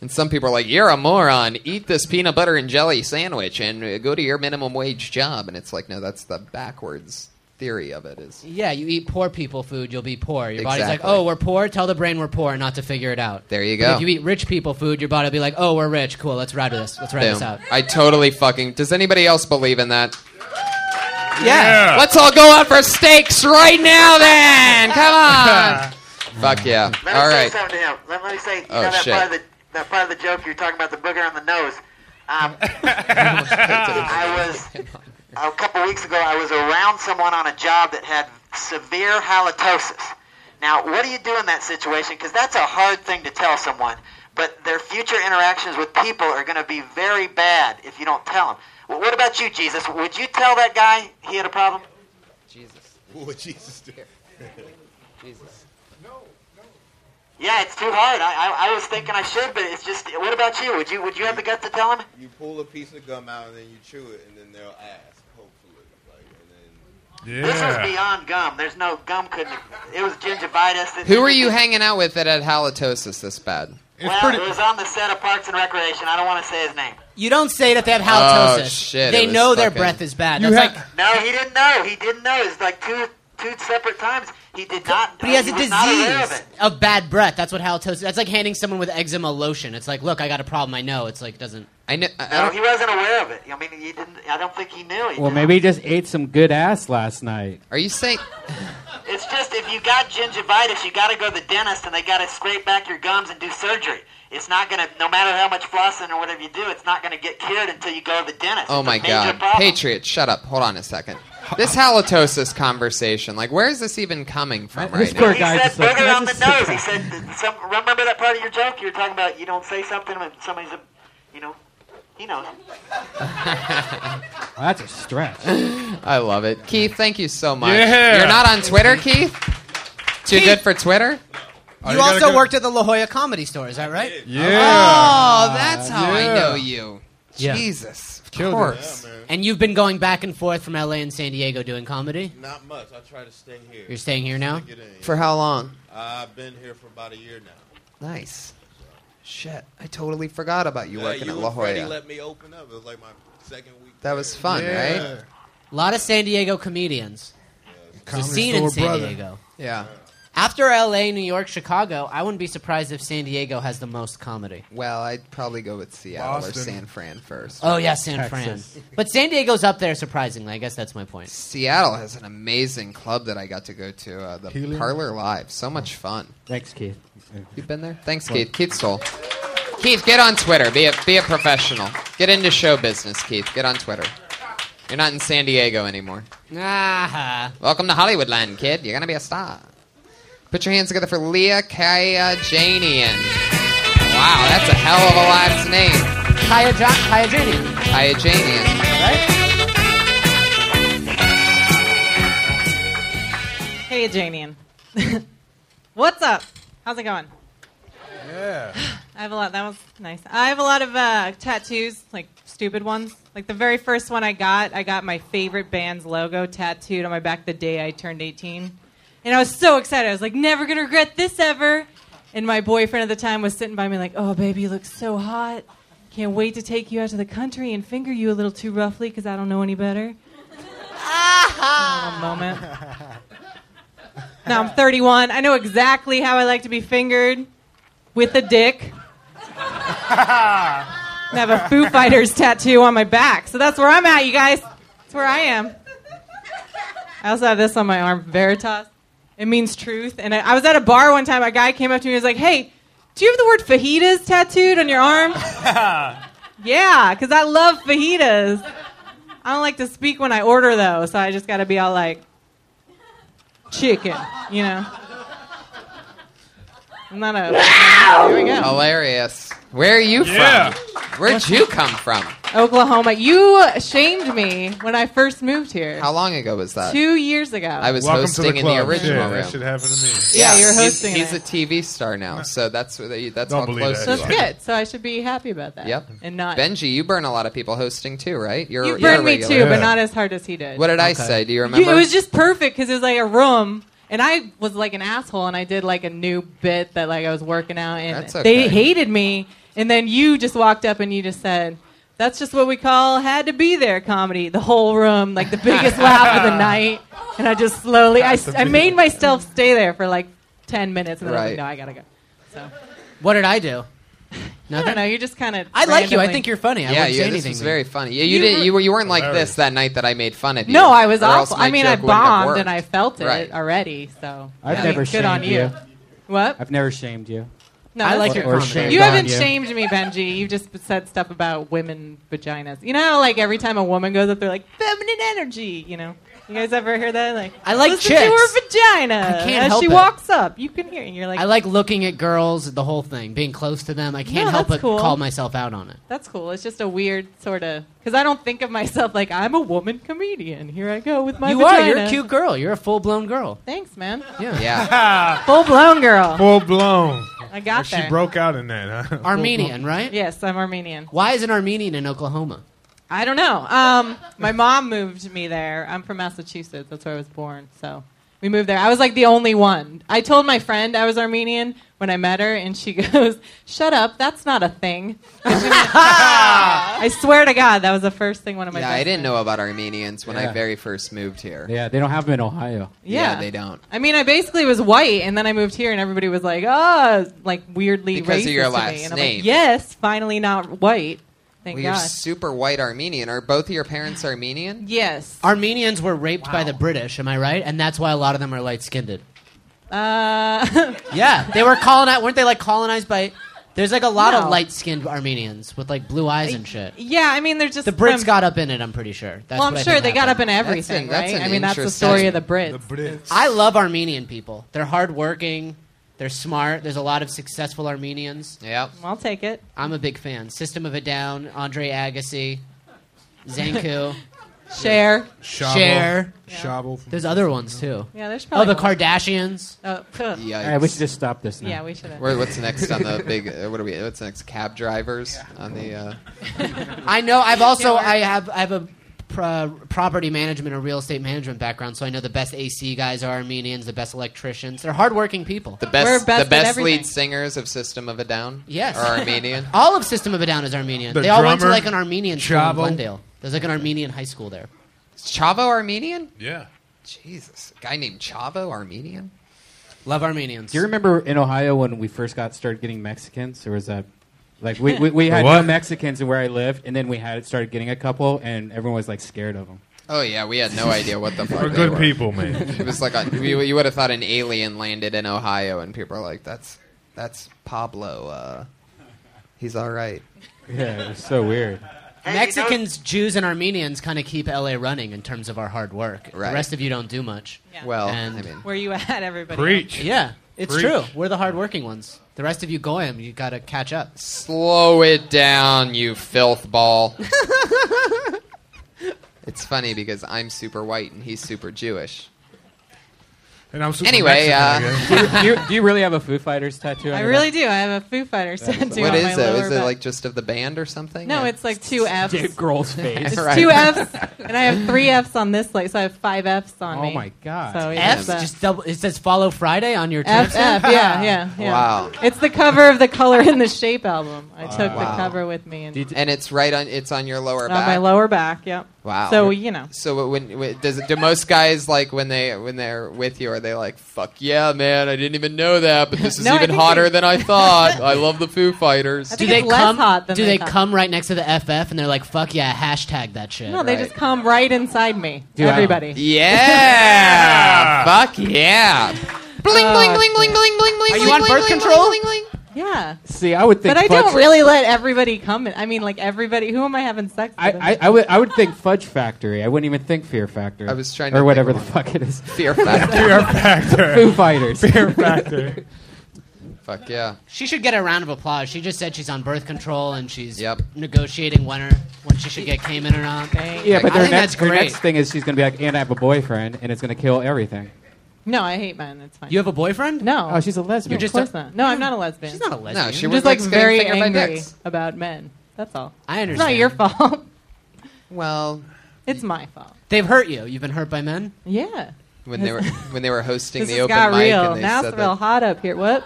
[SPEAKER 3] And some people are like, "You're a moron. Eat this peanut butter and jelly sandwich and uh, go to your minimum wage job." And it's like, no, that's the backwards theory of it. Is
[SPEAKER 10] Yeah, you eat poor people food, you'll be poor. Your body's like,
[SPEAKER 3] Exactly.
[SPEAKER 10] oh, we're poor. Tell the brain we're poor, not to figure it out.
[SPEAKER 3] there you
[SPEAKER 10] But
[SPEAKER 3] go.
[SPEAKER 10] If you eat rich people food, your body will be like, oh, we're rich. Cool. Let's ride with this. Let's ride this
[SPEAKER 3] Boom.
[SPEAKER 10] out.
[SPEAKER 3] I totally fucking. Does anybody else believe in that?
[SPEAKER 10] Yeah.
[SPEAKER 3] Let's all go out for steaks right now, then. Come on. Fuck yeah.
[SPEAKER 4] Let me
[SPEAKER 3] all
[SPEAKER 4] say
[SPEAKER 3] right.
[SPEAKER 4] something to him. Let me say, you
[SPEAKER 3] Oh,
[SPEAKER 4] know that
[SPEAKER 3] shit.
[SPEAKER 4] part of the that part of the joke you're talking about the booger on the nose. Um, I was a couple weeks ago. I was around someone on a job that had severe halitosis. Now, what do you do in that situation? Because that's a hard thing to tell someone. But their future interactions with people are going to be very bad if you don't tell them. Well, what about you, Jesus? Would you tell that guy he had a problem?
[SPEAKER 3] Jesus.
[SPEAKER 15] what Jesus did
[SPEAKER 3] Jesus.
[SPEAKER 4] Yeah, it's too hard. I, I, I was thinking I should, but it's just. What about you? Would you would you have the guts to tell him?
[SPEAKER 15] You pull a piece of gum out and then you chew it, and then they'll ask, hopefully. Like, and then
[SPEAKER 4] This was beyond gum. There's no gum. Couldn't. It was gingivitis. It-
[SPEAKER 3] Who were you hanging out with that had halitosis this bad?
[SPEAKER 4] Well, it was on the set of Parks and Recreation. I don't want to say his name.
[SPEAKER 16] You don't say that they have halitosis.
[SPEAKER 3] Oh, shit, it
[SPEAKER 16] they
[SPEAKER 3] was
[SPEAKER 16] know their
[SPEAKER 3] fucking-
[SPEAKER 16] breath is bad.
[SPEAKER 3] You
[SPEAKER 16] That's
[SPEAKER 3] had-
[SPEAKER 16] like,
[SPEAKER 4] No, he didn't know. He didn't know. It's like two two separate times. He did not.
[SPEAKER 16] but he has a
[SPEAKER 4] was Not aware of
[SPEAKER 16] disease
[SPEAKER 4] it.
[SPEAKER 16] of,
[SPEAKER 10] bad breath. That's what halitosis. That's like handing someone with eczema lotion. It's like, look, I got a problem. I know. It's like doesn't.
[SPEAKER 3] I know.
[SPEAKER 4] No, he wasn't aware of it. I mean, he didn't. I don't think he knew. He
[SPEAKER 2] Well, maybe he just ate some good ass last night.
[SPEAKER 3] Are you saying?
[SPEAKER 4] It's just if you got gingivitis, you got to go to the dentist and they got to scrape back your gums and do surgery. It's not gonna, no matter how much flossing or whatever you do, it's not gonna get cured until you go to the dentist.
[SPEAKER 3] Oh
[SPEAKER 4] It's
[SPEAKER 3] my
[SPEAKER 4] a major
[SPEAKER 3] God,
[SPEAKER 4] problem.
[SPEAKER 3] Patriot, shut up. Hold on a second. This halitosis conversation, like, where is this even coming from
[SPEAKER 2] This
[SPEAKER 3] right
[SPEAKER 2] poor
[SPEAKER 3] now?
[SPEAKER 2] guy
[SPEAKER 4] He said
[SPEAKER 2] just like,
[SPEAKER 4] booger
[SPEAKER 2] "Can I
[SPEAKER 4] on the
[SPEAKER 2] just sit
[SPEAKER 4] nose.
[SPEAKER 2] back?"
[SPEAKER 4] He said, that some, remember that part of your joke? You were talking about you don't say something when somebody's a, you know, he knows.
[SPEAKER 2] that's a stretch.
[SPEAKER 3] I love it, Keith. Thank you so much.
[SPEAKER 2] Yeah.
[SPEAKER 3] You're not on Twitter, Keith. Too
[SPEAKER 16] Keith.
[SPEAKER 3] good for Twitter.
[SPEAKER 15] Oh,
[SPEAKER 16] you, also worked at the La Jolla Comedy Store, is that right?
[SPEAKER 3] Yeah. Oh, that's how I
[SPEAKER 16] Yeah.
[SPEAKER 3] know you.
[SPEAKER 16] Yeah.
[SPEAKER 3] Jesus, of course.
[SPEAKER 10] And you've been going back and forth from LA and San Diego doing comedy.
[SPEAKER 15] Not much. I try to stay here.
[SPEAKER 10] You're staying here now?
[SPEAKER 15] Get in, yeah.
[SPEAKER 3] For how long?
[SPEAKER 15] I've been here for about a year now.
[SPEAKER 3] Nice. Shit, I totally forgot about you
[SPEAKER 15] Yeah,
[SPEAKER 3] working
[SPEAKER 15] you
[SPEAKER 3] at
[SPEAKER 15] and
[SPEAKER 3] La
[SPEAKER 15] Freddie
[SPEAKER 3] Jolla.
[SPEAKER 15] let me open up. It was like my second week.
[SPEAKER 3] That was fun,
[SPEAKER 15] Yeah.
[SPEAKER 3] right?
[SPEAKER 10] A lot of San Diego comedians. It's a
[SPEAKER 16] Comedy
[SPEAKER 10] scene
[SPEAKER 16] store
[SPEAKER 10] in San
[SPEAKER 16] brother.
[SPEAKER 10] Diego.
[SPEAKER 3] Yeah.
[SPEAKER 10] After LA, New York, Chicago, I wouldn't be surprised if San Diego has the most comedy.
[SPEAKER 3] Well, I'd probably go with Seattle or
[SPEAKER 10] Boston.
[SPEAKER 3] San Fran first.
[SPEAKER 10] Oh yeah, San Fran. But San Diego's up there surprisingly. I guess that's my point.
[SPEAKER 3] Seattle has an amazing club that I got to go to, uh, the
[SPEAKER 10] Helium?
[SPEAKER 3] Parlor Live. So much fun.
[SPEAKER 2] Thanks, Keith.
[SPEAKER 3] You've been there. Thanks,
[SPEAKER 2] Well-
[SPEAKER 3] Keith. Keith Soul. Keith, get on Twitter. Be a be a professional. Get into show business, Keith. Get on Twitter. You're not in San Diego anymore.
[SPEAKER 10] Ah.
[SPEAKER 3] Welcome to Hollywoodland, kid. You're gonna be a star. Put your hands together for Leah Kaya Janian. Wow, that's a hell of a last name.
[SPEAKER 10] Kaya, jo- Kaya Janie.
[SPEAKER 3] Kaya Janian.
[SPEAKER 17] Hey, Janian. What's up? How's it going?
[SPEAKER 9] Yeah.
[SPEAKER 17] I have a lot. That was nice. I have a lot of uh, tattoos, like stupid ones. Like the very first one I got, I got my favorite band's logo tattooed on my back the day I turned 18. And I was so excited. I was like, never going to regret this ever. And my boyfriend at the time was sitting by me, like, oh, baby, you look so hot. Can't wait to take you out to the country and finger you a little too roughly because I don't know any better. Little moment. Now I'm 31. I know exactly how I like to be fingered with a dick. I have a Foo Fighters tattoo on my back. So that's where I'm at, you guys. That's where I am. I also have this on my arm Veritas. It means truth. And I, I was at a bar one time. A guy came up to me and was like, hey, do you have the word fajitas tattooed on your arm? yeah, because I love fajitas. I don't like to speak when I order, though, so I just got to be all like, chicken, you know? I'm not a. Here we go.
[SPEAKER 3] Hilarious. Where are you from?
[SPEAKER 17] Yeah.
[SPEAKER 3] Where'd you come from?
[SPEAKER 17] Oklahoma. You shamed me when I first moved here.
[SPEAKER 3] How long ago was that?
[SPEAKER 17] Two years ago.
[SPEAKER 3] I was
[SPEAKER 9] Welcome to
[SPEAKER 3] hosting
[SPEAKER 9] the
[SPEAKER 3] in the
[SPEAKER 9] club.
[SPEAKER 3] original
[SPEAKER 9] Yeah, that
[SPEAKER 3] room.
[SPEAKER 9] should happen to me.
[SPEAKER 17] Yeah, you were hosting
[SPEAKER 3] He's, he's a TV star now, so that's that's
[SPEAKER 9] Don't
[SPEAKER 3] how
[SPEAKER 9] believe
[SPEAKER 3] close
[SPEAKER 17] So
[SPEAKER 3] you
[SPEAKER 17] it's
[SPEAKER 3] are.
[SPEAKER 17] good. So I should be happy about that.
[SPEAKER 3] Yep.
[SPEAKER 17] And not.
[SPEAKER 3] Benji, you burn a lot of people hosting too, right? You're,
[SPEAKER 17] you
[SPEAKER 3] you're a
[SPEAKER 17] burned me too,
[SPEAKER 3] regular.
[SPEAKER 17] but not as hard as he did.
[SPEAKER 3] What did I
[SPEAKER 17] Okay.
[SPEAKER 3] say? Do you
[SPEAKER 17] You-
[SPEAKER 3] remember?
[SPEAKER 17] it was just perfect because it was like a room, and I was like an asshole, and I did like a new bit that like I was working out, and
[SPEAKER 3] That's okay.
[SPEAKER 17] they hated me. And then you just walked up and you just said, "That's just what we call had to be there comedy." The whole room, like the biggest laugh of the night, and I just slowly, I,
[SPEAKER 10] Had to
[SPEAKER 17] I
[SPEAKER 10] be
[SPEAKER 17] made myself stay there for like ten minutes, and then
[SPEAKER 10] Right.
[SPEAKER 17] I was like, "No, I gotta go." So
[SPEAKER 10] What did I do?
[SPEAKER 17] I don't know. You just kind of.
[SPEAKER 10] I like you. I think you're funny. I
[SPEAKER 3] yeah,
[SPEAKER 10] wouldn't
[SPEAKER 3] yeah,
[SPEAKER 10] say
[SPEAKER 3] this
[SPEAKER 10] anything.
[SPEAKER 3] was
[SPEAKER 10] to
[SPEAKER 3] very
[SPEAKER 10] you.
[SPEAKER 3] funny. Yeah, you, didn't. You, were, you weren't like this that night that I made fun of you.
[SPEAKER 17] No, I was
[SPEAKER 3] or else
[SPEAKER 17] awful.
[SPEAKER 3] my
[SPEAKER 17] I mean, I
[SPEAKER 3] joke wouldn't have
[SPEAKER 17] bombed
[SPEAKER 3] worked.
[SPEAKER 17] and I felt it
[SPEAKER 3] Right.
[SPEAKER 17] already. So
[SPEAKER 2] I've
[SPEAKER 17] I
[SPEAKER 2] never
[SPEAKER 17] mean, good on
[SPEAKER 2] shamed you.
[SPEAKER 17] What?
[SPEAKER 2] I've never shamed you.
[SPEAKER 17] No, that's
[SPEAKER 2] Or-
[SPEAKER 17] true.
[SPEAKER 2] or shamed
[SPEAKER 17] You haven't
[SPEAKER 2] on you.
[SPEAKER 17] shamed me, Benji. You've just said stuff about women vaginas. You know how like every time a woman goes up, they're like feminine energy. You know, You guys ever hear that? Like,
[SPEAKER 10] I like
[SPEAKER 17] listen to
[SPEAKER 10] chicks.
[SPEAKER 17] her vagina
[SPEAKER 10] I can't
[SPEAKER 17] as
[SPEAKER 10] help
[SPEAKER 17] she
[SPEAKER 10] it.
[SPEAKER 17] walks up. You can hear, it, and you're like,
[SPEAKER 10] I like looking at girls, the whole thing, being close to them. I can't
[SPEAKER 17] No,
[SPEAKER 10] help but
[SPEAKER 17] that's cool.
[SPEAKER 10] call myself out on it.
[SPEAKER 17] That's cool. It's just a weird sort of because I don't think of myself like I'm a woman comedian. Here I go with my.
[SPEAKER 10] you
[SPEAKER 17] vagina.
[SPEAKER 10] are. You're a cute girl. You're a full blown girl.
[SPEAKER 17] Thanks, man.
[SPEAKER 10] Yeah.
[SPEAKER 17] Full blown girl.
[SPEAKER 9] Full blown.
[SPEAKER 17] I got
[SPEAKER 9] She
[SPEAKER 17] there.
[SPEAKER 9] broke out in that. Huh?
[SPEAKER 10] Armenian, right?
[SPEAKER 17] Yes, I'm Armenian.
[SPEAKER 10] Why is an Armenian in Oklahoma?
[SPEAKER 17] I don't know. Um, my mom moved me there. I'm from Massachusetts. That's where I was born. So we moved there. I was like the only one. I told my friend I was Armenian when I met her, and she goes, "Shut up. That's not a thing." I swear to God, that was the first thing one of my.
[SPEAKER 3] Yeah,
[SPEAKER 17] best
[SPEAKER 3] I didn't know about Armenians when I
[SPEAKER 2] Yeah.
[SPEAKER 3] very first moved here.
[SPEAKER 2] Yeah, they don't have them in Ohio.
[SPEAKER 3] Yeah,
[SPEAKER 17] Yeah.
[SPEAKER 3] they don't.
[SPEAKER 17] I mean, I basically was white, and then I moved here, and everybody was like, "Ah, like weirdly
[SPEAKER 3] Because
[SPEAKER 17] racist
[SPEAKER 3] of your
[SPEAKER 17] to
[SPEAKER 3] last
[SPEAKER 17] me." And I'm
[SPEAKER 3] name.
[SPEAKER 17] like, "Yes, finally not white. Thank
[SPEAKER 3] well,
[SPEAKER 17] God."
[SPEAKER 3] you're super white Armenian. Are both of your parents Armenian?
[SPEAKER 17] yes.
[SPEAKER 10] Armenians were raped by the British. Am I right? And that's why a lot of them are light skinned.
[SPEAKER 17] Uh,
[SPEAKER 10] Yeah, they were colonized. Weren't they like colonized by? There's like a lot
[SPEAKER 17] No.
[SPEAKER 10] of light skinned Armenians with like blue eyes and shit.
[SPEAKER 17] yeah, I mean, they're just
[SPEAKER 10] The Brits
[SPEAKER 17] from-
[SPEAKER 10] got up in it. I'm pretty sure. That's
[SPEAKER 17] well, I'm
[SPEAKER 10] what I
[SPEAKER 17] sure
[SPEAKER 10] think
[SPEAKER 17] they got up in
[SPEAKER 10] happened.
[SPEAKER 17] everything, right? I mean, that's the
[SPEAKER 10] interesting-
[SPEAKER 17] story of the Brits.
[SPEAKER 10] I love Armenian people. They're hardworking. They're smart. There's a lot of successful Armenians.
[SPEAKER 3] Yep.
[SPEAKER 17] I'll take it.
[SPEAKER 10] I'm a big fan. System of a Down, Andre Agassi, Zanku.
[SPEAKER 17] Cher.
[SPEAKER 10] Share.
[SPEAKER 17] Shovel.
[SPEAKER 10] Share.
[SPEAKER 17] Yeah.
[SPEAKER 9] Shovel.
[SPEAKER 10] There's other ones too.
[SPEAKER 17] Yeah, there's
[SPEAKER 10] Oh, the
[SPEAKER 17] probably more.
[SPEAKER 10] Kardashians.
[SPEAKER 17] Oh, phew.
[SPEAKER 3] Yikes.
[SPEAKER 2] All right, we should just stop this now.
[SPEAKER 17] Yeah, we should.
[SPEAKER 3] Where, what's next on the big? Uh, what are we? What's next? Cab drivers on the. Uh,
[SPEAKER 10] I know. I've also
[SPEAKER 3] Yeah, we're-
[SPEAKER 10] I have I have a pro- property management or real estate management background, so I know the best AC guys are Armenians, the best electricians. They're hardworking people.
[SPEAKER 3] the best, the best lead singers of System of a Down.
[SPEAKER 10] Yes.
[SPEAKER 3] Are Armenian.
[SPEAKER 10] All of System of a Down is Armenian.
[SPEAKER 3] The
[SPEAKER 10] they all went to
[SPEAKER 3] drummer,
[SPEAKER 10] like an Armenian school in
[SPEAKER 3] Chavo.
[SPEAKER 10] Glendale. There's like an Armenian high school there.
[SPEAKER 3] Is Chavo Armenian?
[SPEAKER 9] Yeah.
[SPEAKER 3] Jesus, a guy named Chavo Armenian.
[SPEAKER 10] Love Armenians.
[SPEAKER 2] Do you remember in Ohio when we first got started getting Mexicans? There was a like we, we, we
[SPEAKER 9] The
[SPEAKER 2] had
[SPEAKER 9] what?
[SPEAKER 2] no Mexicans in where I lived, and then we had started getting a couple, and everyone was like scared of them.
[SPEAKER 3] Oh yeah, we had no idea what the fuck.
[SPEAKER 9] We're
[SPEAKER 3] they
[SPEAKER 9] good
[SPEAKER 3] were.
[SPEAKER 9] people, man.
[SPEAKER 3] it was like a, you, you would have thought an alien landed in Ohio, and people are like, "That's that's Pablo. Uh, he's all right."
[SPEAKER 2] Yeah, it was so weird.
[SPEAKER 10] Mexicans, Jews, and Armenians kind of keep LA running in terms of our hard work.
[SPEAKER 3] Right.
[SPEAKER 10] The rest of you don't do much.
[SPEAKER 17] Yeah.
[SPEAKER 3] Well,
[SPEAKER 10] and
[SPEAKER 3] I mean,
[SPEAKER 17] Where you at, everybody?
[SPEAKER 10] Yeah, it's
[SPEAKER 3] Preach.
[SPEAKER 10] true. We're the hardworking ones. The rest of you goyim, you gotta catch up.
[SPEAKER 3] Slow it down, you filth ball. it's funny because I'm super white and he's super Jewish.
[SPEAKER 9] And I'm super
[SPEAKER 3] Anyway,
[SPEAKER 9] Mexican, I
[SPEAKER 3] uh,
[SPEAKER 9] guess.
[SPEAKER 2] do, you, do you really have a Foo Fighters tattoo? On
[SPEAKER 17] I
[SPEAKER 2] your
[SPEAKER 17] really
[SPEAKER 2] back?
[SPEAKER 17] do. I have a Foo Fighters
[SPEAKER 2] That is
[SPEAKER 17] tattoo.
[SPEAKER 3] what
[SPEAKER 17] on
[SPEAKER 3] is
[SPEAKER 17] my
[SPEAKER 3] it?
[SPEAKER 17] lower
[SPEAKER 3] Is it
[SPEAKER 17] back.
[SPEAKER 3] like just of the band or something?
[SPEAKER 17] No,
[SPEAKER 3] Or-
[SPEAKER 17] it's like two F's.
[SPEAKER 3] Dave Grohl's face.
[SPEAKER 17] It's
[SPEAKER 3] Right.
[SPEAKER 17] two F's, and I have three F's on this leg, so I have five F's on
[SPEAKER 10] Oh
[SPEAKER 17] me.
[SPEAKER 10] my
[SPEAKER 17] god! So yeah,
[SPEAKER 10] F's
[SPEAKER 17] it's a-
[SPEAKER 10] just double. It says "Follow Friday" on your
[SPEAKER 17] F,
[SPEAKER 10] tombstone?
[SPEAKER 17] F, yeah, yeah, yeah.
[SPEAKER 3] Wow.
[SPEAKER 17] It's the cover of the Color in the Shape album. I took
[SPEAKER 3] Wow.
[SPEAKER 17] the cover with me and
[SPEAKER 3] and it's right on. It's on your lower
[SPEAKER 17] on
[SPEAKER 3] back.
[SPEAKER 17] my lower back. Yep.
[SPEAKER 3] Wow.
[SPEAKER 17] So you know,
[SPEAKER 3] So when, when does it, do most guys like when they when they're with you are they like fuck yeah man I didn't even know that but this is
[SPEAKER 17] No, I
[SPEAKER 3] even
[SPEAKER 17] think
[SPEAKER 3] hotter
[SPEAKER 17] they-
[SPEAKER 3] than I thought I love the Foo Fighters.
[SPEAKER 10] Do they come? do
[SPEAKER 17] they
[SPEAKER 10] they,
[SPEAKER 17] thought.
[SPEAKER 10] come right next to the FF and they're like, "Fuck yeah!" Hashtag that shit.
[SPEAKER 17] no, they just come right inside me.
[SPEAKER 10] Do I-
[SPEAKER 17] everybody.
[SPEAKER 3] Yeah. fuck yeah. Bling
[SPEAKER 17] Oh,
[SPEAKER 3] bling bling bling bling bling bling.
[SPEAKER 10] Are you
[SPEAKER 3] bling,
[SPEAKER 10] on
[SPEAKER 3] bling,
[SPEAKER 10] birth
[SPEAKER 3] bling,
[SPEAKER 10] control?
[SPEAKER 3] Bling, bling, bling.
[SPEAKER 17] Yeah.
[SPEAKER 2] See, I would think,
[SPEAKER 17] But I
[SPEAKER 2] Fudge-
[SPEAKER 17] don't really let everybody come in. I mean, like everybody. Who am I having sex with?
[SPEAKER 2] I, I would I would think Fudge Factory. I wouldn't even think Fear Factory.
[SPEAKER 3] I was trying
[SPEAKER 2] or
[SPEAKER 3] to
[SPEAKER 2] whatever the fuck it is.
[SPEAKER 3] Fear Factor.
[SPEAKER 10] Fear Factor.
[SPEAKER 2] Foo Fighters.
[SPEAKER 10] Fear Factor.
[SPEAKER 3] Fuck yeah.
[SPEAKER 10] She should get a round of applause. She just said she's on birth control and she's negotiating when her when she should get Cayman or not.
[SPEAKER 2] Yeah, but their
[SPEAKER 10] I think
[SPEAKER 2] next,
[SPEAKER 10] that's
[SPEAKER 2] their
[SPEAKER 10] great.
[SPEAKER 2] next thing is she's going to be like, and I have a boyfriend, and it's going to kill everything.
[SPEAKER 17] No, I hate men. It's fine.
[SPEAKER 10] You have a boyfriend?
[SPEAKER 17] No.
[SPEAKER 2] Oh, she's a lesbian.
[SPEAKER 17] You're just of course not. No, I'm not a lesbian. She's
[SPEAKER 10] not a lesbian.
[SPEAKER 3] she
[SPEAKER 17] I'm
[SPEAKER 3] was
[SPEAKER 17] just like
[SPEAKER 3] like
[SPEAKER 17] very
[SPEAKER 3] getting fingered by
[SPEAKER 17] angry
[SPEAKER 3] dicks.
[SPEAKER 17] about men. That's all. It's
[SPEAKER 10] I understand.
[SPEAKER 17] not your fault.
[SPEAKER 3] Well,
[SPEAKER 17] it's my fault.
[SPEAKER 10] They've hurt you. You've been hurt by men.
[SPEAKER 17] Yeah.
[SPEAKER 3] When they were when they were hosting
[SPEAKER 17] This
[SPEAKER 3] the
[SPEAKER 17] has
[SPEAKER 3] open
[SPEAKER 17] got
[SPEAKER 3] mic
[SPEAKER 17] real.
[SPEAKER 3] and they
[SPEAKER 17] Now
[SPEAKER 3] said
[SPEAKER 17] it's
[SPEAKER 3] that
[SPEAKER 17] real hot up here. What?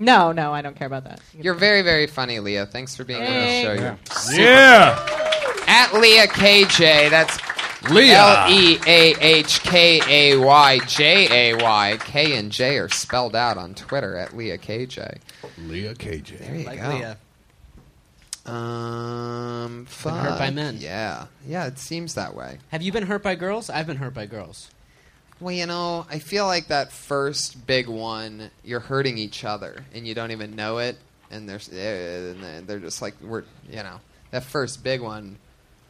[SPEAKER 17] No, no, I don't care about that.
[SPEAKER 3] You're very, very funny, Leah. Thanks for being
[SPEAKER 17] Hey.
[SPEAKER 3] on the show.
[SPEAKER 17] Yeah.
[SPEAKER 3] You're super- At Leah KJ, that's
[SPEAKER 9] Leah.
[SPEAKER 3] L E A H K A Y J A Y. K and J are spelled out on Twitter at Leah KJ.
[SPEAKER 9] Leah KJ.
[SPEAKER 3] There you
[SPEAKER 10] Like
[SPEAKER 3] go.
[SPEAKER 10] Leah.
[SPEAKER 3] Um, fuck.
[SPEAKER 10] hurt by men.
[SPEAKER 3] Yeah. Yeah, it seems that way.
[SPEAKER 10] Have you been hurt by girls? I've been hurt by girls.
[SPEAKER 3] Well, you know, I feel like that first big one, you're hurting each other and you don't even know eh, it. And they're, and they're just like, we're, you know, that first big one,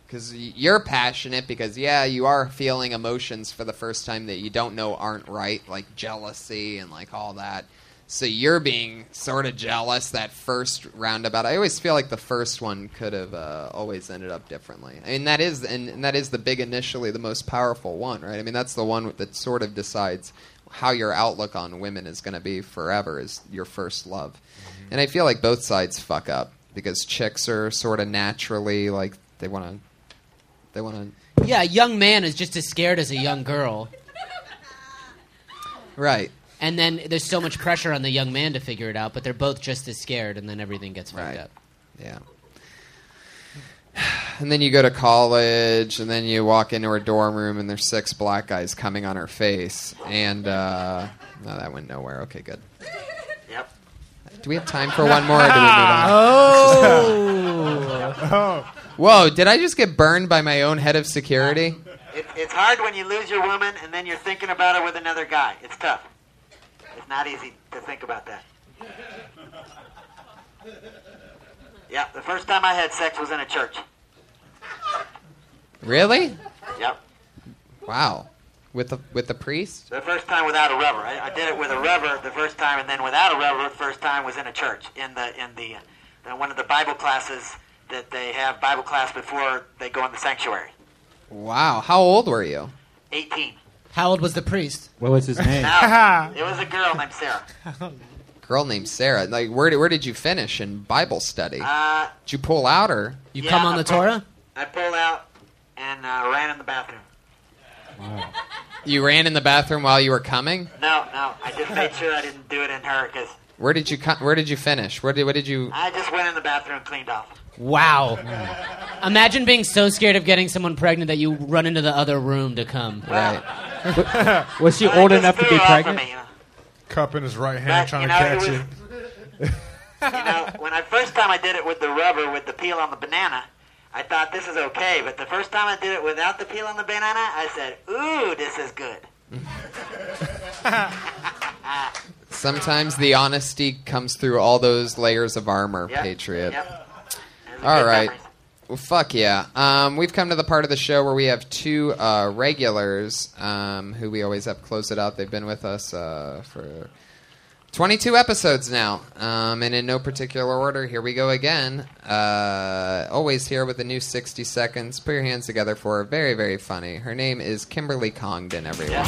[SPEAKER 3] Because you're passionate because, yeah, you are feeling emotions for the first time that you don't know aren't right, like jealousy and like all that. So you're being sort of jealous that first roundabout. I always feel like the first one could have uh, always ended up differently. I mean, that is and, and that is the big initially the most powerful one, right? I mean, that's the one that sort of decides how your outlook on women is going to be forever is your first love. And I feel like both sides fuck up because chicks are sort of naturally like they want to they want
[SPEAKER 10] Yeah, a young man is just as scared as a young girl.
[SPEAKER 3] to right.
[SPEAKER 10] And then there's so much pressure on the young man to figure it out, but they're both just as scared, and then everything gets fucked up.
[SPEAKER 3] Yeah. And then you go to college, and then you walk into her dorm room, and there's six black guys coming on her face. And uh, no, that went nowhere. Okay, good.
[SPEAKER 4] Yep.
[SPEAKER 3] Do we have time for one more? Or do we move on?
[SPEAKER 4] Oh.
[SPEAKER 3] Whoa! Did I just get burned by my own head of security?
[SPEAKER 4] It, it's hard when you lose your woman and then you're thinking about it with another guy. It's tough. It's not easy to think about that. Yeah, the first time I had sex was in a church.
[SPEAKER 3] Really?
[SPEAKER 4] Yep.
[SPEAKER 3] Wow. With the with the priest?
[SPEAKER 4] The first time without a rubber. I, I did it with a rubber the first time, and then without a rubber, the first time was in a church in the in the, the one of the Bible classes that they have Bible class before they go in the sanctuary.
[SPEAKER 3] Wow. How old were you?
[SPEAKER 4] Eighteen.
[SPEAKER 10] How old was the priest?
[SPEAKER 2] What was his name?
[SPEAKER 4] Now, it was a girl named Sarah.
[SPEAKER 3] Girl named Sarah. Like, where did, where did you finish in Bible study?
[SPEAKER 4] Uh,
[SPEAKER 3] did you pull out or
[SPEAKER 10] you
[SPEAKER 4] Yeah, come on I the pulled-
[SPEAKER 10] Torah?
[SPEAKER 4] I pulled out and uh, ran in the bathroom.
[SPEAKER 3] You ran in the bathroom while you were coming.
[SPEAKER 4] No, no, I just made sure I didn't do it in her because
[SPEAKER 3] Where did you co- Where did you finish? Where did What did you?
[SPEAKER 4] I just went in the bathroom and cleaned off.
[SPEAKER 10] Wow. Imagine being so scared of getting someone pregnant that you run into the other room to come.
[SPEAKER 2] Right. Was she old enough to be pregnant?
[SPEAKER 9] Cup in his right hand
[SPEAKER 4] But,
[SPEAKER 9] trying
[SPEAKER 4] you
[SPEAKER 9] to
[SPEAKER 4] know,
[SPEAKER 9] catch
[SPEAKER 4] it
[SPEAKER 9] it.
[SPEAKER 4] You know, when I first time I did it with the rubber with the peel on the banana, I thought this is okay. But the first time I did it without the peel on the banana, I said, "Ooh, this is good."
[SPEAKER 3] Sometimes the honesty comes through all those layers of armor,
[SPEAKER 4] Yep,
[SPEAKER 3] Patriot.
[SPEAKER 4] yep.
[SPEAKER 3] All right. Well, fuck yeah. Um, we've come to the part of the show where we have two uh, regulars um, who we always have close it out. They've been with us uh, for 22 episodes now, um, and in no particular order. Here we go again. Uh, always here with the new 60 seconds. Put your hands together for her. Very, very funny. Her name is Kimberly Congdon, everyone.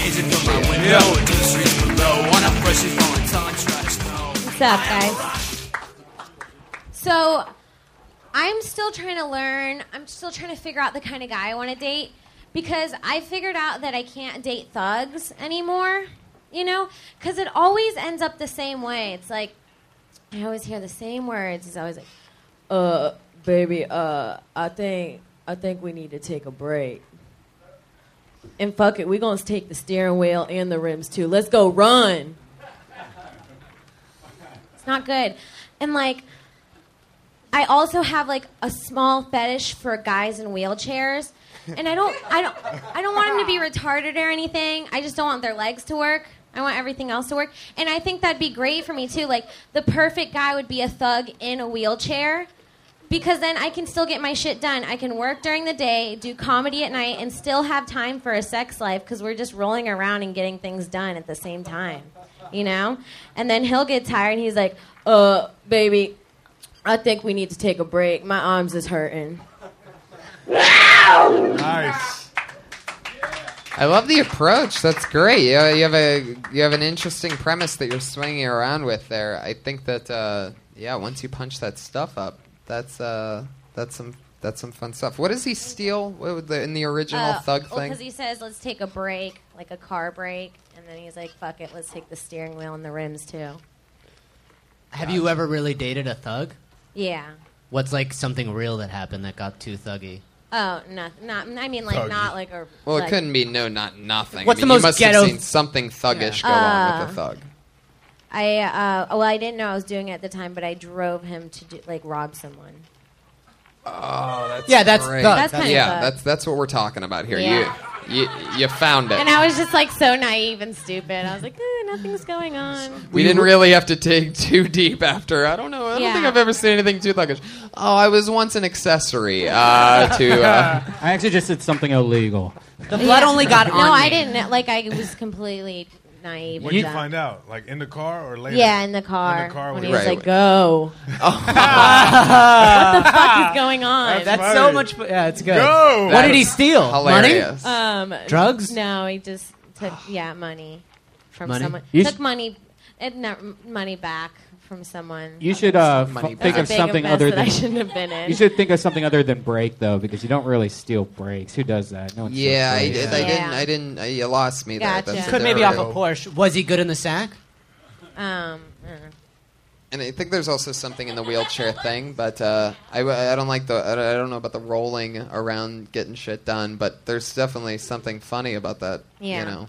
[SPEAKER 18] What's up, guys? So, I'm still trying to learn. I'm still trying to figure out the kind of guy I want to date because I figured out that I can't date thugs anymore. You know, because it always ends up the same way. It's like I always hear the same words. It's always like,
[SPEAKER 19] Uh, baby, uh, I think I think we need to take a break. And fuck it, we gonna take the steering wheel and the rims too. Let's go run.
[SPEAKER 18] It's not good. And like, I also have like a small fetish for guys in wheelchairs, and I don't, I don't, I don't want them to be retarded or anything. I just don't want their legs to work. I want everything else to work, and I think that'd be great for me too. Like, the perfect guy would be a thug in a wheelchair. Because then I can still get my shit done. I can work during the day, do comedy at night, and still have time for a sex life because we're just rolling around and getting things done at the same time, you know?
[SPEAKER 19] And then he'll get tired and he's like, uh, baby, I think we need to take a break. My arms is hurting.
[SPEAKER 9] Nice.
[SPEAKER 3] I love the approach. That's great. You you have a you have an interesting premise that you're swinging around with there. I think that uh, yeah, once you punch that stuff up, that's uh, that's some that's some fun stuff. What does he steal what would the, in the original thug thing?
[SPEAKER 18] Because Uh, he says, "Let's take a break, like a car break," and then he's like, "Fuck it, let's take the steering wheel and the rims too."
[SPEAKER 10] Have you ever really dated a thug?
[SPEAKER 18] Yeah.
[SPEAKER 10] What's like something real that happened that got too thuggy?
[SPEAKER 18] Oh, no, not. I mean, like
[SPEAKER 10] Thuggy.
[SPEAKER 18] not like a.
[SPEAKER 3] well,
[SPEAKER 18] like-
[SPEAKER 3] it couldn't be no, not nothing.
[SPEAKER 10] What's
[SPEAKER 3] I mean,
[SPEAKER 10] the
[SPEAKER 3] you
[SPEAKER 10] most
[SPEAKER 3] must
[SPEAKER 10] ghetto-
[SPEAKER 3] have seen something thuggish go on with a
[SPEAKER 18] Uh,
[SPEAKER 3] thug.
[SPEAKER 18] I uh, well, I didn't know I was doing it at the time, but I drove him to do, like rob someone.
[SPEAKER 3] Oh, that's
[SPEAKER 18] Yeah, that's
[SPEAKER 3] great.
[SPEAKER 18] thug. That's kinda
[SPEAKER 3] yeah,
[SPEAKER 18] thug.
[SPEAKER 3] that's that's what we're talking about here.
[SPEAKER 18] Yeah.
[SPEAKER 3] You you you found it.
[SPEAKER 18] And I was just like so naive and stupid. I was like, "Eh, nothing's going on.
[SPEAKER 3] We didn't really have to dig too deep after. I don't know. I don't
[SPEAKER 18] Yeah.
[SPEAKER 3] think I've ever seen anything too thuggish. Oh, I was once an accessory uh, to. Uh,
[SPEAKER 2] I actually just did something illegal.
[SPEAKER 3] The blood only got
[SPEAKER 18] no,
[SPEAKER 3] on
[SPEAKER 18] I
[SPEAKER 3] me.
[SPEAKER 18] didn't. Like I was completely naive.
[SPEAKER 9] When
[SPEAKER 18] and
[SPEAKER 9] you
[SPEAKER 18] dumb.
[SPEAKER 9] find out, like in the car or later?
[SPEAKER 18] Yeah, in the car.
[SPEAKER 9] In the car
[SPEAKER 18] when
[SPEAKER 9] when
[SPEAKER 18] he
[SPEAKER 9] you-
[SPEAKER 18] was
[SPEAKER 9] Right.
[SPEAKER 18] like, "Go."
[SPEAKER 3] Oh.
[SPEAKER 9] What
[SPEAKER 18] what the fuck is going on?
[SPEAKER 16] That's, so much. fu- Yeah, it's good.
[SPEAKER 3] Go!
[SPEAKER 16] What
[SPEAKER 3] That
[SPEAKER 16] did he
[SPEAKER 3] was
[SPEAKER 16] steal?
[SPEAKER 3] hilarious.
[SPEAKER 16] Money?
[SPEAKER 18] Um,
[SPEAKER 16] Drugs?
[SPEAKER 18] No, he just took yeah money from
[SPEAKER 2] Money?
[SPEAKER 18] someone.
[SPEAKER 2] You
[SPEAKER 18] took
[SPEAKER 2] sh-
[SPEAKER 18] money, it, no, money back from someone.
[SPEAKER 2] You should uh,
[SPEAKER 18] That's
[SPEAKER 2] fu-
[SPEAKER 18] a
[SPEAKER 2] think of
[SPEAKER 18] big
[SPEAKER 2] something
[SPEAKER 18] mess
[SPEAKER 2] other
[SPEAKER 18] that
[SPEAKER 2] than
[SPEAKER 18] I shouldn't have been in.
[SPEAKER 2] You should think of something other than break though, because you don't really steal breaks. Who does that? No one. steals
[SPEAKER 3] Yeah, I,
[SPEAKER 2] breaks.
[SPEAKER 3] did- I didn't. I didn't. I, you lost me there.
[SPEAKER 16] Gotcha.
[SPEAKER 3] That's
[SPEAKER 16] Could maybe off a
[SPEAKER 3] Porsche. Was he good in the sack?
[SPEAKER 18] Um, I don't know.
[SPEAKER 3] And I think there's also something in the wheelchair thing, but uh, I, I don't like the. I don't- I don't know about the rolling around getting shit done, but there's definitely something funny about that.
[SPEAKER 18] Yeah.
[SPEAKER 3] You know,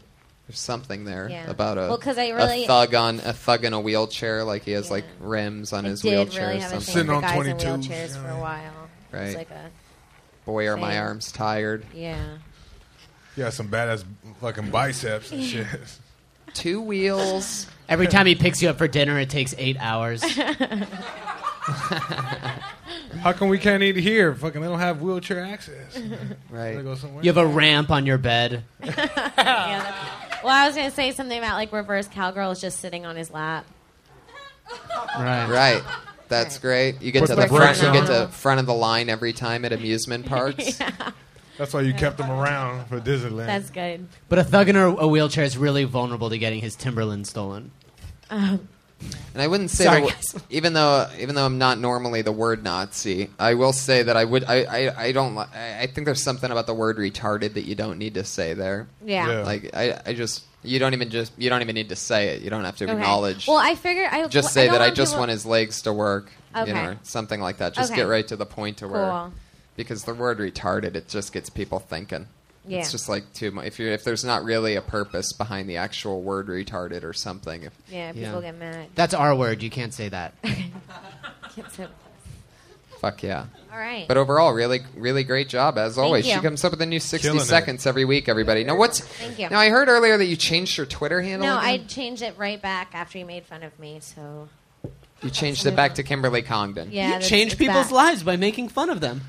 [SPEAKER 3] there's something there
[SPEAKER 18] Yeah.
[SPEAKER 3] about a,
[SPEAKER 18] Well, 'cause I
[SPEAKER 3] a
[SPEAKER 18] really-
[SPEAKER 3] thug on a thug in a wheelchair, like he has like rims on his
[SPEAKER 18] did
[SPEAKER 3] wheelchair
[SPEAKER 18] really
[SPEAKER 3] or
[SPEAKER 18] have a
[SPEAKER 3] something.
[SPEAKER 18] thing for guys in wheelchairs for a while. It was
[SPEAKER 3] Right.
[SPEAKER 18] like a
[SPEAKER 3] Boy, are my
[SPEAKER 18] thing.
[SPEAKER 3] arms tired.
[SPEAKER 18] Yeah.
[SPEAKER 9] Yeah, some badass fucking biceps and shit.
[SPEAKER 3] Two wheels.
[SPEAKER 10] Every time he picks you up for dinner, it takes eight hours.
[SPEAKER 9] How come we can't eat here? Fucking, they don't have wheelchair access.
[SPEAKER 3] right.
[SPEAKER 9] They go somewhere.
[SPEAKER 10] You have a ramp on your bed.
[SPEAKER 18] Well, I was gonna say something about like reverse cowgirl is just sitting on his lap.
[SPEAKER 10] Right.
[SPEAKER 3] Right. That's great. You get
[SPEAKER 9] Put
[SPEAKER 3] to
[SPEAKER 9] the
[SPEAKER 3] the front.
[SPEAKER 9] brakes
[SPEAKER 3] You get
[SPEAKER 9] on.
[SPEAKER 3] to front of the line every time at amusement parks.
[SPEAKER 9] That's why you kept them around for Disneyland.
[SPEAKER 18] That's good.
[SPEAKER 10] But a thug in a, a wheelchair is really vulnerable to getting his Timberland stolen.
[SPEAKER 18] Um,
[SPEAKER 3] And I wouldn't say,
[SPEAKER 10] Sorry,
[SPEAKER 3] the wo- even though even though I'm not normally the word Nazi, I will say that I would. I I, I don't. li- I, I think there's something about the word retarded that you don't need to say there.
[SPEAKER 18] Yeah. Yeah.
[SPEAKER 3] Like I, I just you don't even just you don't even need to say it. You don't have to
[SPEAKER 18] Okay.
[SPEAKER 3] acknowledge.
[SPEAKER 18] Well, I figure I
[SPEAKER 3] just
[SPEAKER 18] I
[SPEAKER 3] say
[SPEAKER 18] don't
[SPEAKER 3] that I
[SPEAKER 18] want
[SPEAKER 3] just
[SPEAKER 18] people-
[SPEAKER 3] want his legs to work.
[SPEAKER 18] Okay.
[SPEAKER 3] You know, or something like that. Just
[SPEAKER 18] Okay.
[SPEAKER 3] get right to the point to where
[SPEAKER 18] Cool.
[SPEAKER 3] because the word retarded it just gets people thinking.
[SPEAKER 18] Yeah.
[SPEAKER 3] It's just like too much. If you if there's not really a purpose behind the actual word retarded or something. If,
[SPEAKER 18] Yeah, people get mad.
[SPEAKER 10] That's our word. You can't say that.
[SPEAKER 18] Can't say-
[SPEAKER 3] Fuck yeah.
[SPEAKER 18] All right.
[SPEAKER 3] But overall, really, really great job as always.
[SPEAKER 18] you.
[SPEAKER 3] She comes up with a new 60
[SPEAKER 10] Killing it.
[SPEAKER 3] seconds every week, everybody. Now what's
[SPEAKER 18] Thank you.
[SPEAKER 3] Now I heard earlier that you changed your Twitter handle.
[SPEAKER 18] no, I
[SPEAKER 3] again?
[SPEAKER 18] changed it right back after you made fun of me. So
[SPEAKER 3] you changed it back to Kimberly Congdon.
[SPEAKER 18] yeah,
[SPEAKER 10] you change people's lives by making fun of them.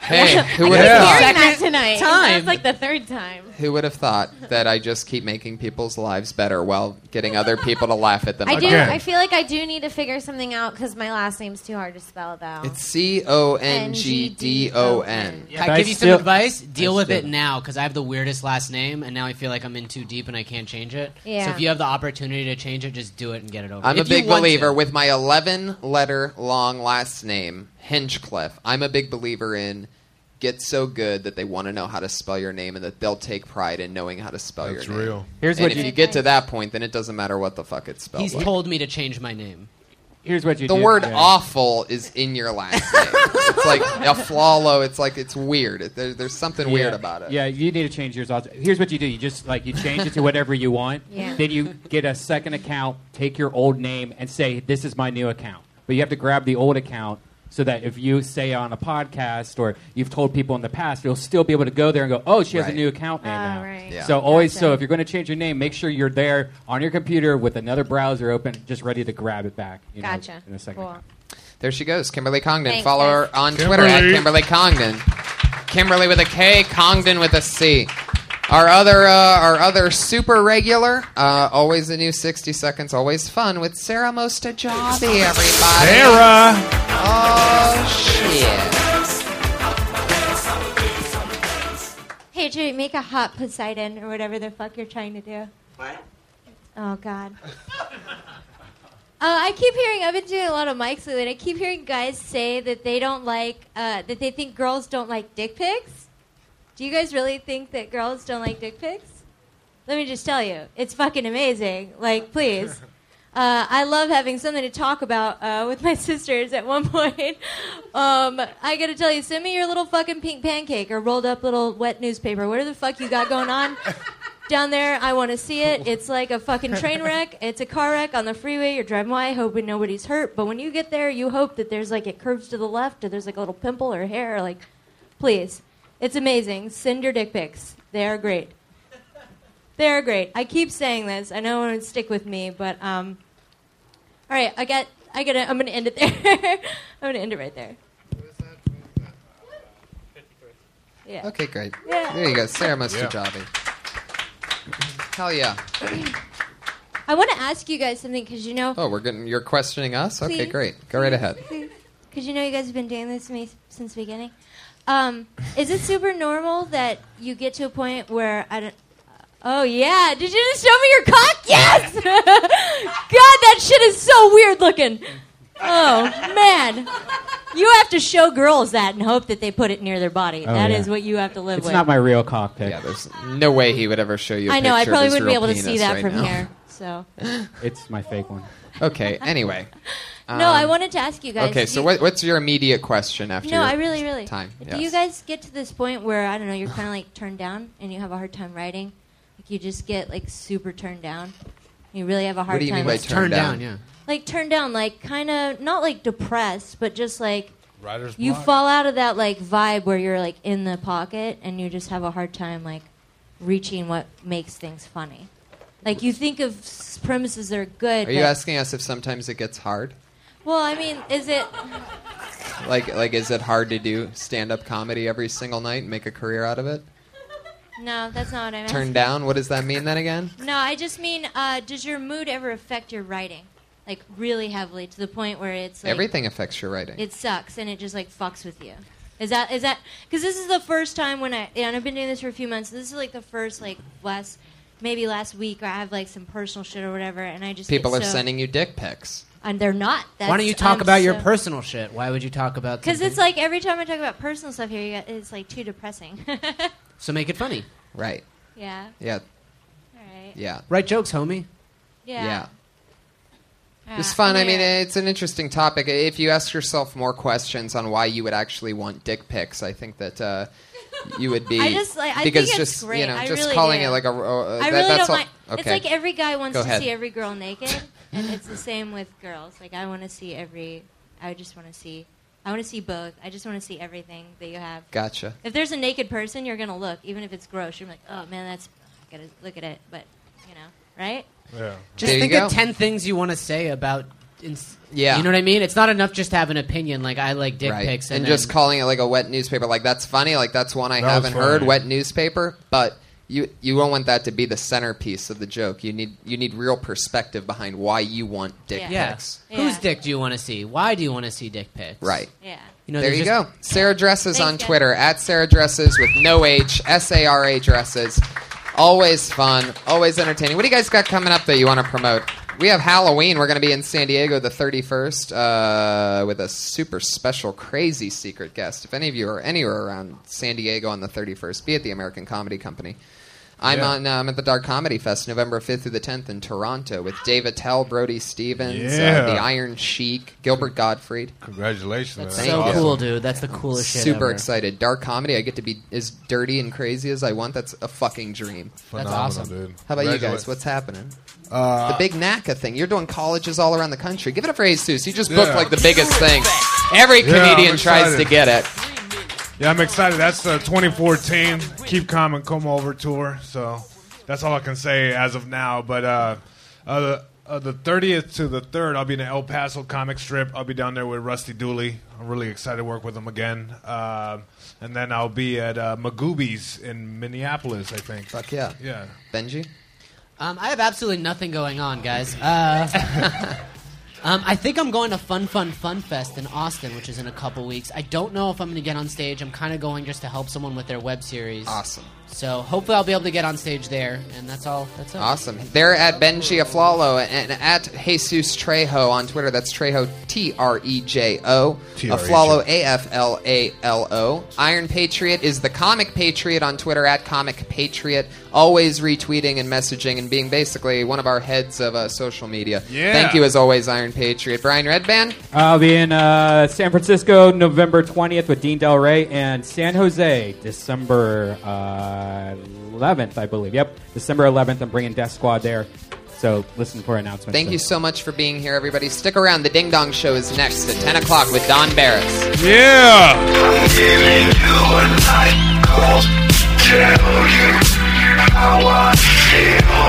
[SPEAKER 3] Hey, who
[SPEAKER 18] I
[SPEAKER 3] would
[SPEAKER 18] was
[SPEAKER 3] have
[SPEAKER 18] hearing
[SPEAKER 3] thought?
[SPEAKER 18] that tonight.
[SPEAKER 10] time.
[SPEAKER 18] That's like the third time.
[SPEAKER 3] Who would have thought that I just keep making people's lives better while getting other people to laugh at them?
[SPEAKER 18] I do.
[SPEAKER 3] Again.
[SPEAKER 18] I feel like I do need to figure something out because my last name's too hard to spell, though.
[SPEAKER 3] It's C O N G D O N.
[SPEAKER 10] Can I give you some advice? Deal with it now because I have the weirdest last name, and now I feel like I'm in too deep and I can't change it.
[SPEAKER 18] Yeah.
[SPEAKER 10] So if you have the opportunity to change it, just do it and get it over.
[SPEAKER 3] I'm
[SPEAKER 10] If
[SPEAKER 3] a
[SPEAKER 10] you
[SPEAKER 3] big
[SPEAKER 10] want to.
[SPEAKER 3] believer with my 11 letter long last name, Hinchcliffe. I'm a big believer in get so good that they want to know how to spell your name and that they'll take pride in knowing how to spell
[SPEAKER 9] That's
[SPEAKER 3] your name.
[SPEAKER 9] real.
[SPEAKER 2] Here's
[SPEAKER 3] and
[SPEAKER 2] what
[SPEAKER 3] if
[SPEAKER 2] you-
[SPEAKER 3] you get to that point, then it doesn't matter what the fuck it's spelled.
[SPEAKER 10] He's
[SPEAKER 3] like.
[SPEAKER 10] told me to change my name.
[SPEAKER 2] Here's what you
[SPEAKER 3] the
[SPEAKER 2] do.
[SPEAKER 3] word
[SPEAKER 2] yeah.
[SPEAKER 3] awful is in your last name. it's like a flawlo. It's like it's weird. It, there, there's something weird
[SPEAKER 2] Yeah.
[SPEAKER 3] about it.
[SPEAKER 2] Yeah, you need to change yours. Also. Here's what you do: you just like you change it to whatever you want.
[SPEAKER 3] Yeah.
[SPEAKER 2] Then you get a second account, take your old name, and say, "This is my new account." But you have to grab the old account so that if you say on a podcast or you've told people in the past, you'll still be able to go there and go, "Oh, she has
[SPEAKER 3] Right.
[SPEAKER 2] a new account name
[SPEAKER 3] Ah,
[SPEAKER 2] now."
[SPEAKER 3] right. Yeah.
[SPEAKER 2] So always, so if you're going to change your name, make sure you're there on your computer with another browser open, just ready to grab it back. you know,
[SPEAKER 18] Gotcha.
[SPEAKER 2] in a second.
[SPEAKER 18] Cool.
[SPEAKER 3] There she goes, Kimberly Congdon.
[SPEAKER 18] Thanks,
[SPEAKER 3] Follow her
[SPEAKER 18] guys.
[SPEAKER 3] on Twitter at Kimberly
[SPEAKER 18] Kimberly.
[SPEAKER 3] Congdon. Kimberly with a K, Congdon with a C. Our other, uh, our other super regular, uh, always the new 60 seconds, always fun with Sarah Mostajabi, everybody. Uh,
[SPEAKER 9] Sarah.
[SPEAKER 3] Oh,
[SPEAKER 20] Hey, Judy, make a hot Poseidon or whatever the fuck you're trying to do.
[SPEAKER 4] What?
[SPEAKER 20] Oh, God. Uh, I keep hearing, I've been doing a lot of mics lately, and I keep hearing guys say that they don't like, uh, that they think girls don't like dick pics. Do you guys really think that girls don't like dick pics? Let me just tell you, it's fucking amazing. Like, please. Uh, I love having something to talk about uh, with my sisters at one point. Um, I gotta tell you, send me your little fucking pink pancake or rolled up little wet newspaper. Whatever the fuck you got going on down there, I wanna see it. It's like a fucking train wreck. It's a car wreck on the freeway. You're driving by hoping nobody's hurt. But when you get there, you hope that there's like it curves to the left or there's like a little pimple or hair. Like, please. It's amazing. Send your dick pics. They are great. They're great. I keep saying this. I know it would stick with me, but um, all right. I got. I got. I'm gonna end it there. I'm gonna end it right there. Yeah.
[SPEAKER 3] Okay, great.
[SPEAKER 20] Yeah.
[SPEAKER 3] There you go, Sarah
[SPEAKER 20] Yeah.
[SPEAKER 3] Mustajabi.
[SPEAKER 13] Oh,
[SPEAKER 3] Hell yeah.
[SPEAKER 20] I want to ask you guys something because you know.
[SPEAKER 3] Oh, we're getting. You're questioning us. Okay,
[SPEAKER 20] Please.
[SPEAKER 3] great. Go right ahead.
[SPEAKER 20] Because you know you guys have been doing this to me s- since the beginning. Um, is it super normal that you get to a point where I don't? Oh yeah! Did you just show me your cock? Yes! God, that shit is so weird looking. Oh man, you have to show girls that and hope that they put it near their body.
[SPEAKER 3] Oh,
[SPEAKER 20] That is
[SPEAKER 3] yeah.
[SPEAKER 20] what you have to live with.
[SPEAKER 3] my
[SPEAKER 2] real cockpit.
[SPEAKER 3] Yeah, there's no way he would ever show you. I
[SPEAKER 20] I know. I probably wouldn't be able to see that from
[SPEAKER 3] now.
[SPEAKER 20] here. So
[SPEAKER 2] It's my fake one.
[SPEAKER 3] Okay. Anyway.
[SPEAKER 20] no, I
[SPEAKER 3] Um,
[SPEAKER 20] wanted to ask you guys.
[SPEAKER 3] Okay,
[SPEAKER 20] do
[SPEAKER 3] so
[SPEAKER 20] you-
[SPEAKER 3] what, what's your immediate question after?
[SPEAKER 20] No,
[SPEAKER 3] your
[SPEAKER 20] I really, really.
[SPEAKER 3] Time.
[SPEAKER 20] Do you guys get to this point where I don't know, you're kind of like turned down and you have a hard time writing? Like you just get like super turned down. You really have a hard
[SPEAKER 3] What do you
[SPEAKER 20] time.
[SPEAKER 3] mean by
[SPEAKER 20] with-
[SPEAKER 3] turned Turned down? down, yeah.
[SPEAKER 20] Like turned down, like kind of not like depressed, but just like
[SPEAKER 9] Writer's
[SPEAKER 20] you
[SPEAKER 9] block.
[SPEAKER 20] fall out of that like vibe where you're like in the pocket and you just have a hard time like reaching what makes things funny. Like you think of s- premises that are good.
[SPEAKER 3] Are you
[SPEAKER 20] but-
[SPEAKER 3] asking us if sometimes it gets hard?
[SPEAKER 20] Well, I mean, is it?
[SPEAKER 3] Like, like, is it hard to do stand-up comedy every single night and make a career out of it?
[SPEAKER 20] No, that's not what I meant.
[SPEAKER 3] Turned down. What does that mean then again?
[SPEAKER 20] No, I just mean, uh, does your mood ever affect your writing? Like, really heavily, to the point where it's like.
[SPEAKER 3] Everything affects your writing.
[SPEAKER 20] It sucks, and it just, like, fucks with you. Is that, is that, because this is the first time when I, and I've been doing this for a few months, this is, like, the first, like, last, maybe last week, I have, like, some personal shit or whatever, and I just.
[SPEAKER 3] People
[SPEAKER 20] get
[SPEAKER 3] are
[SPEAKER 20] so-
[SPEAKER 3] sending you dick pics.
[SPEAKER 20] And they're not. That's,
[SPEAKER 10] Why don't you talk
[SPEAKER 20] I'm
[SPEAKER 10] about your
[SPEAKER 20] so-
[SPEAKER 10] personal shit? Why would you talk about?
[SPEAKER 20] Because
[SPEAKER 10] something-
[SPEAKER 20] it's like every time I talk about personal stuff here, you got, it's like too depressing.
[SPEAKER 10] so make it funny.
[SPEAKER 3] Right.
[SPEAKER 20] yeah.
[SPEAKER 3] Yeah.
[SPEAKER 20] All right.
[SPEAKER 3] Yeah.
[SPEAKER 10] Write jokes, homie.
[SPEAKER 20] Yeah.
[SPEAKER 3] Yeah.
[SPEAKER 20] Yeah,
[SPEAKER 3] It's fun. I mean,
[SPEAKER 20] yeah.
[SPEAKER 3] it's an interesting topic. If you ask yourself more questions on why you would actually want dick pics, I think that uh, you would be
[SPEAKER 20] I just like I
[SPEAKER 3] because
[SPEAKER 20] think
[SPEAKER 3] just
[SPEAKER 20] it's great.
[SPEAKER 3] you know
[SPEAKER 20] I
[SPEAKER 3] just
[SPEAKER 20] really
[SPEAKER 3] calling
[SPEAKER 20] do.
[SPEAKER 3] it like a. Uh,
[SPEAKER 20] I
[SPEAKER 3] that-
[SPEAKER 20] really
[SPEAKER 3] that's
[SPEAKER 20] don't
[SPEAKER 3] all-
[SPEAKER 20] mind. It's
[SPEAKER 3] okay.
[SPEAKER 20] like every guy wants
[SPEAKER 3] Go
[SPEAKER 20] to
[SPEAKER 3] ahead.
[SPEAKER 20] see every girl naked, and it's the same with girls. Like I want to see every. I just want to see. I want to see both. I just want to see everything that you have.
[SPEAKER 3] Gotcha.
[SPEAKER 20] If there's a naked person, you're gonna look, even if it's gross. You're like, oh man, that's. I gotta look at it, but you know, right?
[SPEAKER 3] Yeah.
[SPEAKER 10] Just
[SPEAKER 3] There you
[SPEAKER 10] think of
[SPEAKER 3] go.
[SPEAKER 10] ten things you want to say about. Ins-
[SPEAKER 3] Yeah.
[SPEAKER 10] You know what I mean? It's not enough just to have an opinion like I like dick
[SPEAKER 3] right.
[SPEAKER 10] pics
[SPEAKER 3] and,
[SPEAKER 10] and,
[SPEAKER 3] just calling it like a wet newspaper. Like that's funny. Like that's one I
[SPEAKER 10] That was
[SPEAKER 3] haven't heard.
[SPEAKER 10] funny.
[SPEAKER 3] Wet newspaper, but. You, you don't want that to be the centerpiece of the joke. You need you need real perspective behind why you want dick
[SPEAKER 10] then- yeah.
[SPEAKER 3] pics.
[SPEAKER 10] Whose dick do you want to see? Why do you want to see dick pics?
[SPEAKER 3] Right.
[SPEAKER 20] Yeah.
[SPEAKER 10] You know,
[SPEAKER 3] there you
[SPEAKER 10] there's just-
[SPEAKER 3] go. Sarah Dresses on Twitter at Sarah Dresses with no H, S A R A Dresses. Always fun, always entertaining. What do you guys got coming up that you want to promote? We have Halloween. We're going to be in San Diego the 31st uh, with a super special, crazy secret guest. If any of you are anywhere around San Diego on the 31st, be at the American Comedy Company. I'm
[SPEAKER 10] Yeah.
[SPEAKER 3] on. Uh, I'm at the Dark Comedy Fest, November 5th through the 10th in Toronto with Dave Attell, Brody Stevens,
[SPEAKER 9] Yeah.
[SPEAKER 3] uh, the Iron Sheik, Gilbert Gottfried.
[SPEAKER 9] Congratulations.
[SPEAKER 3] That's
[SPEAKER 9] man.
[SPEAKER 3] so
[SPEAKER 9] Awesome.
[SPEAKER 3] cool,
[SPEAKER 10] dude. That's the coolest shit.
[SPEAKER 3] Super
[SPEAKER 10] ever.
[SPEAKER 3] excited. Dark comedy. I get to be as dirty and crazy as I want. That's a fucking dream.
[SPEAKER 9] Phenomenal, awesome. dude.
[SPEAKER 3] How about you
[SPEAKER 9] Congratulations.
[SPEAKER 3] guys? What's happening?
[SPEAKER 9] Uh,
[SPEAKER 3] the big NACA thing. You're doing colleges all around the country. Give it up for Jesus. He just booked
[SPEAKER 9] Yeah.
[SPEAKER 3] like the biggest thing. Every
[SPEAKER 9] Yeah, I'm
[SPEAKER 3] comedian tries to
[SPEAKER 9] excited.
[SPEAKER 3] get it.
[SPEAKER 9] Yeah, I'm excited. That's the 2014 Keep Calm and Come Over tour. So that's all I can say as of now. But uh, uh, the, uh, the 30th to the 3rd, I'll be in the El Paso comic strip. I'll be down there with Rusty Dooley. I'm really excited to work with him again. Um and then I'll be at uh, Magoobies in Minneapolis, I think.
[SPEAKER 3] Fuck yeah.
[SPEAKER 9] Yeah.
[SPEAKER 3] Benji?
[SPEAKER 10] Um, I have absolutely nothing going on, guys. Uh, um, I think I'm going to Fun Fun Fun Fest in Austin, which is in a couple weeks. I don't know if I'm going to get on stage. I'm kind of going just to help someone with their web series.
[SPEAKER 3] Awesome.
[SPEAKER 10] So hopefully I'll be able to get on stage there, and that's all. That's it.
[SPEAKER 3] Awesome. They're at Benji Aflalo and at Jesus Trejo on Twitter. That's Trejo, T R E J O.
[SPEAKER 10] T-R-E-J-O.
[SPEAKER 3] Aflalo, A F L A L O. Iron Patriot is the Comic Patriot on Twitter at Comic Patriot. Always retweeting and messaging and being basically one of our heads of uh, social media.
[SPEAKER 2] Yeah.
[SPEAKER 3] Thank you as always, Iron Patriot. Brian Redband.
[SPEAKER 2] I'll be in uh, San Francisco November 20th with Dean Del Rey and San Jose December uh, 11th, I believe. Yep, December 11th. I'm bringing Death Squad there. So listen for announcements.
[SPEAKER 3] Thank you so much for being here, everybody. Stick around. The Ding Dong Show is next at 10 o'clock with Don Barris.
[SPEAKER 9] Yeah.
[SPEAKER 5] I'm giving you a night cold. Tell you how I steal.